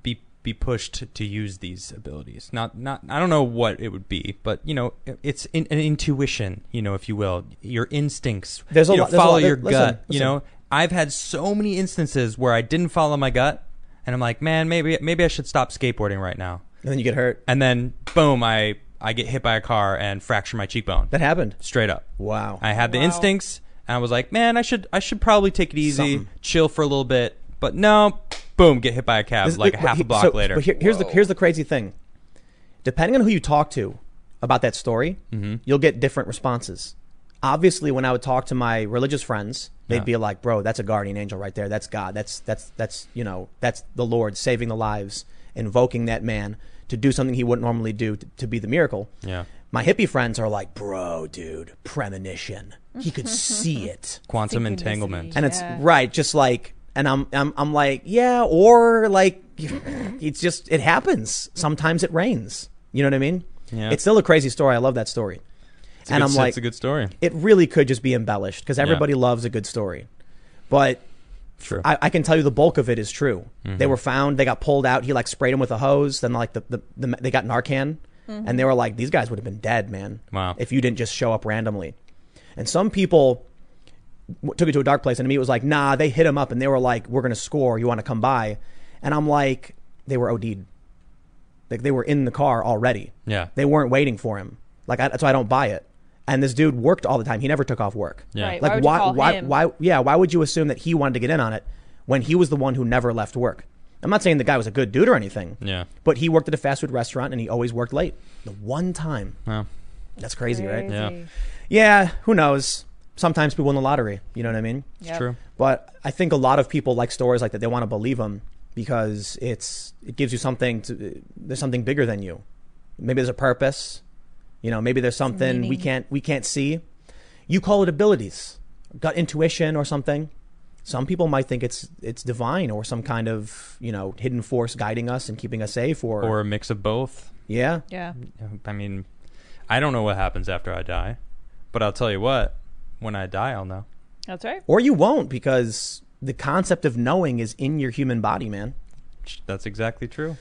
be be pushed to use these abilities. Not not I don't know what it would be, but you know, it- it's in, an intuition, you know, if you will, your instincts.
There's a
you know,
lot- there's a
follow
lot-
your
listen,
gut. You
listen.
know, I've had so many instances where I didn't follow my gut, and I'm like, man, maybe maybe I should stop skateboarding right now
And then you get hurt.
and then boom, I I get hit by a car and fracture my cheekbone.
That happened.
Straight up.
Wow.
I had the
Wow.
instincts, and I was like, man, I should I should probably take it easy,
Something.
chill for a little bit. But no, boom, get hit by a cab
This-
like
but
half
he-
a block
so-
later.
But here- here's the here's the crazy thing. Depending on who you talk to about that story,
Mm-hmm.
you'll get different responses. Obviously, when I would talk to my religious friends, they'd
Yeah.
be like, "Bro, that's a guardian angel right there. That's God. That's that's that's you know that's the Lord saving the lives, invoking that man to do something he wouldn't normally do to, to be the miracle."
yeah,
My hippie friends are like, "Bro, dude, premonition. He could see it."
quantum
Synchronicity.
entanglement.
and it's
Yeah.
right just like and I'm, I'm i'm like yeah or like it's just it happens sometimes it rains you know what i mean
Yeah.
it's still a crazy story i love that story
It's a
and
good-
i'm like
it's a good story.
it really could just be embellished because everybody loves a good story but
True.
I, I can tell you the bulk of it is true. They were found. They got pulled out. He like sprayed them with a hose. Then like the, the, the they got Narcan, and they were like, these guys would have been dead, man.
Wow.
If you didn't just show up randomly, and some people w- took it to a dark place. And to me, it was like, nah, they hit him up, and they were like, we're gonna score. You want to come by? And I'm like, they were OD'd. Like they were in the car already.
yeah.
They weren't waiting for him. Like I, that's why I don't buy it. And this dude worked all the time. He never took off work
yeah.
Right.
like
would you
why
call
why,
him?
why yeah why would you assume that he wanted to get in on it when he was the one who never left work i'm not saying the guy was a good dude or anything
yeah.
but he worked at a fast food restaurant and he always worked late the one time
Wow.
that's crazy right
Crazy.
Yeah.
yeah who knows sometimes people win the lottery you know what i mean
It's
Yep.
true.
but i think a lot of people like stories like that they want to believe them because it's it gives you something to there's something bigger than you maybe there's a purpose you know maybe there's something we
meaning.
can't we can't see you call it abilities gut intuition or something some people might think it's it's divine or some kind of you know hidden force guiding us and keeping us safe or,
Or a mix of both.
yeah
Yeah.
I mean, I don't know what happens after I die, but I'll tell you what. When I die, I'll know.
That's right.
or you won't because the concept of knowing is in your human body man
That's exactly true.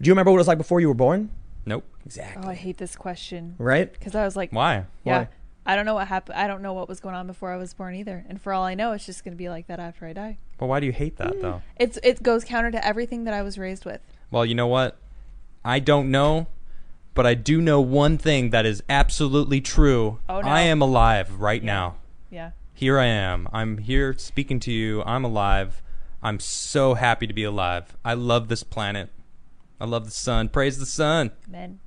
do you remember what it was like before you were born
Nope.
exactly
Oh, I hate this question
right
because I was like,
Why?
yeah,
Why?
I don't know what happened. I don't know what was going on before I was born either. And for all I know, it's just going to be like that after I die.
But why do you hate that though?
It's it goes counter to everything that I was raised with.
Well, you know what? I don't know, but I do know one thing that is absolutely true.
Oh, no.
I am alive right now.
Yeah.
Here I am. I'm here speaking to you. I'm alive. I'm so happy to be alive. I love this planet. I love the sun. Praise the sun.
Men.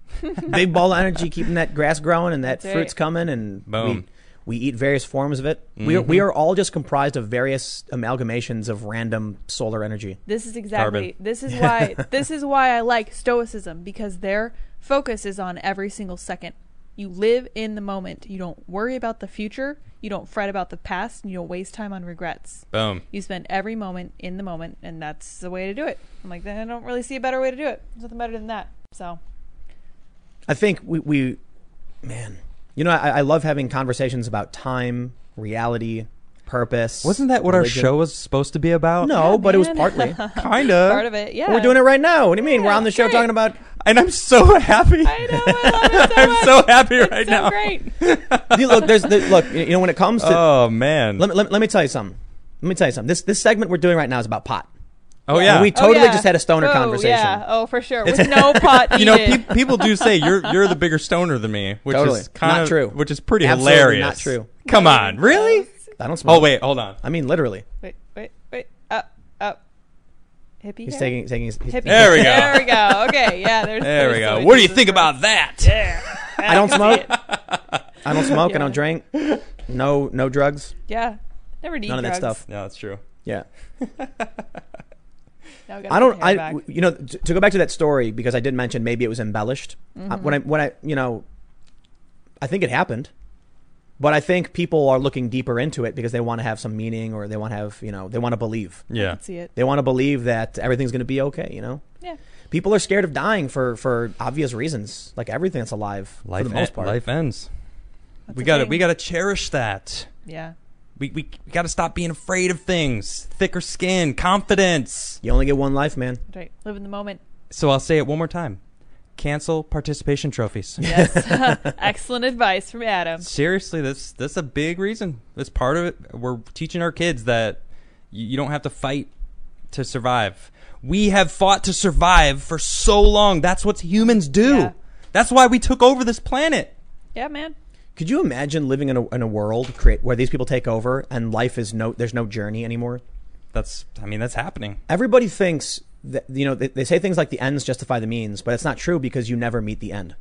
big ball of energy keeping that grass growing and that
That's
fruit's
right.
coming and
Boom. Mm-hmm.
We, we eat various forms of it we, are, we are all just comprised of various amalgamations of random solar energy
This is exactly
Carbon.
this is why this is why I like stoicism because their focus is on every single second. You live in the moment. You don't worry about the future, you don't fret about the past, and you don't waste time on regrets.
Boom.
You spend every moment in the moment and that's the way to do it. I'm like, then I don't really see a better way to do it. There's nothing better than that. So
i think we, we man you know I, I love having conversations about time reality purpose
Wasn't that what our
religion.
show was supposed to be about?
no but it was
man.
partly
kind of.
part of it, yeah.
we're doing it right now what do you mean we're
Yeah,
on the show
great.
talking about
And I'm so happy.
I know, I love it so much.
I'm so happy
It's
right
so
now.
great.
See, look there's there, look you know when it comes to
Oh man.
uh, let, me, let, me- let me tell you something let me tell you something this this segment we're doing right now is about pot
oh yeah.
And we Totally
Oh, yeah.
just had a stoner
oh,
conversation.
Yeah. Oh, for sure. With no pot
you know,
needed.
peop people do say you're you're the bigger stoner than me, which
Totally.
is kind
Not
of
true.
which is pretty
Absolutely
hilarious.
not true.
Come on, really?
i don't smoke
Oh wait, hold on.
i mean literally
Wait, wait, wait. Up, up. hippie.
He's
hair?
taking taking his. He's,
hippie.
There we go.
There we go. Okay, yeah. There's.
There
there's
we
the
go.
way
What do
this
you
is
think
referred.
about that?
I don't smoke. I don't smoke. I
Yeah.
don't drink. No no drugs.
Yeah. Never need
None of that
drugs.
stuff.
No, that's true.
Yeah.
Now we gotta
I
put
don't.
the hair
I
back.
you know to, to go back to that story because I did mention maybe it was embellished I-
Mm-hmm.
when I when I you know, I think it happened, but I think people are looking deeper into it because they want to have some meaning or they want to have you know they want to believe
Yeah.
Let's see it.
they want to believe that everything's going to be okay. You know,
Yeah.
people are scared of dying for for obvious reasons. Like everything that's alive
Life e-,
for the most part.
life ends.
That's
we
a
got to
thing.
we got to cherish that.
Yeah.
We we, we got to stop being afraid of things. Thicker skin, confidence.
You only get one life, man.
That's right. Live in the moment.
So I'll say it one more time. Cancel participation trophies.
Yes. Excellent advice from Adam.
Seriously, that's that's a big reason. That's part of it. We're teaching our kids that you, you don't have to fight to survive. We have fought to survive for so long. That's what humans do.
Yeah.
That's why we took over this planet.
Yeah, man.
Could you imagine living in a in a world create where these people take over and life is no there's no journey anymore?
That's I mean that's happening.
Everybody thinks that you know they, they say things like the ends justify the means, but it's not true because you never meet the end.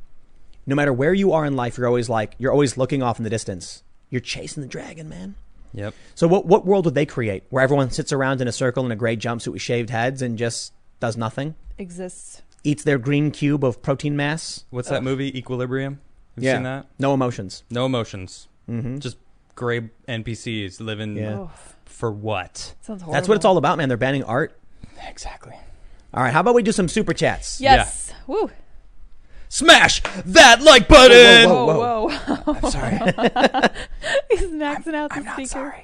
No matter where you are in life, you're always like you're always looking off in the distance. You're chasing the dragon, man.
Yep.
So what what world would they create where everyone sits around in a circle in a gray jumpsuit with shaved heads and just does nothing?
Exists.
Eats their green cube of protein mass.
What's that movie Equilibrium? Have you seen that?
No emotions. Mm-hmm.
No emotions. Just gray NPCs living
Yeah.
Oh,
for what?
sounds horrible.
That's what it's all about, man. They're banning art.
Exactly.
All right, how about we do some super chats?
Yes. Woo.
Smash that like button.
Whoa,
Whoa,
whoa.
whoa.
I'm sorry.
He's maxing out the
I'm
speaker.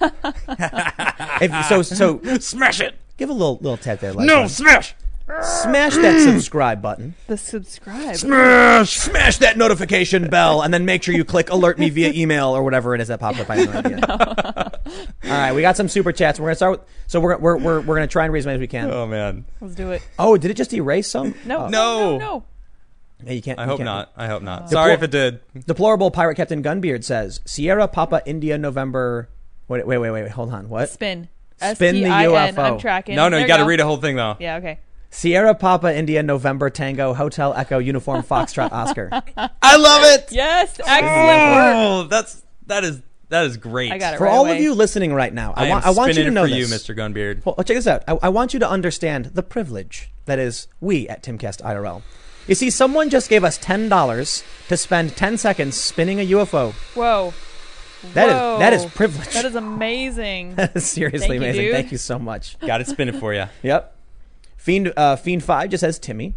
not sorry.
If- so so
Smash it.
give a little little tap there. Like
No, smash.
smash that subscribe button.
The subscribe.
Smash.
Smash that notification bell, and then make sure you click alert me via email or whatever it is that popped up. I have no idea. All right, we got some super chats. We're gonna start with. So we're we're we're, we're gonna try and raise as many as we can.
oh man.
Let's do it.
Oh, did it just erase some?
No.
Oh,
No.
No. no.
yeah, you can't.
I
you
hope
can't.
not. I hope not.
Deplo-
Sorry if it did.
Deplorable pirate Captain Gunbeard says Sierra Papa India November. Wait wait wait wait. Hold on. What?
Spin.
Spin the
S-P-I-N.
UFO.
I'm tracking.
No, no, you
got
got to read the whole thing though.
Yeah, okay.
Sierra Papa India November Tango Hotel Echo Uniform Foxtrot Oscar.
I love it.
Yes. Excellent.
Oh, that's that is that is great.
I got it
For
right
all
away.
of you listening right now, I,
I,
want
am
I want you
spinning
to
it
know
for
this.
you, Mr. Gunbeard.
Well, check this out. I, I want you to understand the privilege that is we at Timcast IRL. You see, someone just gave us ten dollars to spend ten seconds spinning a UFO.
Whoa.
That is
Whoa.
that is privilege.
That is amazing.
seriously
Thank you,
amazing.
dude.
Thank you so much.
Got it spinning for you.
Yep. Fiend uh, Fiend Five just says Timmy.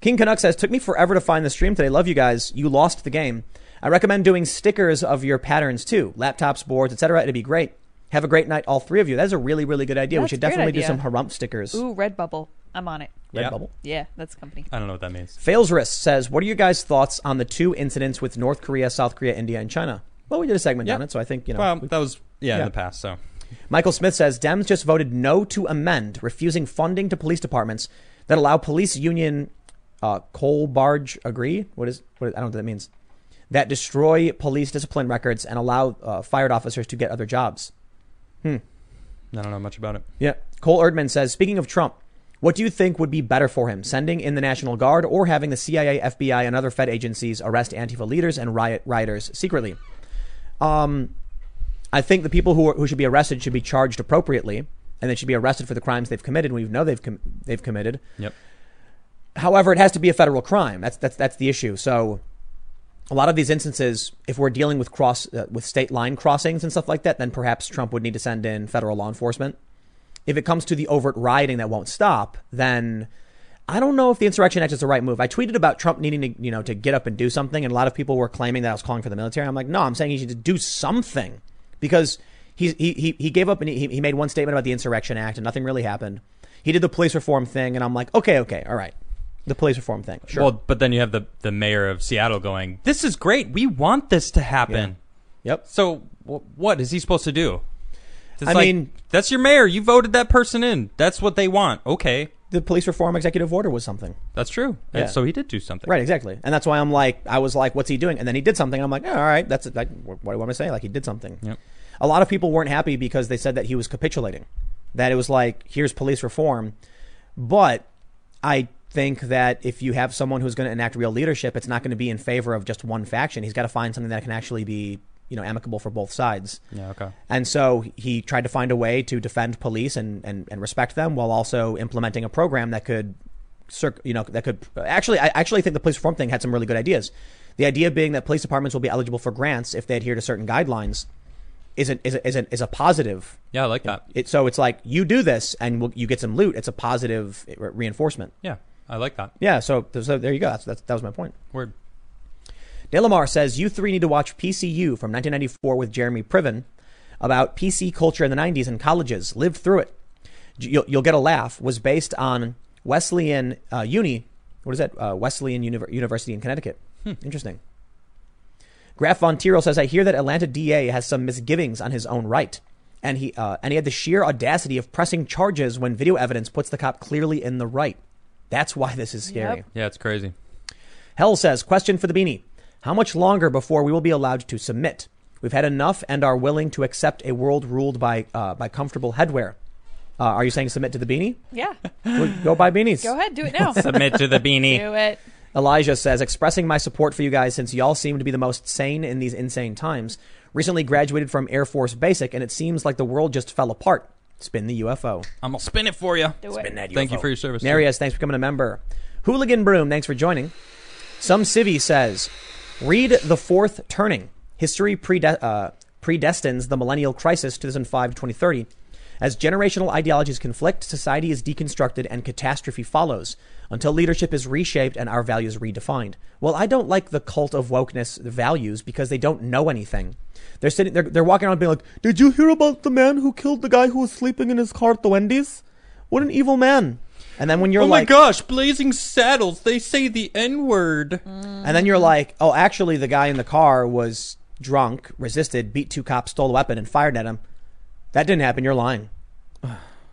King Canuck says took me forever to find the stream today. Love you guys. You lost the game. I recommend doing stickers of your patterns too, laptops, boards, etc. It'd be great. Have a great night, all three of you. That's a really, really good idea. we
That's
should
a great
definitely do
idea.
some harump stickers.
Ooh, Redbubble. I'm on it.
Red
Yeah.
bubble.
Yeah, that's company.
I don't know what that means.
Fails Risk says, "What are your guys' thoughts on the two incidents with North Korea, South Korea, India, and China?" Well, we did a segment
Yeah.
on it, so I think you know.
Well,
we-
that was yeah,
Yeah.
in the past. So
Michael Smith says, "Dems just voted no to amend, refusing funding to police departments that allow police union uh, coal barge agree. What is? What is I don't know what that means. That destroy police discipline records and allow uh, fired officers to get other jobs."
I don't know much about it.
Yeah. Cole Erdman says, speaking of Trump, what do you think would be better for him, sending in the National Guard or having the CIA, FBI, and other Fed agencies arrest Antifa leaders and riot rioters secretly? Um, I think the people who, are, who should be arrested should be charged appropriately, and they should be arrested for the crimes they've committed. We know they've com- they've committed.
Yep.
However, it has to be a federal crime. That's that's that's the issue. So, a lot of these instances, if we're dealing with cross uh, with state line crossings and stuff like that, then perhaps Trump would need to send in federal law enforcement. If it comes to the overt rioting that won't stop, then I don't know if the Insurrection Act is the right move. I tweeted about Trump needing to you know to get up and do something, and a lot of people were claiming that I was calling for the military. I'm like, no, I'm saying he should do something because he he he, he gave up and he, he made one statement about the Insurrection Act, and nothing really happened. He did the police reform thing, and I'm like, okay, okay, all right. The police reform thing. Sure.
Well, but then you have the the mayor of Seattle going, "This is great. We want this to happen."
yep.
So wh- what is he supposed to do? It's
I
like,
mean-
that's your mayor. You voted that person in. That's what they want. Okay,
The police reform executive order was something.
that's true.
Yeah.
And so he did do something.
Right, exactly. And that's why I'm like, I was like, what's he doing? And then he did something. I'm like, all right, that's like, what do you want me to say? Like, he did something.
Yep.
A lot of people weren't happy because they said that he was capitulating, that it was like, here's police reform. But I think that if you have someone who's going to enact real leadership, it's not going to be in favor of just one faction. He's got to find something that can actually be, you know, amicable for both sides.
Yeah. Okay.
And so he tried to find a way to defend police and, and, and respect them while also implementing a program that could, circ- you know, that could actually, I actually think the police reform thing had some really good ideas. The idea being that police departments will be eligible for grants if they adhere to certain guidelines is an, is a, is, an, is a positive.
Yeah, I like that.
It, so it's like you do this and we'll, you get some loot. It's a positive re- reinforcement.
Yeah, I like that.
Yeah. So, so there you go. That's, that's, that was my point.
Word.
Delamar says you three need to watch PCU from 1994 with Jeremy Priven about PC culture in the 90s in colleges. Lived through it. You'll, you'll get a laugh. Was based on Wesleyan uh, Uni. What is that? Uh, Wesleyan Univer- University in Connecticut. Interesting. Graf von Tyrrell says, "I hear that Atlanta DA has some misgivings on his own right, and he uh, and he had the sheer audacity of pressing charges when video evidence puts the cop clearly in the right. That's why this is scary."
Yep.
Yeah, it's crazy.
Hell says, question for the beanie. How much longer before we will be allowed to submit? We've had enough and are willing to accept a world ruled by uh, by comfortable headwear. Uh, are you saying submit to the beanie?
Yeah.
Well, Go buy beanies.
Go ahead. Do it now.
Submit to the beanie.
Do it.
Elijah says, expressing my support for you guys since y'all seem to be the most sane in these insane times. Recently graduated from Air Force Basic, and it seems like the world just fell apart. Spin the UFO.
I'm gonna spin it for you.
Do it.
Thank you for your service. sir.
Narius, thanks for becoming a member. Hooligan Broom, thanks for joining. Some Civvy says, read The Fourth Turning. History prede- uh, predestines the millennial crisis 2005 2030. As generational ideologies conflict, society is deconstructed and catastrophe follows until leadership is reshaped and our values redefined. Well, I don't like the cult of wokeness values because they don't know anything. They're sitting, they're, they're walking around being like, "Did you hear about the man who killed the guy who was sleeping in his car at the Wendy's? What an evil man!" And then when you're
Oh my
like,
gosh, Blazing Saddles. They say the N word.
And then you're like, oh, actually, the guy in the car was drunk, resisted, beat two cops, stole a weapon, and fired at him. That didn't happen. You're lying.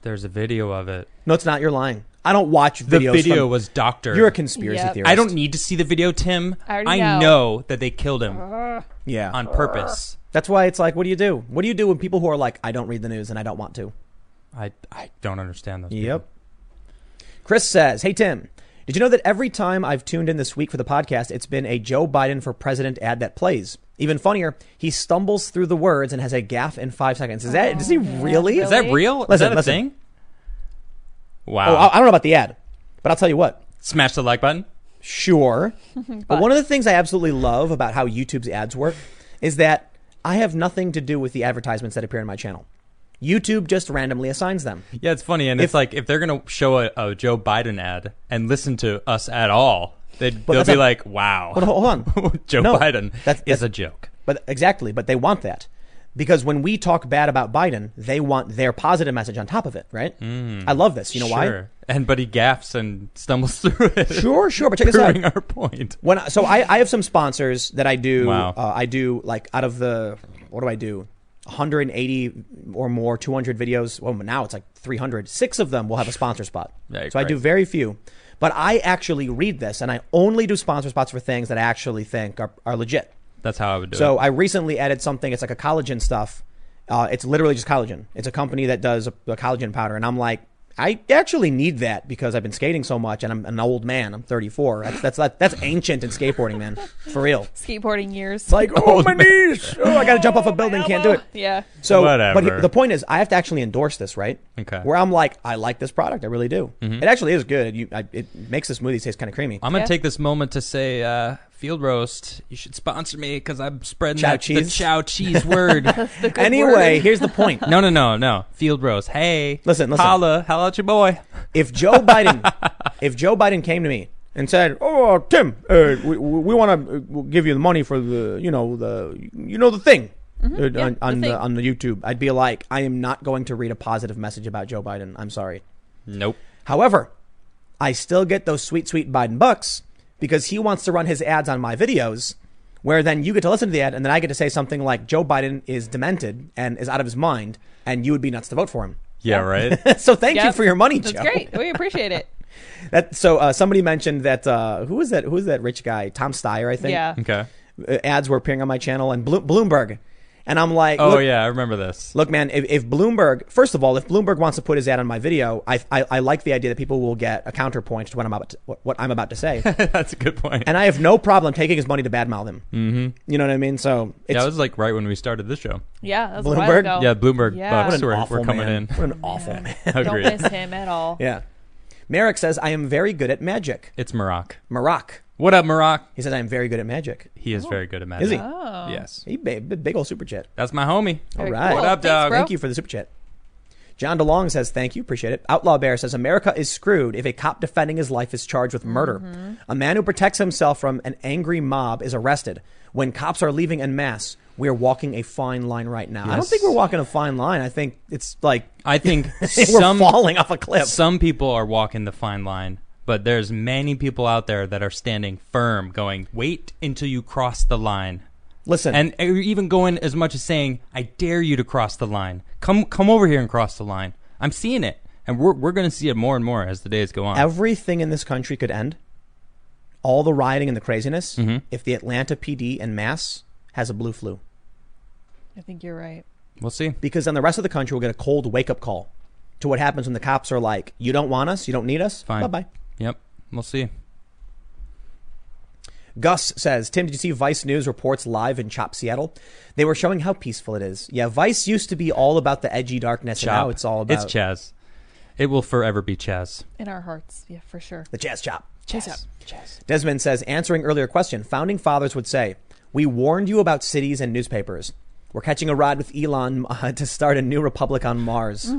There's a video of it.
No, it's not. You're lying. I don't watch
The
videos.
video
from-
was Doctor.
You're a conspiracy
Yep.
theorist.
I don't need to see the video, Tim.
I already
know.
know.
that they killed him
Yeah.
on purpose.
That's why it's like, what do you do? What do you do when people who are like, I don't read the news and I don't want to?
I I don't understand those.
Yep. Chris says, Hey, Tim, did you know that every time I've tuned in this week for the podcast, it's been a Joe Biden for president ad that plays? Even funnier, he stumbles through the words and has a gaff in five seconds. Is that, does he really?
People. Is that real? Is
Listen,
that a
listen.
thing?
Oh,
Wow.
I I don't know about the ad, but I'll tell you what.
Smash the like button.
Sure. but. one of the things I absolutely love about how YouTube's ads work is that I have nothing to do with the advertisements that appear on my channel. YouTube just randomly assigns them.
Yeah, it's funny, and it's like if they're gonna show a, a Joe Biden ad and listen to us at all, they'd, they'll
that's
be
a-
like, "Wow,
But hold on.
Joe
No,
Biden
that's-
is
that's-
a joke."
but exactly, but they want that. Because when we talk bad about Biden, they want their positive message on top of it, right? I love this. You know why?
Sure. And but he gaffs and stumbles through it,
Sure, sure. But check this out.
proving our point.
when I, so I, I have some sponsors that I do
Wow.
uh, I do like out of the what do I do 180 or more 200 videos well now it's like 300 six of them will have a sponsor spot
Yeah, you're
so I do
crazy.
very few but I actually read this and I only do sponsor spots for things that I actually think are, are legit
That's how I would do
so
it.
I recently added something. It's like a collagen stuff. Uh, it's literally just collagen. It's a company that does a, a collagen powder, and I'm like, I actually need that because I've been skating so much, and I'm an old man. I'm 34. That's that's that, that's ancient in skateboarding, man, for real. It's
Skateboarding years.
like, oh my knees! Oh, I got to jump off a building. Can't do it.
Yeah.
So, but
Whatever.
he- the point is, I have to actually endorse this, right?
Okay.
Where I'm like, I like this product. I really do. It actually is good. You, I, it makes the smoothie taste kind of creamy.
I'm gonna
Yeah.
take this moment to say, uh, Field Roast, you should sponsor me because I'm spreading
Chow
that, the
cheese.
chow cheese word.
The good
Anyway,
word.
here's the point.
no, no, no, no. Field Roast. Hey,
Listen, listen.
holla, holla at your boy.
if Joe Biden, if Joe Biden came to me and said, "Oh, Tim, uh, we, we want to give you the money for the, you know, the, you know, the thing." uh,
Mm-hmm. yeah,
on, on
the
the,
thing.
on the YouTube, I'd be like, I am not going to read a positive message about Joe Biden. I'm sorry.
Nope.
However, I still get those sweet, sweet Biden bucks because he wants to run his ads on my videos, where then you get to listen to the ad and then I get to say something like Joe Biden is demented and is out of his mind, and you would be nuts to vote for him.
Yeah, right.
so thank you
Yep.
for your money,
That's
Joe.
great. We appreciate it.
That so uh, somebody mentioned that uh, who was that who was that rich guy Tom Steyer I think
Yeah.
okay.
Uh, ads were appearing on my channel and Blo- Bloomberg And I'm like,
Oh
look,
yeah, I remember this.
Look, man, if, if Bloomberg, first of all, if Bloomberg wants to put his ad on my video, I, I, I like the idea that people will get a counterpoint to what I'm about to, what, what I'm about to say.
That's a good point.
and I have no problem taking his money to badmouth him. Mm-hmm. You know what I mean? So it's
yeah, it was like right when we started this show.
Yeah, that was a
Bloomberg?
while ago.
Yeah, Bloomberg
Oh. Yeah.
bucks
What
an
were,
awful
were coming
man.
in.
What an awful man.
Don't
Agreed.
miss him at all.
Yeah. Merrick says, I am very good at magic.
It's Maroc.
Maroc.
What up, Maroc?
He says, I am very good at magic.
He is very good at magic.
Is he?
Oh,
Yes.
He ba- big, big old super chat.
That's my homie.
All
Very
right.
cool.
What up,
Thanks,
dog?
bro.
Thank you for the super chat. John DeLong says, thank you, appreciate it. Outlaw Bear says, America is screwed if a cop defending his life is charged with murder.
Mm-hmm.
A man who protects himself from an angry mob is arrested. When cops are leaving en masse, we are walking a fine line right now. I don't
Yes.
think we're walking a fine line. I think it's like
I think
we're
some
falling off a cliff.
some people are walking the fine line, but there's many people out there that are standing firm, going, "Wait until you cross the line."
Listen,
And or even going as much as saying, "I dare you to cross the line. Come, come over here and cross the line." I'm seeing it, and we're we're going to see it more and more as the days go on.
everything in this country could end. All the rioting and the craziness
Mm-hmm.
if the Atlanta PD en masse has a blue flu.
I think you're right.
We'll see.
because then the rest of the country will get a cold wake up call to what happens when the cops are like, "You don't want us, you don't need us."
Fine.
Bye bye.
Yep, we'll see.
Gus says, "Tim, did you see Vice News reports live in Chop Seattle? They were showing how peaceful it is. Yeah, Vice used to be all about the edgy darkness, and now
Chop.
it's all about
it's Chaz. It will forever be Chaz.
In our hearts, yeah, for sure.
the jazz chop."
Chase up.
Desmond says, answering earlier question, founding fathers would say, "We warned you about cities and newspapers. We're catching a ride with Elon uh, to start a new republic on Mars."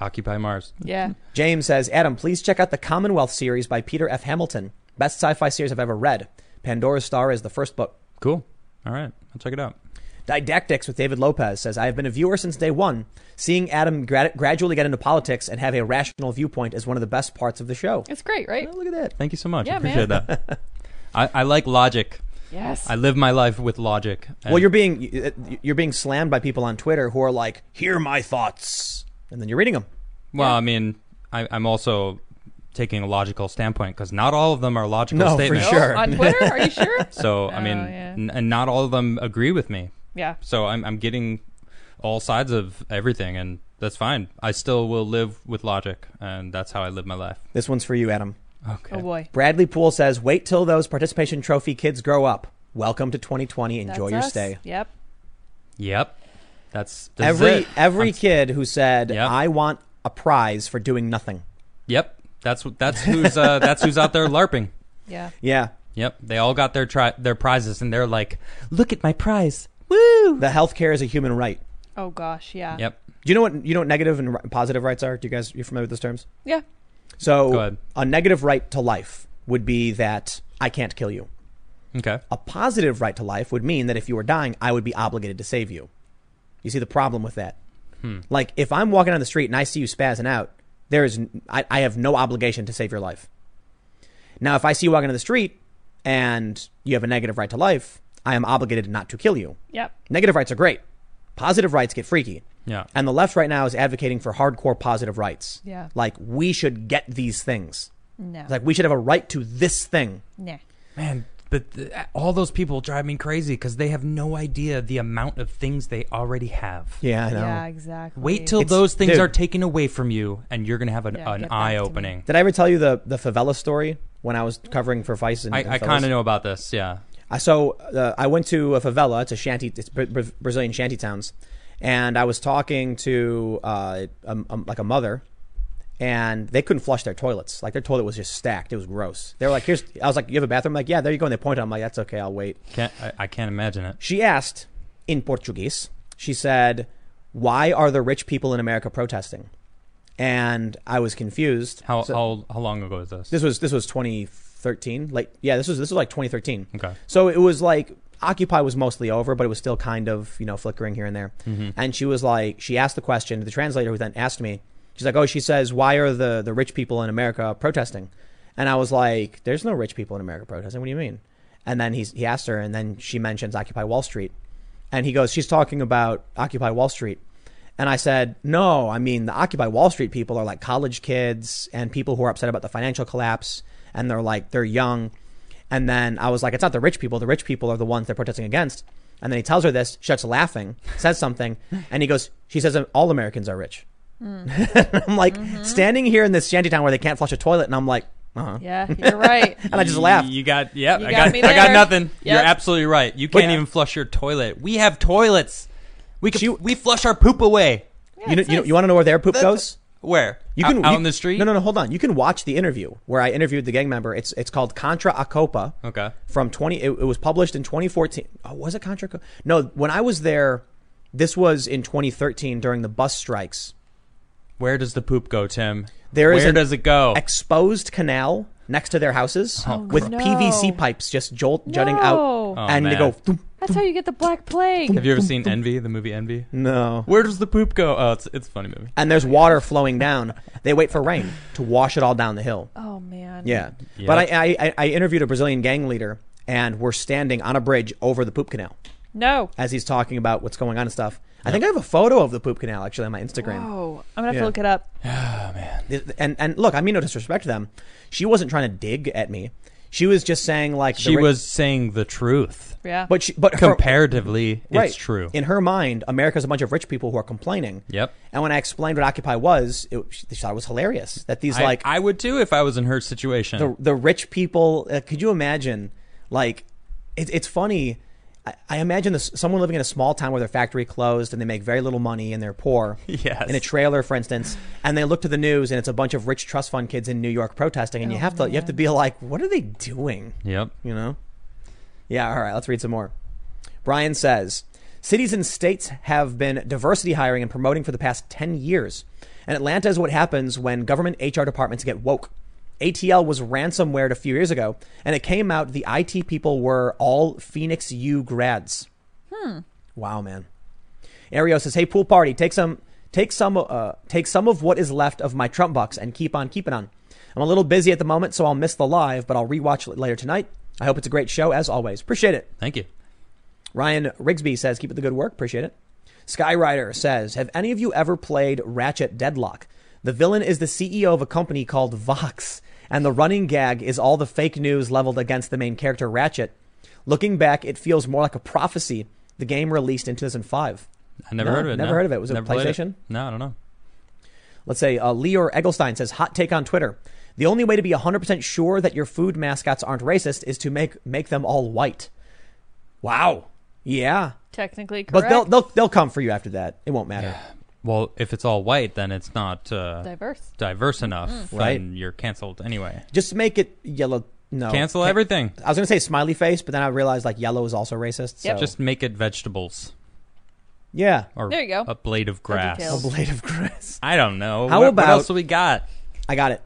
Occupy Mars.
Yeah.
James says, Adam, please check out the Commonwealth series by Peter F. Hamilton. Best sci fi series I've ever read. Pandora's Star is the first book.
Cool. All right, I'll check it out.
Didactics with David Lopez says, I have been a viewer since day one. Seeing Adam gra- gradually get into politics and have a rational viewpoint is one of the best parts of the show.
It's great, right?
Oh, look at that.
Thank you so much. I
Yeah,
appreciate that. I, I like logic.
Yes.
I live my life with logic. and-
Well, you're being you're being slammed by people on Twitter who are like, "Hear my thoughts," and then you're reading them.
well. I mean, I, I'm also taking a logical standpoint because not all of them are logical
No, for
statements.
Oh,
sure.
On Twitter? Are you sure?
So I mean,
Oh, yeah.
n- and not all of them agree with me.
yeah.
So I'm I'm getting all sides of everything, and that's fine. I still will live with logic, and that's how I live my life.
This one's for you, Adam.
Okay.
Oh boy.
Bradley Poole says, "Wait till those participation trophy kids grow up. Welcome to 2020. Enjoy
That's
your
us.
stay."
Yep.
Yep. That's, this is
every
it.
every
I'm-
kid who said
Yeah.
I want a prize for doing nothing.
Yep. That's wh- that's who's uh, that's who's out there larping.
Yeah.
Yeah.
Yep, they all got their tri- their prizes, and they're like, "Look at my prize, woo!"
The healthcare is a human right.
Oh gosh. Yeah.
Yep,
Do you know what you know what negative and ri- positive rights are? Do you guys you familiar with those terms?
Yeah.
Go
So
ahead.
a negative right to life would be that I can't kill you.
okay,
A positive right to life would mean that if you were dying, I would be obligated to save you. You see the problem with that? Like if I'm walking down the street and I see you spazzing out, there is n- I, I have no obligation to save your life. Now, if I see you walking down the street and you have a negative right to life, I am obligated not to kill you.
Yep.
Negative rights are great. Positive rights get freaky.
yeah,
And the left right now is advocating for hardcore positive rights.
Yeah.
Like we should get these things.
No.
It's like we should have a right to this thing.
nah.
man, but th- all those people drive me crazy because they have no idea the amount of things they already have.
Yeah, I know.
Yeah. Exactly.
Wait till
It's-
those things
dude.
are taken away from you, and you're gonna have an,
Yeah,
an
get back to
eye
me.
opening.
Did I ever tell you the the favela story when I was covering for Vice? And, and
I, I
Favelas?
kind of know about this. Yeah,
I so uh, I went to a favela. It's a shanty. It's Bra- Bra- Brazilian shanty towns, and I was talking to uh, um um like a mother, and they couldn't flush their toilets. Like their toilet was just stacked. It was gross. They were like, "Here's." I was like, "You have a bathroom?" like, "Yeah." There you go. And they pointed. I'm like, "That's okay. I'll wait."
can't I, I can't imagine it.
She asked in Portuguese, she said, Why are the rich people in America protesting? And I was confused.
How
So-
how how long ago is this?
this was this was 2013. Like yeah, this was this was like 2013.
Okay.
So it was like Occupy was mostly over, but it was still kind of, you know, flickering here and there. And she was like she asked the question to the translator who then asked me. She's like, "Oh, she says, why are the the rich people in America protesting?" And I was like, "There's no rich people in America protesting. What do you mean?" And then he's, he asked her, and then she mentions Occupy Wall Street, and he goes, "She's talking about Occupy Wall Street." And I said, no, I mean, the Occupy Wall Street people are like college kids and people who are upset about the financial collapse. And they're like, they're young. And then I was like, it's not the rich people. The rich people are the ones they're protesting against. And then he tells her this, she starts laughing, says something, and he goes, she says, all Americans are rich.
Hmm.
I'm like
Mm-hmm.
standing here in this shanty town where they can't flush a toilet, and I'm like, uh-huh.
Yeah, you're right.
And I just laughed.
You got yep.
You
I
got
got,
me
I got
there.
nothing. You're
Yep.
absolutely right. You can't
Yeah.
even flush your toilet. We have toilets. We can, we flush our poop away.
Yeah,
you know,
it's
you, know,
nice.
you want to know where their poop goes?
Where
You
Out-
can
out,
you-
on the street.
No, no, no. Hold on. You can watch the interview where I interviewed the gang member. It's it's called Contra Acopa.
Okay.
From twenty, it, it was published in 2014. Oh, was it Contra? Aco- No, when I was there, this was in 2013 during the bus strikes.
Where does the poop go, Tim?
There is
Where
an
does it go?
Exposed canal next to their houses
Oh,
with
crap.
PVC pipes just jolt jutting out,
No.
Oh,
and they
man.
go. thump.
That's how you get the black plague.
Have you ever seen Envy, the movie Envy?
No.
Where does the poop go? Oh, it's it's a funny movie.
And there's water flowing down. They wait for rain to wash it all down the hill.
Oh man.
Yeah.
Yeah.
But I, I, I interviewed a Brazilian gang leader, and we're standing on a bridge over the poop canal
No.
as he's talking about what's going on and stuff. I think I have a photo of the poop canal actually on my Instagram.
Whoa. I'm gonna have
Yeah.
to look it up.
Th- And and look, I mean no disrespect to them. She wasn't trying to dig at me. She was just saying like the
She
ra-
was saying the truth.
Yeah.
but she, but her,
Comparatively,
right,
it's true.
In her mind, America's a bunch of rich people who are complaining.
Yep.
And when I explained what Occupy was, it, she thought it was hilarious that these
I,
like
I would too if I was in her situation.
the the rich people. Uh, could you imagine? Like, it, it's funny. I, I imagine this, someone living in a small town where their factory closed and they make very little money and they're poor.
Yes.
In a trailer, for instance, and they look to the news and it's a bunch of rich trust fund kids in New York protesting, and you
Oh,
have to you have to be like, what are they doing?
yep.
You know? Yeah. All right. Let's read some more. Brian says cities and states have been diversity hiring and promoting for the past 10 years. And Atlanta is what happens when government HR departments get woke. ATL was ransomware a few years ago, and it came out the IT people were all Phoenix U grads. Hmm. Wow, man. Ario says, "Hey, pool party, take some, take some, uh, take some of what is left of my Trump bucks and keep on keeping on. I'm a little busy at the moment, so I'll miss the live, but I'll rewatch it later tonight. I hope it's a great show as always. Appreciate it."
Thank you.
Ryan Rigsby says, "Keep up the good work. Appreciate it." Skyrider says, "Have any of you ever played Ratchet Deadlock? The villain is the CEO of a company called Vox, and the running gag is all the fake news leveled against the main character Ratchet. Looking back, it feels more like a prophecy. The game released in 2005."
I never
No,
heard of it.
never
no.
heard of it. Was it
Never played
PlayStation?
No, I don't know.
Let's say uh, Leor Egelstein says, hot take on Twitter. The only way to be 100% sure that your food mascots aren't racist is to make, make them all white. Wow. Yeah.
Technically
But
correct.
they'll, they'll, they'll come for you after that. It won't matter.
Well, if it's all white, then it's not uh,
diverse.
diverse
Mm.
enough,
Right. Oh,
and you're canceled anyway.
Just make it yellow. No.
Cancel
Ca-
everything.
I was going to say smiley face, but then I realized like yellow is also racist. So.
Yep.
Just make it vegetables
yeah.
or
There you go.
a blade of grass.
A
details.
blade of grass.
I don't know.
How
what,
about-
what else do we got?
I got it.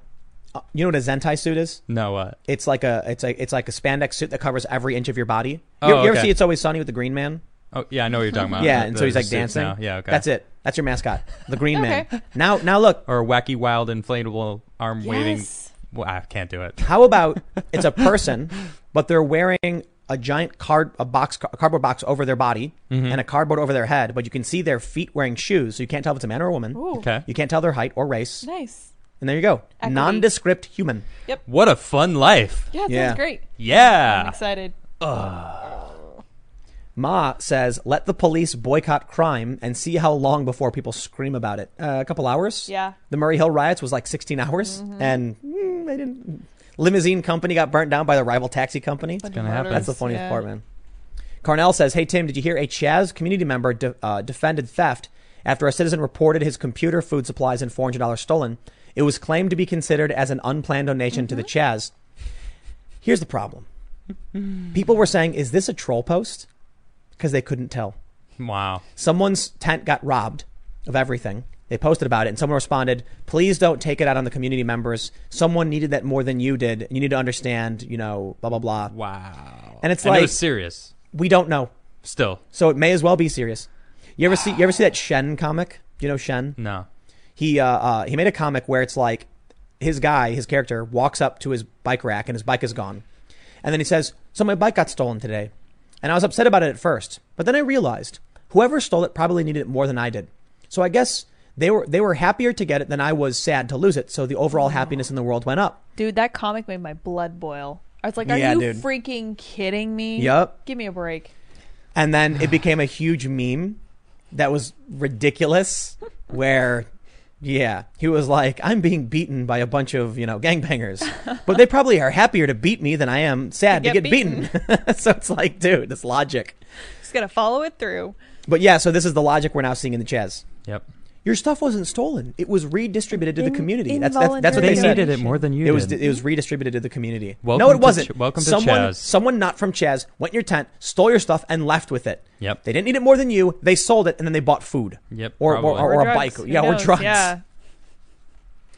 Uh, you know what a zentai suit is?
No, uh,
It's like a it's like it's like a spandex suit that covers every inch of your body. You,
Oh,
you ever
okay.
see It's Always Sunny with the Green Man?
oh yeah, I know what you're talking about.
yeah,
The-
and
the
so he's like
suits
dancing.
now. Yeah, okay.
That's it. That's your mascot, the Green Man. Now, now look.
Or a wacky, wild, inflatable arm waving.
Yes.
Well, I can't do it.
How about it's a person, but they're wearing a giant card, a box, a cardboard box over their body,
Mm-hmm.
and a cardboard over their head, but you can see their feet wearing shoes, so you can't tell if it's a man or a woman.
Ooh.
Okay.
You can't tell their height or race.
Nice.
And there you go,
Equity.
nondescript human.
What a fun life.
Yeah, it
Yeah. Ah.
sounds great. I'm
Yeah.
excited.
Ma says, "Let the police boycott crime and see how long before people scream about it. Uh, a couple hours.
Yeah. Mm-hmm.
The Murray Hill riots was like 16 hours, and mm, they didn't. Limousine company got burnt down by the rival taxi company.
Bunch of
gonna happen.
That's the
murders,
funniest
yeah.
part, man. Carnell says, "Hey Tim, did you hear a Chaz community member de- uh, defended theft after a citizen reported his computer, food supplies, and four hundred dollars stolen? It was claimed to be considered as an unplanned donation to the Chaz. Here's the problem: people were saying, "Is this a troll post?" Because they couldn't tell.
Wow.
Someone's tent got robbed of everything. They posted about it, and someone responded, "Please don't take it out on the community members. Someone needed that more than you did. You need to understand, you know, blah blah blah."
Wow.
And it's
it
like-
was serious.
We don't know.
Still,
So it may as well be serious. You ever see you ever see that Shen comic? Do you know Shen?
no.
He uh, uh he made a comic where it's like his guy, his character, walks up to his bike rack and his bike is gone. And then he says, So my bike got stolen today. And I was upset about it at first, but then I realized whoever stole it probably needed it more than I did. So I guess they were they were happier to get it than I was sad to lose it, so the overall happiness in the world went up.
Dude, that comic made my blood boil. I was like, are
Yeah,
you
dude.
freaking kidding me?
Yup.
Give me a break.
and then it became a huge meme that was ridiculous. Where, yeah, he was like, "I'm being beaten by a bunch of you know gangbangers, but they probably are happier to beat me than I am sad to
To
get,
get
beaten." so it's like, dude, it's logic.
Just gotta follow it through.
But yeah, so this is the logic we're now seeing in the Chaz.
Yep.
Your stuff wasn't stolen; it was redistributed to the
In-
community. That's, that's that's what
involuntary
they
They
said.
needed it more than you
It
did.
was it was redistributed to the community. no,
Welcome
it
to
wasn't.
Ch- welcome to
someone,
Chaz.
Someone not from Chaz went in your tent, stole your stuff, and left with it.
Yep.
They didn't need it more than you. They sold it, and then they bought food.
Yep,
Or or,
probably.
or,
Or
a
drugs.
bike.
Who
Yeah, or
knows?
drugs.
Yeah.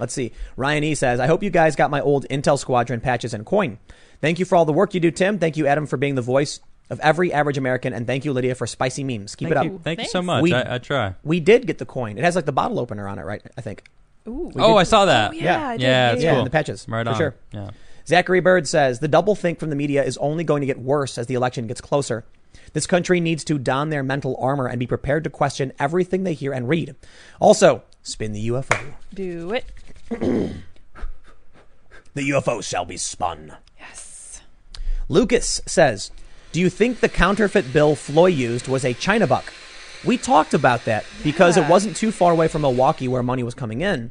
Let's see. Ryan E says, I hope you guys got my old Intel Squadron patches and coin. Thank you for all the work you do, Tim. Thank you, Adam, for being the voice of every average American, and thank you, Lydia, for spicy memes. Keep
Thank
it up.
you. Thank you so
Thanks.
much.
We-
I, I try.
We did get the coin. It has like the bottle opener on it, right? I think.
Ooh.
Oh, I saw that.
Oh,
yeah.
yeah, I did.
Yeah, it's
yeah,
cool.
and the patches.
Right
for
on.
sure.
Yeah.
Zachary Bird says the doublethink from the media is only going to get worse as the election gets closer. This country needs to don their mental armor and be prepared to question everything they hear and read. Also, spin the UFO.
Do it.
The UFO shall be spun.
Yes.
Lucas says, Do you think the counterfeit bill Floyd used was a China buck? We talked about that because it
Yeah.
wasn't too far away from Milwaukee where money was coming in.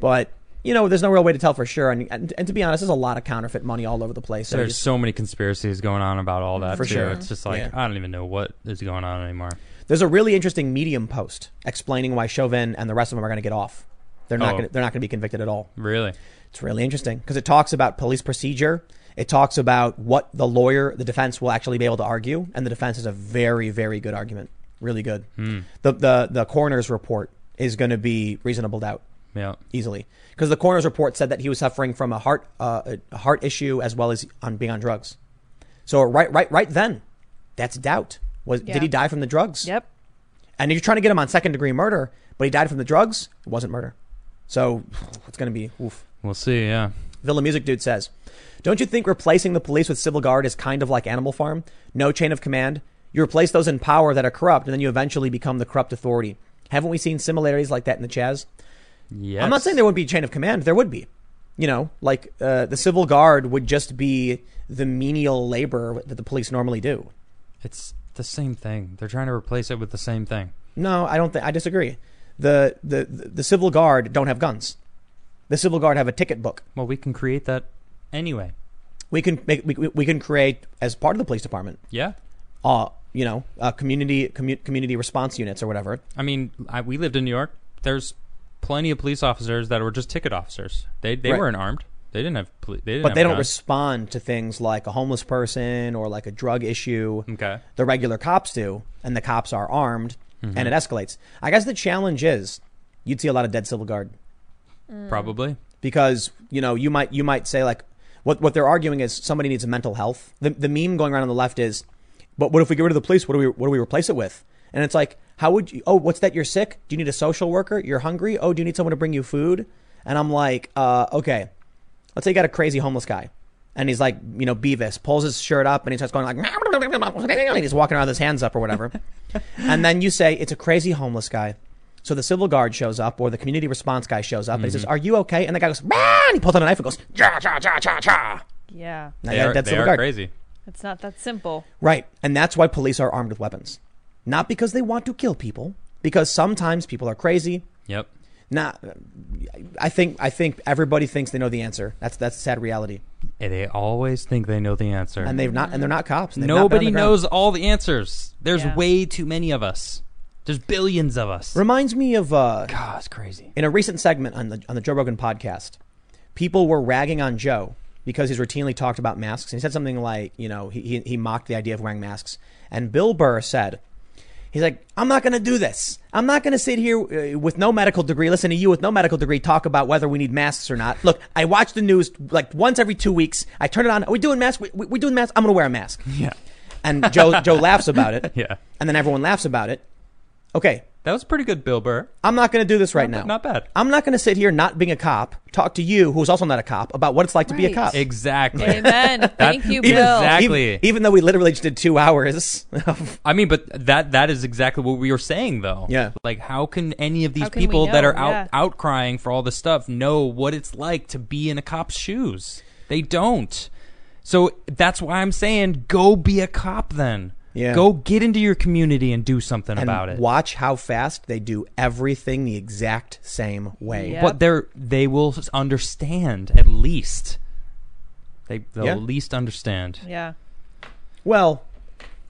But, you know, there's no real way to tell for sure. And, and, and to be honest, there's a lot of counterfeit money all over the place. So
There's
just-
so many conspiracies going on about all that
For
too.
sure.
It's just like
Yeah.
I don't even know what is going on anymore.
There's a really interesting Medium post explaining why Chauvin and the rest of them are going to get off. They're not
Oh.
going to, they're not going to be convicted at all.
Really?
It's really interesting because it talks about police procedure. It talks about what the lawyer, the defense will actually be able to argue, and the defense is a very, very good argument. Really good. The, the the coroner's report is going to be reasonable doubt
Yeah.
easily because the coroner's report said that he was suffering from a heart uh, a heart issue as well as on being on drugs. So right right right then, that's doubt. Was
Yeah.
did he die from the drugs?
Yep.
And you're trying to get him on second degree murder, but he died from the drugs. It wasn't murder. So it's going to be oof.
We'll see. Yeah.
Villa Music Dude says, Don't you think replacing the police with civil guard is kind of like Animal Farm? No chain of command. You replace those in power that are corrupt, and then you eventually become the corrupt authority. Haven't we seen similarities like that in the Chaz?
Yes.
I'm not saying there wouldn't be a chain of command. There would be. You know, like uh, the civil guard would just be the menial labor that the police normally do.
it's the same thing. They're trying to replace it with the same thing.
No, I don't think I disagree. The, the the civil guard don't have guns. The civil guard have a ticket book.
Well, we can create that anyway.
We can make we, we can create as part of the police department.
Yeah.
Uh, you know, uh, community commu- community response units or whatever.
I mean, I, we lived in New York. There's plenty of police officers that were just ticket officers. They they
Right.
weren't armed. They didn't have. Poli- they didn't.
But
have
they don't
guns.
respond to things like a homeless person or like a drug issue.
Okay.
The regular cops do, and the cops are armed, and it escalates. I guess the challenge is you'd see a lot of dead civil guard.
Hmm. Probably.
because you know you might you might say like what what they're arguing is somebody needs mental health. The the meme going around on the left is, but what if we get rid of the police? What do we what do we replace it with? And it's like, how would you? Oh, what's that? You're sick. Do you need a social worker? You're hungry. Oh, do you need someone to bring you food? And I'm like, uh, okay, let's say you got a crazy homeless guy, and he's like, you know, Beavis pulls his shirt up and he starts going like, and he's walking around with his hands up or whatever. and then you say it's a crazy homeless guy. So the civil guard shows up, or the community response guy shows up, and he says,
Mm-hmm.
"Are you okay?" And the guy goes, "Bah!" and he pulls out a knife and goes,
Cha cha cha cha cha.
Yeah.
"Now
They
you got a
are,
dead
they
civil
are
guard."
crazy.
It's not that simple.
Right, and that's why police are armed with weapons, not because they want to kill people, because sometimes people are crazy.
Yep.
Not, I think I think everybody thinks they know the answer. That's that's the sad reality,
And they always think they know the answer.
and they've not, and they're not cops. and they've not been on
Nobody
the ground.
knows all the answers. There's
Yeah.
way too many of us. There's billions of us.
Reminds me of uh,
God, it's crazy.
in a recent segment on the on the Joe Rogan podcast, people were ragging on Joe because he's routinely talked about masks. And he said something like, you know, he, he, he mocked the idea of wearing masks. And Bill Burr said, he's like, I'm not going to do this. I'm not going to sit here uh, with no medical degree, listen to you with no medical degree talk about whether we need masks or not. Look, I watch the news like once every two weeks. I turn it on. Are we doing masks? We, we, we doing masks? I'm going to wear a mask.
Yeah.
And Joe, Joe laughs about it.
Yeah.
And then everyone laughs about it. Okay.
That was pretty good, Bill Burr.
I'm not going to do this right now.
Not bad.
I'm not going to sit here not being a cop, talk to you, who's also not a cop, about what it's like to be a
Right.
cop.
Exactly.
Amen. Thank you, Bill.
exact-
Even-
Exactly.
Even, though we literally just did two hours. of-
I mean, but that that is exactly what we were saying, though.
Yeah.
Like, how can any of these
How can we
people that
know?
are out
Yeah.
out crying for all this stuff know what it's like to be in a cop's shoes? They don't. So that's why I'm saying, go be a cop then.
Yeah.
Go get into your community and do something
and
about it.
Watch how fast they do everything the exact same way.
Yeah.
But they're they will s- understand at least. They they'll
Yeah.
at least understand.
Yeah.
Well,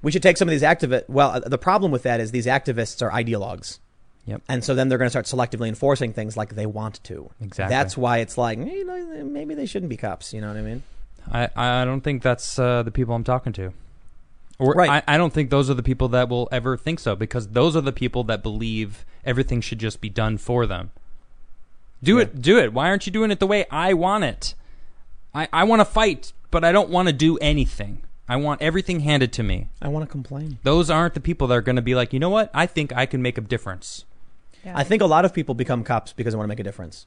we should take some of these activists. Well, uh, the problem with that is these activists are ideologues.
Yep.
And so then they're going to start selectively enforcing things like they want to.
Exactly.
That's why it's like, eh, you know, maybe they shouldn't be cops. You know what I mean?
I, I don't think that's uh, the people I'm talking to. Or
Right.
I, I don't think those are the people that will ever think so because those are the people that believe everything should just be done for them. Do
Yeah.
it, do it. Why aren't you doing it the way I want it? I, I want to fight, but I don't want to do anything. I want everything handed to me.
I want to complain.
Those aren't the people that are going to be like, you know what? I think I can make a difference.
Yeah.
I think a lot of people become cops because they want to make a difference.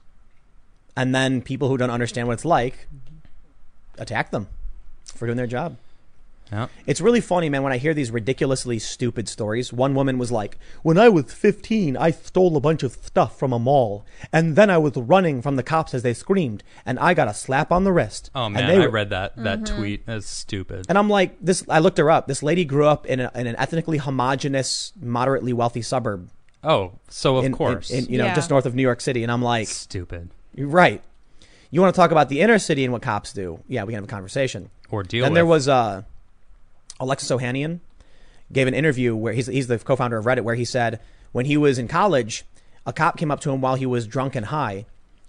And then people who don't understand what it's like attack them for doing their job.
Yeah.
It's really funny, man, when I hear these ridiculously stupid stories. One woman was like, When I was 15, I stole a bunch of stuff from a mall. And then I was running from the cops as they screamed. And I got a slap on the wrist.
Oh
And
man,
they
I
were-
read that that
Mm-hmm.
tweet. That's stupid.
And I'm like, this. I looked her up. This lady grew up in, a, in an ethnically homogenous, moderately wealthy suburb.
Oh, so of
in, in-
course,
in, you know,
Yeah.
just north of New York City. And I'm like,
stupid
you're right. You want to talk about the inner city and what cops do? Yeah, we can have a conversation.
or deal.
Then
with.
there was uh, Alexis Ohanian gave an interview where he's he's the co-founder of Reddit, where he said when he was in college, a cop came up to him while he was drunk and high,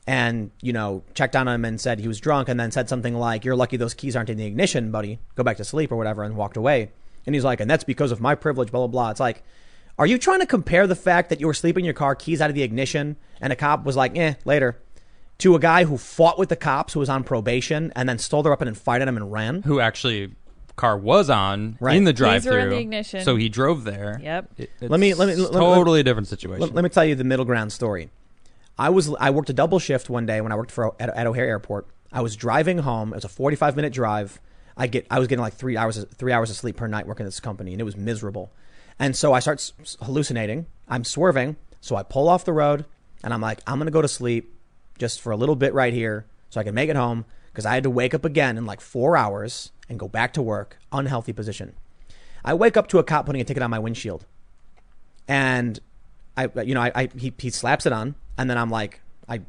and you know checked on him and said he was drunk, and then said something like, "You're lucky those keys aren't in the ignition, buddy. Go back to sleep or whatever," and walked away. And he's like, "And that's because of my privilege." Blah blah blah. It's like. Are you trying to compare the fact that you were sleeping in your car, keys out of the ignition, and a cop was like, eh, later, to a guy who fought with the cops who was on probation and then stole their weapon and fired at him and ran?
who actually car was on
Right.
in the
Keys
were in the
drive-through.
ignition.
So he drove there.
Yep.
It-
Let me- let me-
it's
let me-
totally different situation.
Let, let me tell you the middle ground story. I was I worked a double shift one day when I worked for at, at O'Hare Airport. I was driving home. It was a forty five minute drive. I get I was getting like three hours three hours of sleep per night working at this company, and it was miserable. And so I start s- s- hallucinating. I'm swerving, so I pull off the road, and I'm like, I'm gonna go to sleep just for a little bit right here, so I can make it home because I had to wake up again in like four hours and go back to work. Unhealthy position. I wake up to a cop putting a ticket on my windshield and I, you know, I, I he, he slaps it on, and then I'm like, I,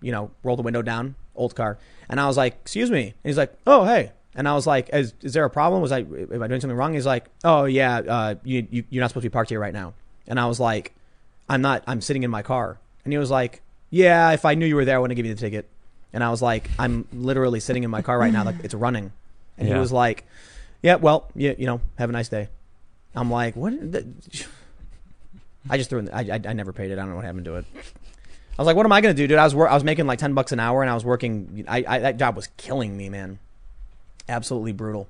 you know, roll the window down, old car, and I was like, excuse me, and he's like, oh hey, and I was like, is, is there a problem? Was I am I doing something wrong? He's like, oh yeah, uh, you, you you're not supposed to be parked here right now, and I was like, I'm not, I'm sitting in my car, and he was like, yeah, if I knew you were there, I wouldn't give you the ticket, and I was like, I'm literally sitting in my car right now, like it's running, and he
Yeah.
was like, yeah, well, yeah, you know, have a nice day. I'm like, what? The, I just threw in. I, I, I never paid it. I don't know what happened to it. I was like, what am I gonna do, dude? I was wor- I was making like ten bucks an hour, and I was working. I, I that job was killing me, man. Absolutely brutal.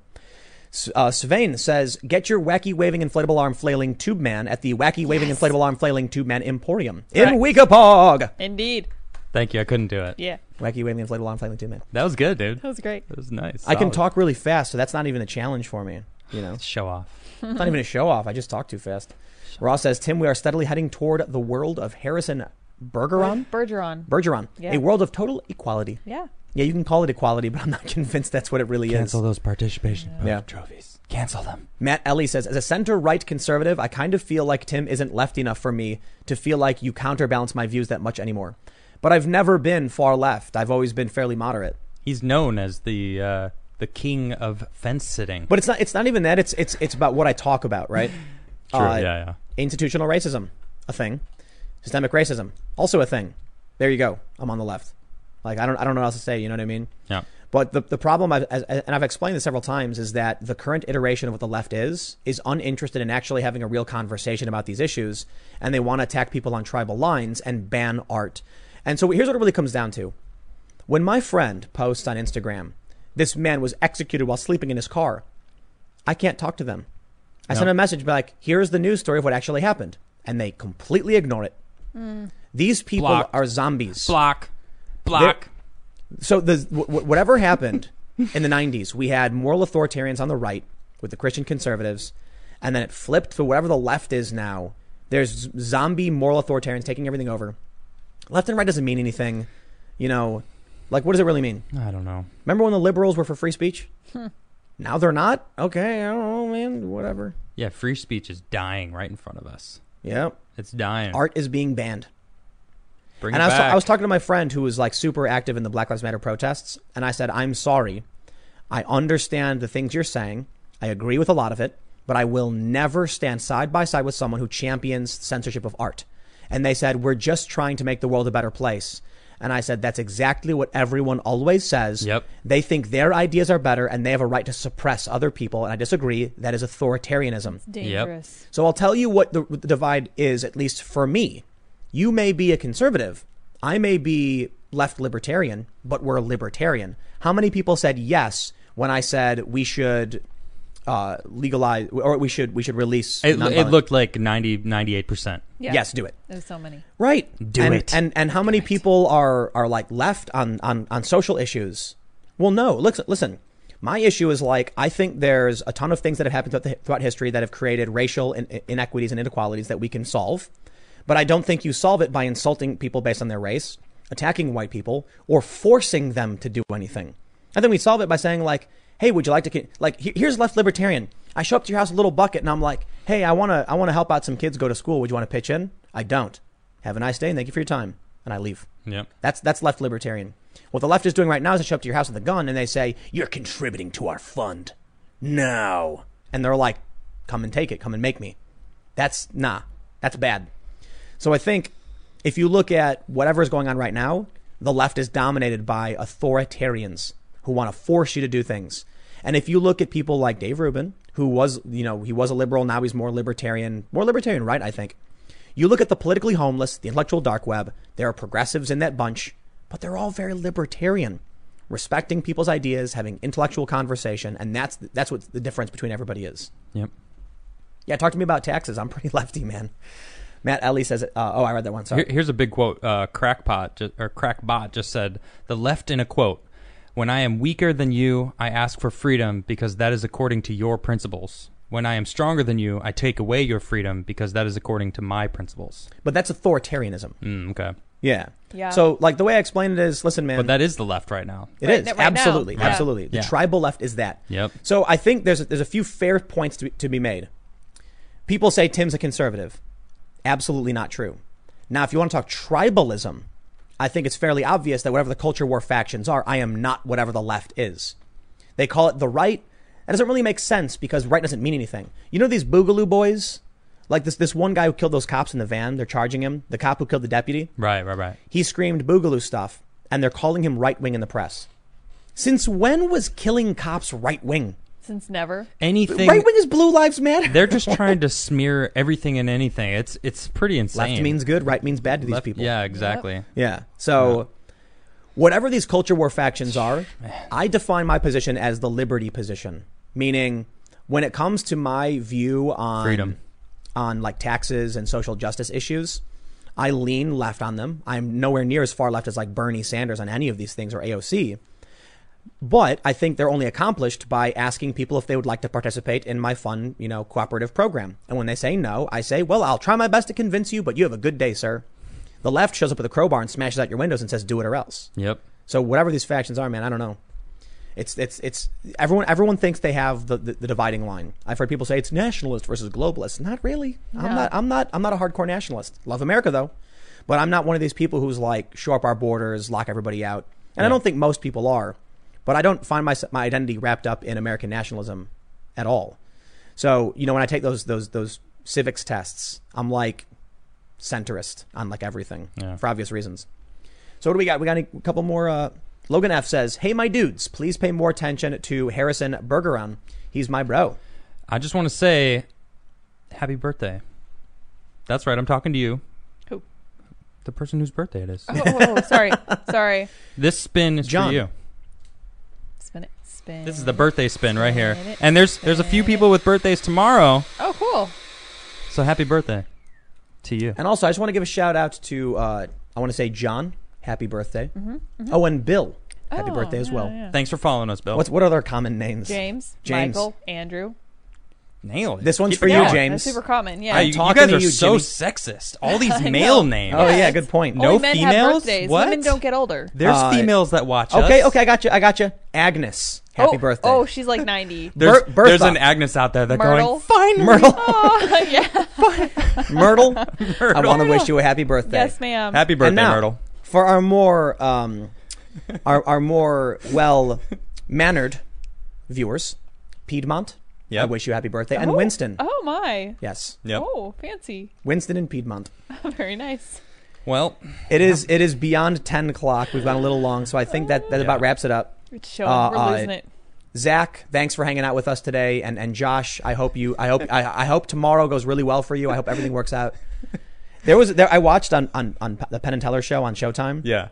S- Uh, Sylvain says, "Get your wacky waving inflatable arm flailing tube man at the wacky waving inflatable arm flailing tube man Emporium in
Correct.
Weekapog.
Indeed.
Thank you. I couldn't do it.
Yeah.
Wacky waving inflatable arm flailing tube man.
That was good, dude.
That was great.
That was nice.
I can
Solid.
talk really fast, so that's not even a challenge for me. You know,
Show off.
It's not even a show off. I just talk too fast. Ross says, Tim, we are steadily heading toward the world of Harrison Bergeron.
Bergeron.
Bergeron,
Yeah.
a world of total equality.
Yeah.
Yeah, you can call it equality, but I'm not convinced that's what it really
Cancel
is.
those participation
Yeah.
trophies. Cancel them.
Matt Ellie says, as a center right conservative, I kind of feel like Tim isn't left enough for me to feel like you counterbalance my views that much anymore. But I've never been far left. I've always been fairly moderate.
He's known as the uh, the king of fence sitting.
But it's not it's not even that, it's it's it's about what I talk about, right?
True.
uh,
yeah, yeah.
Institutional racism, a thing. Systemic racism, also a thing. There you go. I'm on the left. Like I don't I don't know what else to say. You know what I mean?
Yeah.
But the the problem, I've, as, and I've explained this several times, is that the current iteration of what the left is is uninterested in actually having a real conversation about these issues, and they want to attack people on tribal lines and ban art. And so here's what it really comes down to: when my friend posts on Instagram, this man was executed while sleeping in his car. I can't talk to them. I send
No.
a message like, "Here's the news story of what actually happened," and they completely ignore it. These people
Blocked.
are zombies.
Block. Block.
So the w- w- whatever happened in the '90s, we had moral authoritarians on the right with the Christian conservatives, and then it flipped to whatever the left is now. There's zombie moral authoritarians taking everything over. Left and right doesn't mean anything, you know. Like, what does it really mean?
I don't know.
Remember when the liberals were for free speech? Now they're not? Okay, I don't know, man. Whatever.
Yeah, free speech is dying right in front of us.
Yeah.
It's dying.
Art is being banned.
Bring
and
it
I was,
back.
I was talking to my friend who was like super active in the Black Lives Matter protests, and I said, "I'm sorry. I understand the things you're saying. I agree with a lot of it, but I will never stand side by side with someone who champions censorship of art." And they said, "We're just trying to make the world a better place." And I said, "That's exactly what everyone always says.
Yep.
They think their ideas are better, and they have a right to suppress other people." And I disagree. That is authoritarianism.
Dangerous.
So I'll tell you what the, what the divide is, at least for me. You may be a conservative. I may be left libertarian, but we're libertarian. How many people said yes when I said we should uh, legalize or we should we should release?
it, it
nonviolent-
looked like 90, 98%.
Yeah.
yes, do it.
There's so many.
Right.
Do
and,
it.
And and how many people are are like left on on on social issues? Well, no. Listen, listen. My issue is like I think there's a ton of things that have happened throughout, the, throughout history that have created racial in, inequities and inequalities that we can solve, but I don't think you solve it by insulting people based on their race, attacking white people, or forcing them to do anything. I think we solve it by saying like, "Hey, would you like to ki-? like he- here's left libertarian. I show up to your house with a little bucket and I'm like, "Hey, I want to I want to help out some kids go to school. Would you want to pitch in?" I don't. Have a nice day and thank you for your time. And I leave.
Yep.
That's that's left libertarian. What the left is doing right now is they show up to your house with a gun and they say, You're contributing to our fund. No. And they're like, Come and take it, come and make me. That's nah. That's bad. So I think if you look at whatever is going on right now, the left is dominated by authoritarians who want to force you to do things. And if you look at people like Dave Rubin, who was, you know, he was a liberal, now he's more libertarian, more libertarian right, I think. You look at the politically homeless, the intellectual dark web, there are progressives in that bunch, but they're all very libertarian, respecting people's ideas, having intellectual conversation, and that's that's what the difference between everybody is.
Yep.
Yeah, talk to me about taxes. I'm pretty lefty, man. Matt Ellie says, it- uh, "Oh, I read that one. Sorry.
Here, here's a big quote. Uh, crackpot ju- or crackbot just said the left in a quote. When I am weaker than you, I ask for freedom because that is according to your principles. When I am stronger than you, I take away your freedom because that is according to my principles.
But that's authoritarianism.
Mm, okay,
Yeah.
Yeah.
So, like the way I explained it is, listen, man.
but that is the left right now.
It
Right
is
now- right now.
absolutely,
Yeah.
absolutely. The
Yeah.
tribal left is that.
Yep.
So I think there's a, there's a few fair points to be, to be made. People say Tim's a conservative. Absolutely not true. Now, if you want to talk tribalism, I think it's fairly obvious that whatever the culture war factions are, I am not whatever the left is. They call it the right. That doesn't really make sense because right doesn't mean anything. You know these Boogaloo boys, like this this one guy who killed those cops in the van. They're charging him. The cop who killed the deputy
Right, right, right.
he screamed boogaloo stuff, and they're calling him right wing in the press. Since when was killing cops right wing?
Since never.
Anything.
Right wing is Blue Lives Matter.
They're just trying to smear everything and anything. It's it's pretty insane.
Left means good, right means bad to these
Left-
people.
Yeah, exactly.
Yeah. So, whatever these culture war factions are, I define my position as the liberty position, meaning when it comes to my view on
Freedom.
on like taxes and social justice issues, I lean left on them. I'm nowhere near as far left as like Bernie Sanders on any of these things or AOC. But I think they're only accomplished by asking people if they would like to participate in my fun, you know, cooperative program. And when they say no, I say, well, I'll try my best to convince you, but you have a good day, sir. The left shows up with a crowbar and smashes out your windows and says, "Do it or else."
Yep.
So whatever these factions are, man, I don't know. It's it's it's everyone everyone thinks they have the, the, the dividing line. I've heard people say it's nationalist versus globalist. Not really. I'm
No.
not I'm not I'm not a hardcore nationalist. Love America though, but I'm not one of these people who's like shore up our borders, lock everybody out. And I
Yeah.
don't think most people are. But I don't find my my identity wrapped up in American nationalism at all. So you know when I take those those those civics tests, I'm like centrist on like everything
Yeah.
for obvious reasons. So what do we got? We got a couple more. Uh, Logan F says, "Hey, my dudes, please pay more attention to Harrison Bergeron. He's my bro.
I just want to say, happy birthday. That's right. I'm talking to you.
Who?
The person whose birthday it is.
Oh, oh, oh, sorry. sorry.
This spin is
John.
for you.
Spin it. Spin.
This is the birthday spin right here. And there's there's a few people with birthdays tomorrow.
Oh, cool.
So happy birthday to
Uh.
you.
And also, I just want to give a shout out to uh, I want to say John, happy birthday. Oh, and Bill, happy
Oh,
birthday as
yeah,
well.
yeah.
Thanks for following us, Bill.
What's what are their common names?
James,
James.
Michael, Andrew,
Nailed it.
This one's
Keep
for
it
you,
going.
yeah,
James.
That's super common. Yeah.
Ah, you, you
talking
guys
to
are
you,
so
Jimmy.
sexist. All these
I
male
know.
names.
Oh yeah, good point.
No
Only men Have
females?
birthdays.
What?
Women don't get older.
There's
Uh,
females that watch us.
Okay, okay, I got you. I got you. Agnes, happy
oh,
birthday.
Oh, she's like ninety.
There's,
Bir- Bertha.
there's an Agnes out there that
Myrtle.
going. Fine,
Myrtle,
oh, yeah.
Myrtle, I
Myrtle.
want to wish you a happy birthday.
Yes, ma'am.
Happy birthday,
and now,
Myrtle.
for our more, um, our our more well mannered viewers, Piedmont.
Yep.
I wish you happy birthday, and
Oh,
Winston.
Oh my.
Yes,
Yep.
Oh, fancy.
Winston and Piedmont.
Very nice.
Well,
It is it is beyond ten o'clock. We've gone a little long, so I think that that
Oh. Yeah.
about wraps it up.
It's showing.
Uh,
We're
uh,
losing it.
Zach, thanks for hanging out with us today, and and Josh, I hope you, I hope, I, I hope tomorrow goes really well for you. I hope everything works out. There was there I watched on on, on the Penn and Teller show on Showtime.
yeah.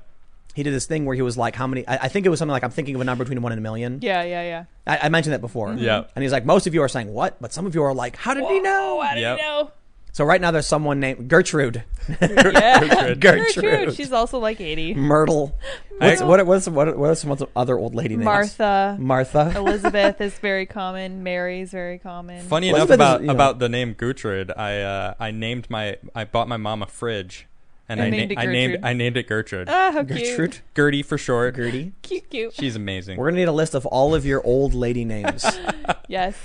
He did this thing where he was like, how many? I, I think it was something like I'm thinking of a number between one and a million.
Yeah, yeah, yeah.
I, I mentioned that before.
Yeah.
and he's like, most of you are saying what, but some of you are like, how did he know?
How did
Yep.
you know?
So right now there's someone named Gertrude,
Yeah.
Gertrude.
She's also like eighty.
Myrtle. What's, what what's what what are some what's some other old lady names?
Martha.
Martha.
Elizabeth is very common. Mary's very common.
Funny
Well,
enough
it's been-
about
you know.
about the name Gertrude, I uh, I named my I bought my mom a fridge, and
And
I,
named
na-
it
I named
Gertrude.
I named it Gertrude.
Ah, how
Gertrude.
Gertie for short.
Gertie.
cute. Cute, cute.
She's amazing.
We're gonna need a list of all of your old lady names.
Yes.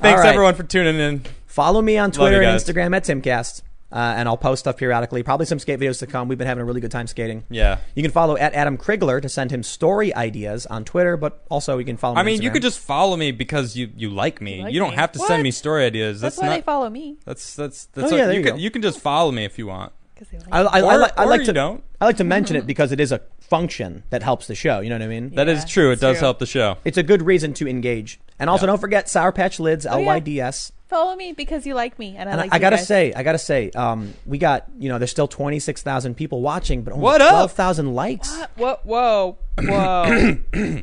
Thanks
All right.
everyone for tuning in.
Follow me on
you
Twitter and
guys.
Instagram at Timcast, uh, and I'll post stuff periodically. Probably some skate videos to come. We've been having a really good time skating.
Yeah.
You can follow at Adam Krigler to send him story ideas on Twitter, but also you can follow. Me
I
on
mean, you
Instagram.
could just follow me because you you like me. You,
You like
don't
me.
have to send
What?
me story ideas.
That's,
That's,
why they
not.
follow me.
that's that's that's.
Oh,
like-
yeah, there
you
you
can
go.
you can just follow me if you want.
Because they like
I, I, I,
Or-
like- I
or
like
you
to
don't.
I like to mention it because it is a function that helps the show. You know what I mean?
That is
Hmm. Yeah,
true. It
it's
does
true.
help the show.
It's a good reason to engage. And also,
Yeah.
don't forget Sour Patch Lids L
Oh, yeah.
Y D S.
follow me because you like me, and I
And
like.
I, I
you
gotta
guys.
say, I gotta say, um, we got you know there's still 26,000 people watching, but only
What up?
12,000 likes.
Ah, Whoa, whoa, whoa!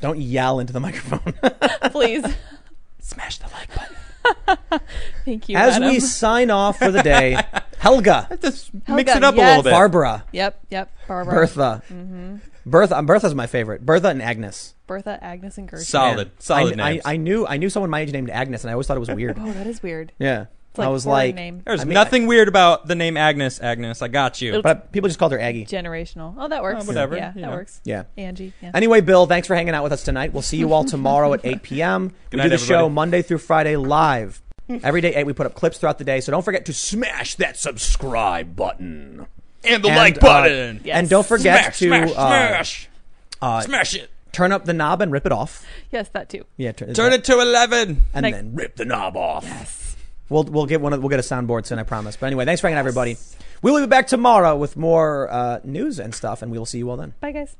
Don't yell into the microphone.
Please,
Smash the like button.
thank you.
As
Adam.
we sign off for the day, Helga,
Just
Hell
mix
God,
it up a
yes.
little bit.
Barbara,
Yep, yep. Barbara,
Bertha,
Mm-hmm.
Bertha. um, Bertha's my favorite. Bertha and Agnes.
Bertha, Agnes, and Gertrude.
Solid,
Man,
solid
I,
names.
I, I knew I knew someone my age named Agnes, and I always thought it was weird.
Oh, that is weird.
yeah,
It's like
I was
foreign
like, er,
name.
There's
I mean,
nothing weird about the name Agnes. Agnes, I got you.
It'll-
but people just called her Aggie.
generational. Oh, that works.
Oh, whatever,
Yeah,
you
that
know.
works.
Yeah.
Angie. Yeah.
Anyway, Bill, thanks for hanging out with us tonight. We'll see you all tomorrow at 8 p.m. We
night,
do the show
everybody.
Monday through Friday live. Every day, 8, we put up clips throughout the day, so don't forget to smash that subscribe button.
And the
And,
like
uh,
button.
Yes.
And don't forget
Smash,
to
smash,
uh,
smash.
uh,
smash it.
turn up the knob and rip it off.
Yes, that too.
Yeah, turn,
Turn it to eleven.
And
Like-
then
Rip the knob off.
we'll, we'll get one. Of, we'll get a soundboard soon, I promise. But anyway, thanks for hanging out, everybody. We will be back tomorrow with more uh, news and stuff, and we will see you all then.
Bye, guys.